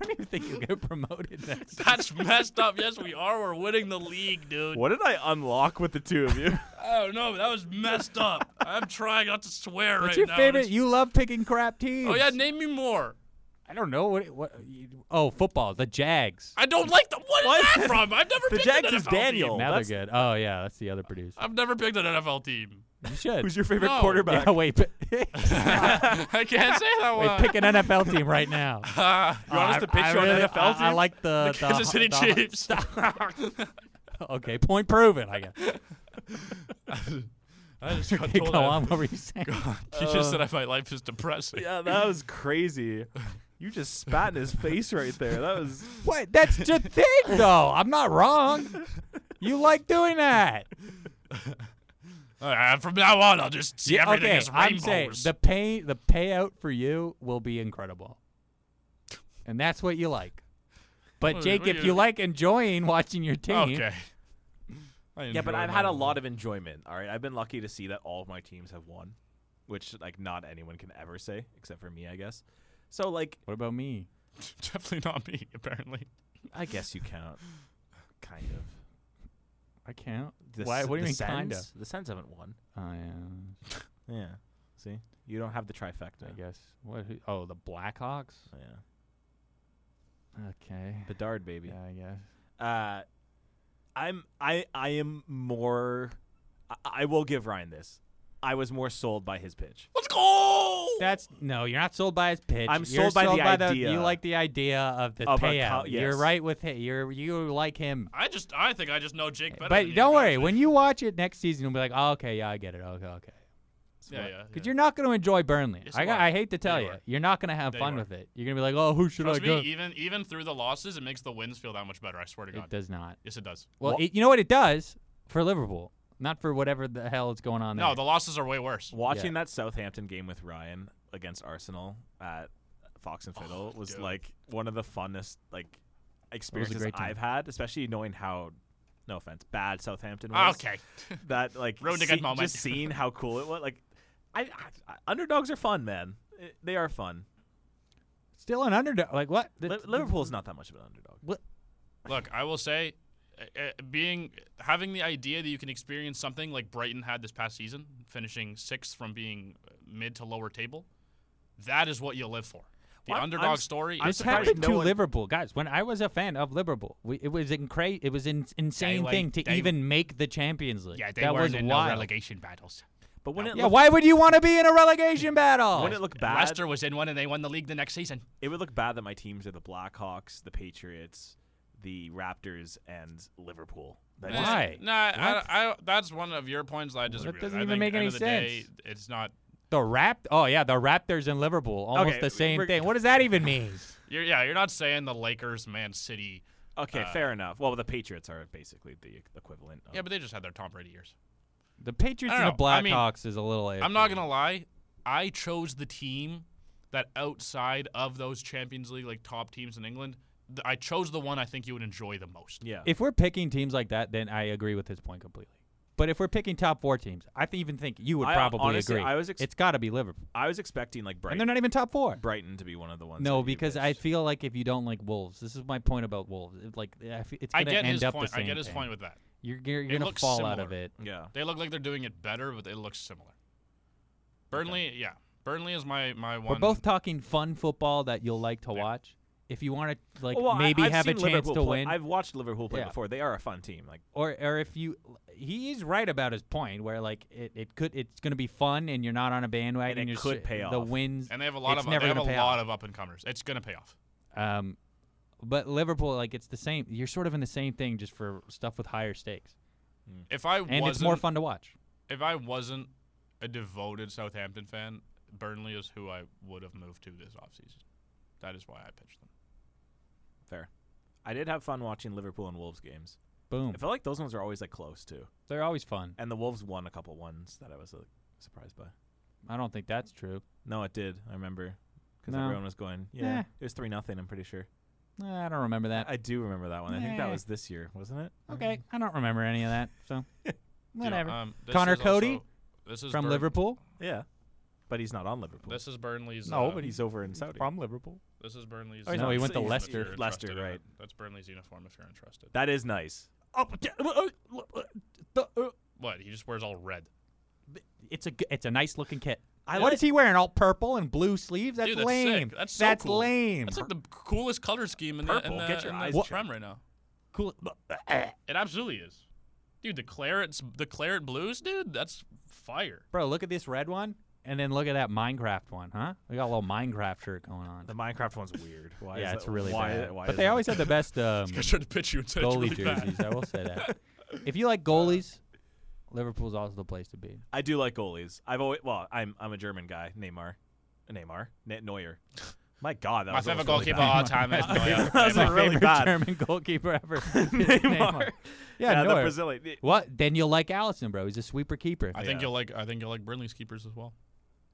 A: I don't even think you get promoted next.
B: That's messed up. Yes, we are. We're winning the league, dude.
C: What did I unlock with the two of you?
B: I don't know, but that was messed up. I'm trying not to swear
A: What's
B: right
A: your
B: now. and
A: favorite?
B: it's-
A: You love picking crap teams.
B: Oh yeah, name me more.
A: I don't know what. What? you- Oh, football. The Jags.
B: I don't like the. What is
C: What?
B: that from? I've never
C: The
B: picked
C: Jags
B: an
C: is
B: NFL
C: Daniel.
B: team.
A: now
C: that's-
A: they're good. Oh yeah, that's the other producer.
B: I've never picked an NFL team.
A: You should.
C: Who's your favorite
B: No.
C: quarterback?
A: yeah, wait, but- wait,
B: I can't say that one.
A: pick an NFL team right now.
B: Ah,
C: You want us
A: I-
C: to pitch
A: I
C: you an
A: really-
C: NFL
A: I- I
C: team?
A: like the, the
B: Kansas City
A: the-
B: Chiefs.
A: Okay, point proven. I guess.
B: I just got
A: Okay,
B: told
A: go Uh,
B: that.
A: on. What were you saying?
B: She just said that my life is depressing.
C: yeah, that was crazy. You just spat in his face right there. That was
A: What? That's the thing, though. I'm not wrong. You like doing that.
B: All right, from now on, I'll just see everything
A: okay,
B: as
A: I'm
B: rainbows.
A: saying the pay the payout for you will be incredible, and that's what you like. But
B: Well,
A: Jake,
B: we-
A: if you like enjoying watching your team,
B: okay.
C: Yeah, but I've had a lot of enjoyment. All right, I've been lucky to see that all of my teams have won, which like not anyone can ever say except for me, I guess. So like,
A: what about me?
B: Definitely not me, apparently.
C: I guess you count, kind of.
A: I can't.
C: The
A: Why?
C: S-
A: What do you
C: the
A: mean, kinda?
C: Sens- The Sens haven't won.
A: Oh yeah,
C: Yeah. See, you don't have the trifecta.
A: I guess. What? Who, oh, the Blackhawks.
C: Yeah.
A: Okay.
C: The Dard baby.
A: Yeah, I guess.
C: Uh, I'm I I am more. I, I will give Ryan this. I was more sold by his pitch.
B: Let's go.
A: That's no. You're not sold by his pitch.
C: I'm
A: You're
C: sold by the
A: You
C: idea.
A: like the idea of the
C: Of a co-
A: payout. You're
C: yes.
A: right with him. You're you like him.
B: I just, I think I just know Jake better. than
A: But
B: you
A: don't
B: guys.
A: worry, when you watch it next season, you'll be like, oh, okay, yeah, I get it. Okay, okay.
C: That's
B: Yeah,
C: what-
B: yeah.
A: Because
B: yeah.
A: you're not going to enjoy Burnley.
B: Yes,
A: I,
B: you
A: got,
B: are.
A: I hate to tell
B: Yeah,
A: you,
B: you are.
A: you are not going to have
B: Yeah, you
A: fun
B: are.
A: with it. You're going to be like, oh, who should
B: Trust
A: I
B: me,
A: go?
B: even even through the losses, it makes the wins feel that much better. I swear to God.
A: It does not.
B: yes, it does.
A: Well,
C: Wha-
A: it, you know what it does for Liverpool, not for whatever the hell is going on there.
B: No, the losses are way worse.
C: Watching that Southampton game with Ryan against Arsenal at Fox and Fiddle
B: Oh,
C: was
B: dude.
C: like one of the funnest like experiences
A: great time.
C: I've had, especially knowing how no offense, bad Southampton was.
B: Okay.
C: That like
B: Road to good
C: see-
B: moment.
C: just seeing how cool it was. Like I, I, I- underdogs are fun, man. I- they are fun.
A: Still an underdog. Like what? The-
C: Li- Liverpool's not that much of an underdog.
B: Look, I will say, uh, uh, being having the idea that you can experience something like Brighton had this past season, finishing sixth from being uh, mid to lower table, that is what you live for. The
C: Well, I'm-
B: underdog
C: I'm s-
B: story.
C: I'm
A: This
B: is the great-
C: surprised
A: happened
C: no
A: to
C: one-
A: Liverpool, guys. When I was a fan of Liverpool, we, it was incra- It was an insane
B: like-
A: thing to
B: they-
A: even make the Champions League.
B: Yeah, they
A: that
B: weren't
A: was
B: in no
A: wild.
B: relegation battles.
C: But when
B: No.
C: it
A: yeah,
C: looked,
A: why would you want to be in a relegation battle?
C: when it looked bad,
B: Leicester was in one, and they won the league the next season.
C: it would look bad that my teams are the Blackhawks, the Patriots, the Raptors, and Liverpool. That
A: Why?
C: just-
B: Nah, I,
A: What?
B: I, that's one of your points that I disagree. with.
A: doesn't
B: I
A: even
B: think
A: make
B: end
A: any
B: of the day,
A: sense.
B: it's not.
A: the Rapt. Oh yeah, the Raptors in Liverpool, almost
C: Okay,
A: the same
C: we're-
A: thing. What does that even mean?
B: You're, yeah, you're not saying the Lakers, Man City.
C: Okay,
B: Uh,
C: fair enough. Well, the Patriots are basically the equivalent. Of,
B: Yeah,
A: Oh.
B: but they just had their Tom Brady years.
A: the Patriots
B: I
A: and
B: don't
A: the
B: know. I mean,
A: Blackhawks is a little.
B: I'm not gonna lie. I chose the team that outside of those Champions League like top teams in England, th- I chose the one I think you would enjoy the most.
C: yeah.
A: If we're picking teams like that, then I agree with his point completely. But if we're picking top four teams, I th- even think you would
C: I-
A: probably
C: honestly,
A: agree.
C: I was ex-
A: it's got to be Liverpool,
C: I was expecting like
A: and
C: Brighton,
A: they're not even top four.
C: Brighton to be one of the ones. that
A: No,
C: you
A: because I
C: missed.
A: feel like if you don't like Wolves, this is my point about Wolves. It- Like I f- it's
B: I
A: gonna
B: get
A: end
B: his
A: up
B: point.
A: the
B: I
A: same.
B: get his
A: thing.
B: point with that.
A: You're, you're,
B: It
A: you're gonna
B: looks
A: fall out of
B: similar.
A: it.
C: yeah.
B: They look like they're doing it better, but it looks similar. Burnley, yeah, Burnley is my my one.
A: We're both talking fun football that you'll like to
B: Yeah.
A: watch. If you want to like
C: Well, I-
A: maybe
C: I've
A: have a
C: seen
A: chance
C: Liverpool
A: to
C: play-
A: win,
C: I've watched Liverpool play
A: Yeah.
C: before. They are a fun team. Like
A: or or if you, he is right about his point where like it, it could it's gonna be fun and you're not on a bandwagon.
C: And it
A: you're
C: could
A: s-
C: pay
A: The
C: off.
A: wins
B: and they have a lot
A: It's
B: of
A: never
B: they have a
A: gonna pay
B: lot
A: off.
B: of up and comers. It's gonna pay off.
A: Um, but Liverpool, like, it's the same. You're sort of in the same thing just for stuff with higher stakes,
B: If I
A: and
B: wasn't,
A: it's more fun to watch.
B: if I wasn't a devoted Southampton fan, Burnley is who I would have moved to this offseason. That is why I pitched them.
C: fair. I did have fun watching Liverpool and Wolves games.
A: Boom,
C: I felt like those ones are always like close too.
A: they're always fun.
C: And the Wolves won a couple ones that I was like, surprised by.
A: I don't think that's true.
C: No, it did. I remember because
A: No.
C: everyone was going. Yeah,
A: Nah.
C: it was three nothing. I'm pretty sure.
A: Nah, I don't remember that.
C: I do remember that one. I think
A: Nah.
C: that was this year, wasn't it?
A: okay, I don't remember any of that. So,
B: You know,
A: whatever.
B: um, this
A: Connor
B: is
A: Cody
B: also- this is
A: From
B: Burn-
A: Liverpool?
C: Yeah, but he's not on Liverpool.
B: This is Burnley's.
A: No,
B: uh,
A: but
C: he's over in Saudi.
A: Liverpool.
B: This is Burnley's.
A: Oh, he's No, not. he went to
B: uniform if
A: Leicester.
B: you're interested
C: Leicester,
B: in it.
C: right.
B: That's Burnley's uniform if you're interested.
C: That is nice.
A: Oh,
C: uh,
B: What? He just wears all red.
A: it's a g- it's a nice looking kit.
C: I
A: what
C: like-
A: is he wearing? All purple and blue sleeves? That's
B: Dude, that's sick.
A: lame.
B: That's so cool.
A: lame.
B: That's like the coolest color scheme in the,
C: Purple.
B: in the,
C: Get your
B: in
C: eyes
B: the
C: checked.
B: prem right now.
A: cool.
B: It absolutely is. Dude, the claret, the claret blues, dude. That's fire.
A: Bro, look at this red one, and then look at that Minecraft one, huh? We got a little Minecraft shirt going on.
C: The Minecraft one's weird. Why
A: yeah,
C: is
A: it's
C: that-
A: really
C: why,
A: bad.
C: Why
A: but
C: is
A: they
C: that-
A: always have the best um,
B: I tried to pitch you and said it's
A: goalie
B: really bad.
A: jerseys. I will say that. If you like goalies, Liverpool's also the place to be.
C: I do like goalies. I've always well, I'm I'm a German guy. Neymar, Neymar, ne- Neuer. My God, that
B: My
C: was
B: favorite
C: almost
B: goalkeeper
C: Really
B: of
C: bad.
B: all time is Neuer.
C: That was
A: My
C: a really
A: favorite
C: bad.
A: German goalkeeper ever.
B: uh,
A: is
C: Neymar.
A: Yeah,
C: the
A: Neuer.
C: Brazilian.
A: What? Then you'll like Allison, bro. He's a sweeper keeper.
B: I think
C: Yeah.
B: you'll like. I think you'll like Burnley's keepers as well.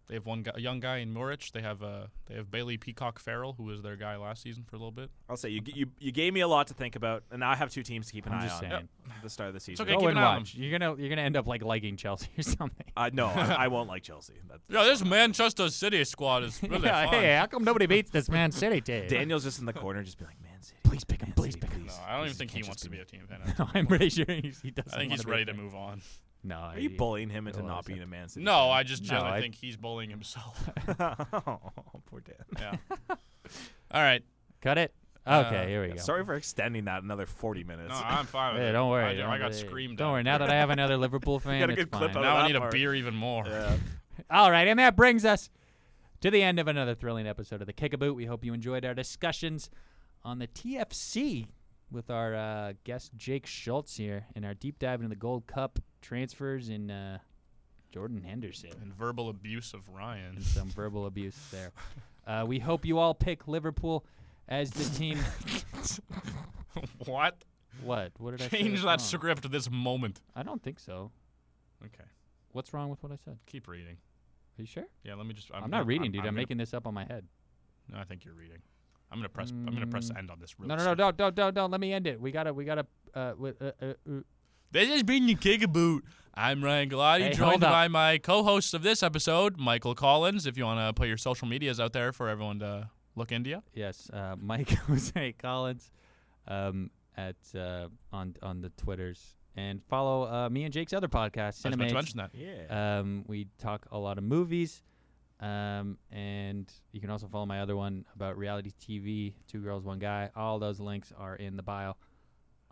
B: They have one guy, a young guy in Murich. They have uh, they have Bailey Peacock Farrell, who was their guy last season for a little bit.
C: I'll say you, you you gave me a lot to think about, and now I have two teams to keep an
A: I'm
C: eye
A: just
C: on
A: saying.
C: at the start of the season.
B: okay,
A: Go
B: keep
A: and
B: an eye on
A: watch. You're gonna you're gonna end up like liking Chelsea or something.
C: Uh, no, I, I won't like Chelsea. That's,
B: Yeah, this Manchester City squad is really
A: yeah,
B: fun.
A: hey, how come nobody beats this Man City team?
C: Daniel's just in the corner, just be like, man, City.
A: Please pick him,
C: Man
A: please
C: City,
A: pick him."
B: No,
C: please.
B: I don't even
C: Please,
B: think
C: you
B: he
C: can't
B: wants
C: just
B: to be
C: me."
B: a team fan.
A: no, I'm pretty sure he's, he doesn't.
B: I think
A: wanna
B: he's
A: be
B: ready to
A: there.
B: move on.
A: No,
C: Are you
A: he-
C: bullying him into
A: Well,
C: not
A: that's
C: being
A: up
C: a Man City?
B: No, I just
A: No,
B: generally
A: I-
B: think he's bullying himself.
C: oh, poor Dan.
B: yeah. All right.
A: Cut it.
B: Uh,
A: Okay, here we go.
C: Sorry for extending that another 40 minutes.
B: No, I'm fine with
A: Hey,
B: it.
A: don't worry.
B: I, ju-
A: don't
B: I got
A: worry.
B: screamed
A: Don't
B: at.
A: worry. Now that I have another Liverpool fan,
C: a
A: it's
C: good clip
A: fine.
C: out
B: Now
C: that
B: I need a
C: part.
B: beer even more.
C: Yeah.
A: All right, and that brings us to the end of another thrilling episode of the Kickaboo. We hope you enjoyed our discussions on the TFC with our uh, guest Jake Schultz here and our deep dive into the Gold Cup transfers and uh, Jordan Henderson.
B: and verbal abuse of Ryan.
A: and some verbal abuse there. Uh, we hope you all pick Liverpool as the team.
B: what?
A: what? What did I say
B: Change
A: that's
B: that
A: wrong?
B: script this moment.
A: I don't think so.
B: Okay,
A: What's wrong with what I said?
B: keep reading.
A: Are you sure?
B: Yeah, let me just.
A: I'm,
B: I'm,
A: not
B: gonna-
A: reading, dude. I'm,
B: gonna-
A: making this up on my head.
B: No, I think you're reading. I'm gonna press. I'm gonna press
A: Mm.
B: end on this. Really
A: No, no, no, don't, don't, don't, don't. Let me end it. We gotta, we gotta. Uh, wi- uh, uh, uh,
B: This has been your Kigaboot. I'm Ryan Galati,
A: Hey,
B: joined
A: hold up.
B: by my co-hosts of this episode, Michael Collins. If you want to put your social medias out there for everyone to look into you.
A: yes, uh, Mike Jose Collins, um, at uh, on on the twitters and follow uh, me and Jake's other podcast,
B: I was about to
A: Cinemates.
B: mention that.
C: Yeah.
A: Um, we talk a lot of movies. Um, and you can also follow my other one about reality TV, Two Girls, One Guy. All those links are in the bio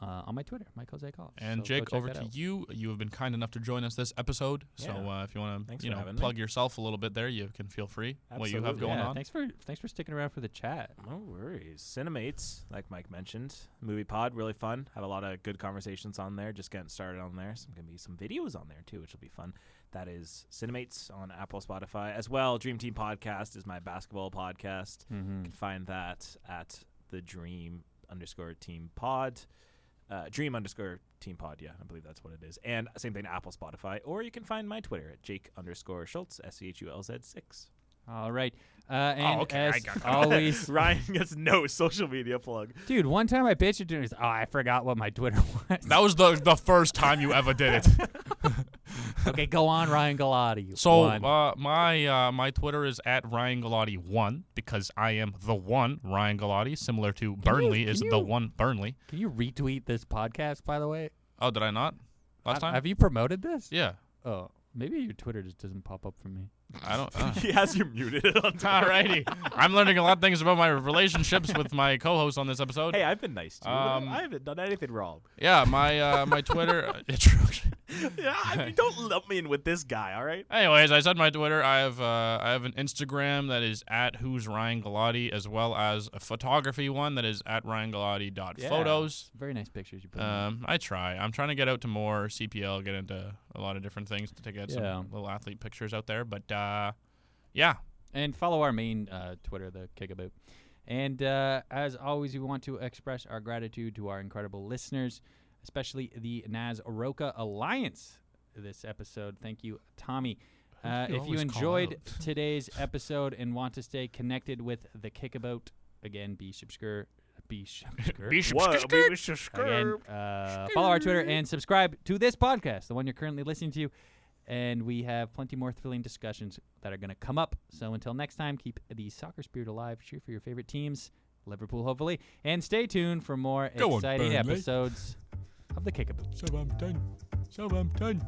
A: uh, on my Twitter, Mike Jose Collins.
B: And
A: So go
B: Jake,
A: check
B: over
A: that
B: to
A: out.
B: you. You have been kind enough to join us this episode. So
C: Yeah.
B: uh, if you want to,
C: Thanks
B: you
C: for
B: know,
C: having me.
B: plug yourself a little bit there, you can feel free. What you have
C: Absolutely.
B: going
A: yeah,
B: on.
A: Thanks for thanks for sticking around for the chat.
C: No worries. Cinemates, like Mike mentioned, movie pod, really fun. Have a lot of good conversations on there. Just getting started on there. Some gonna be some videos on there too, which will be fun. That is Cinemates on Apple, Spotify as well. Dream Team podcast is my basketball podcast.
B: Mm-hmm.
C: You can find that at the Dream underscore Team Pod. Uh, dream underscore team pod, yeah, I believe that's what it is. And same thing, Apple, Spotify, or you can find my Twitter at Jake underscore Schultz, S C H U L Z six.
A: All right. Uh, and
B: Oh, okay, I
A: as
B: got it.
A: always,
C: Ryan gets no social media plug.
A: dude, one time I pitched it to him. He's, oh, I forgot what my Twitter was.
B: That was the the first time you ever did it.
A: okay, go on, Ryan Galati.
B: So
A: One.
B: uh, my uh, my Twitter is at Ryan Galati one because I am the one Ryan Galati, similar to Burnley is
A: can
B: the
A: you-
B: one Burnley.
A: can you retweet this podcast, by the way?
B: Oh, did I not last
A: Have-
B: time?
A: Have you promoted this?
B: yeah,
A: Oh, maybe your Twitter just doesn't pop up for me.
B: I don't. Uh.
C: he has you muted on time.
B: Alrighty, I'm learning a lot of things about my relationships with my co-host on this episode.
C: Hey, I've been nice to you.
B: Um,
C: I haven't done anything wrong.
B: Yeah, my uh, my Twitter. introduction.
C: yeah, I mean, don't lump me in with this guy, all right?
B: Anyways, I said my Twitter. I have uh, I have an Instagram that is at who's Ryan Galati, as well as a photography one that is at
C: Yeah.
B: ryangalati.photos.
A: Very nice pictures you put. up.
B: Um, I try. I'm trying to get out to more CPL, get into a lot of different things to get
A: Yeah.
B: some little athlete pictures out there. But uh, yeah,
A: and follow our main uh, Twitter, the Kickaboo. And uh, as always, we want to express our gratitude to our incredible listeners, especially the Naz Roca Alliance this episode. Thank you, Tommy.
B: Who
A: Uh,
B: do you
A: if you
B: always call
A: enjoyed
B: out?
A: today's episode and want to stay connected with the Kickabout, again, be subscriber, be subscriber.
B: Bishop
C: What? We was just
A: Again, uh, follow our Twitter and subscribe to this podcast, the one you're currently listening to. And we have plenty more thrilling discussions that are going to come up. So until next time, keep the soccer spirit alive. Cheer for your favorite teams, Liverpool, hopefully. And stay tuned for more
B: Go on,
A: exciting
B: Burnley.
A: episodes of the Kickaboo.
B: Southampton, Southampton.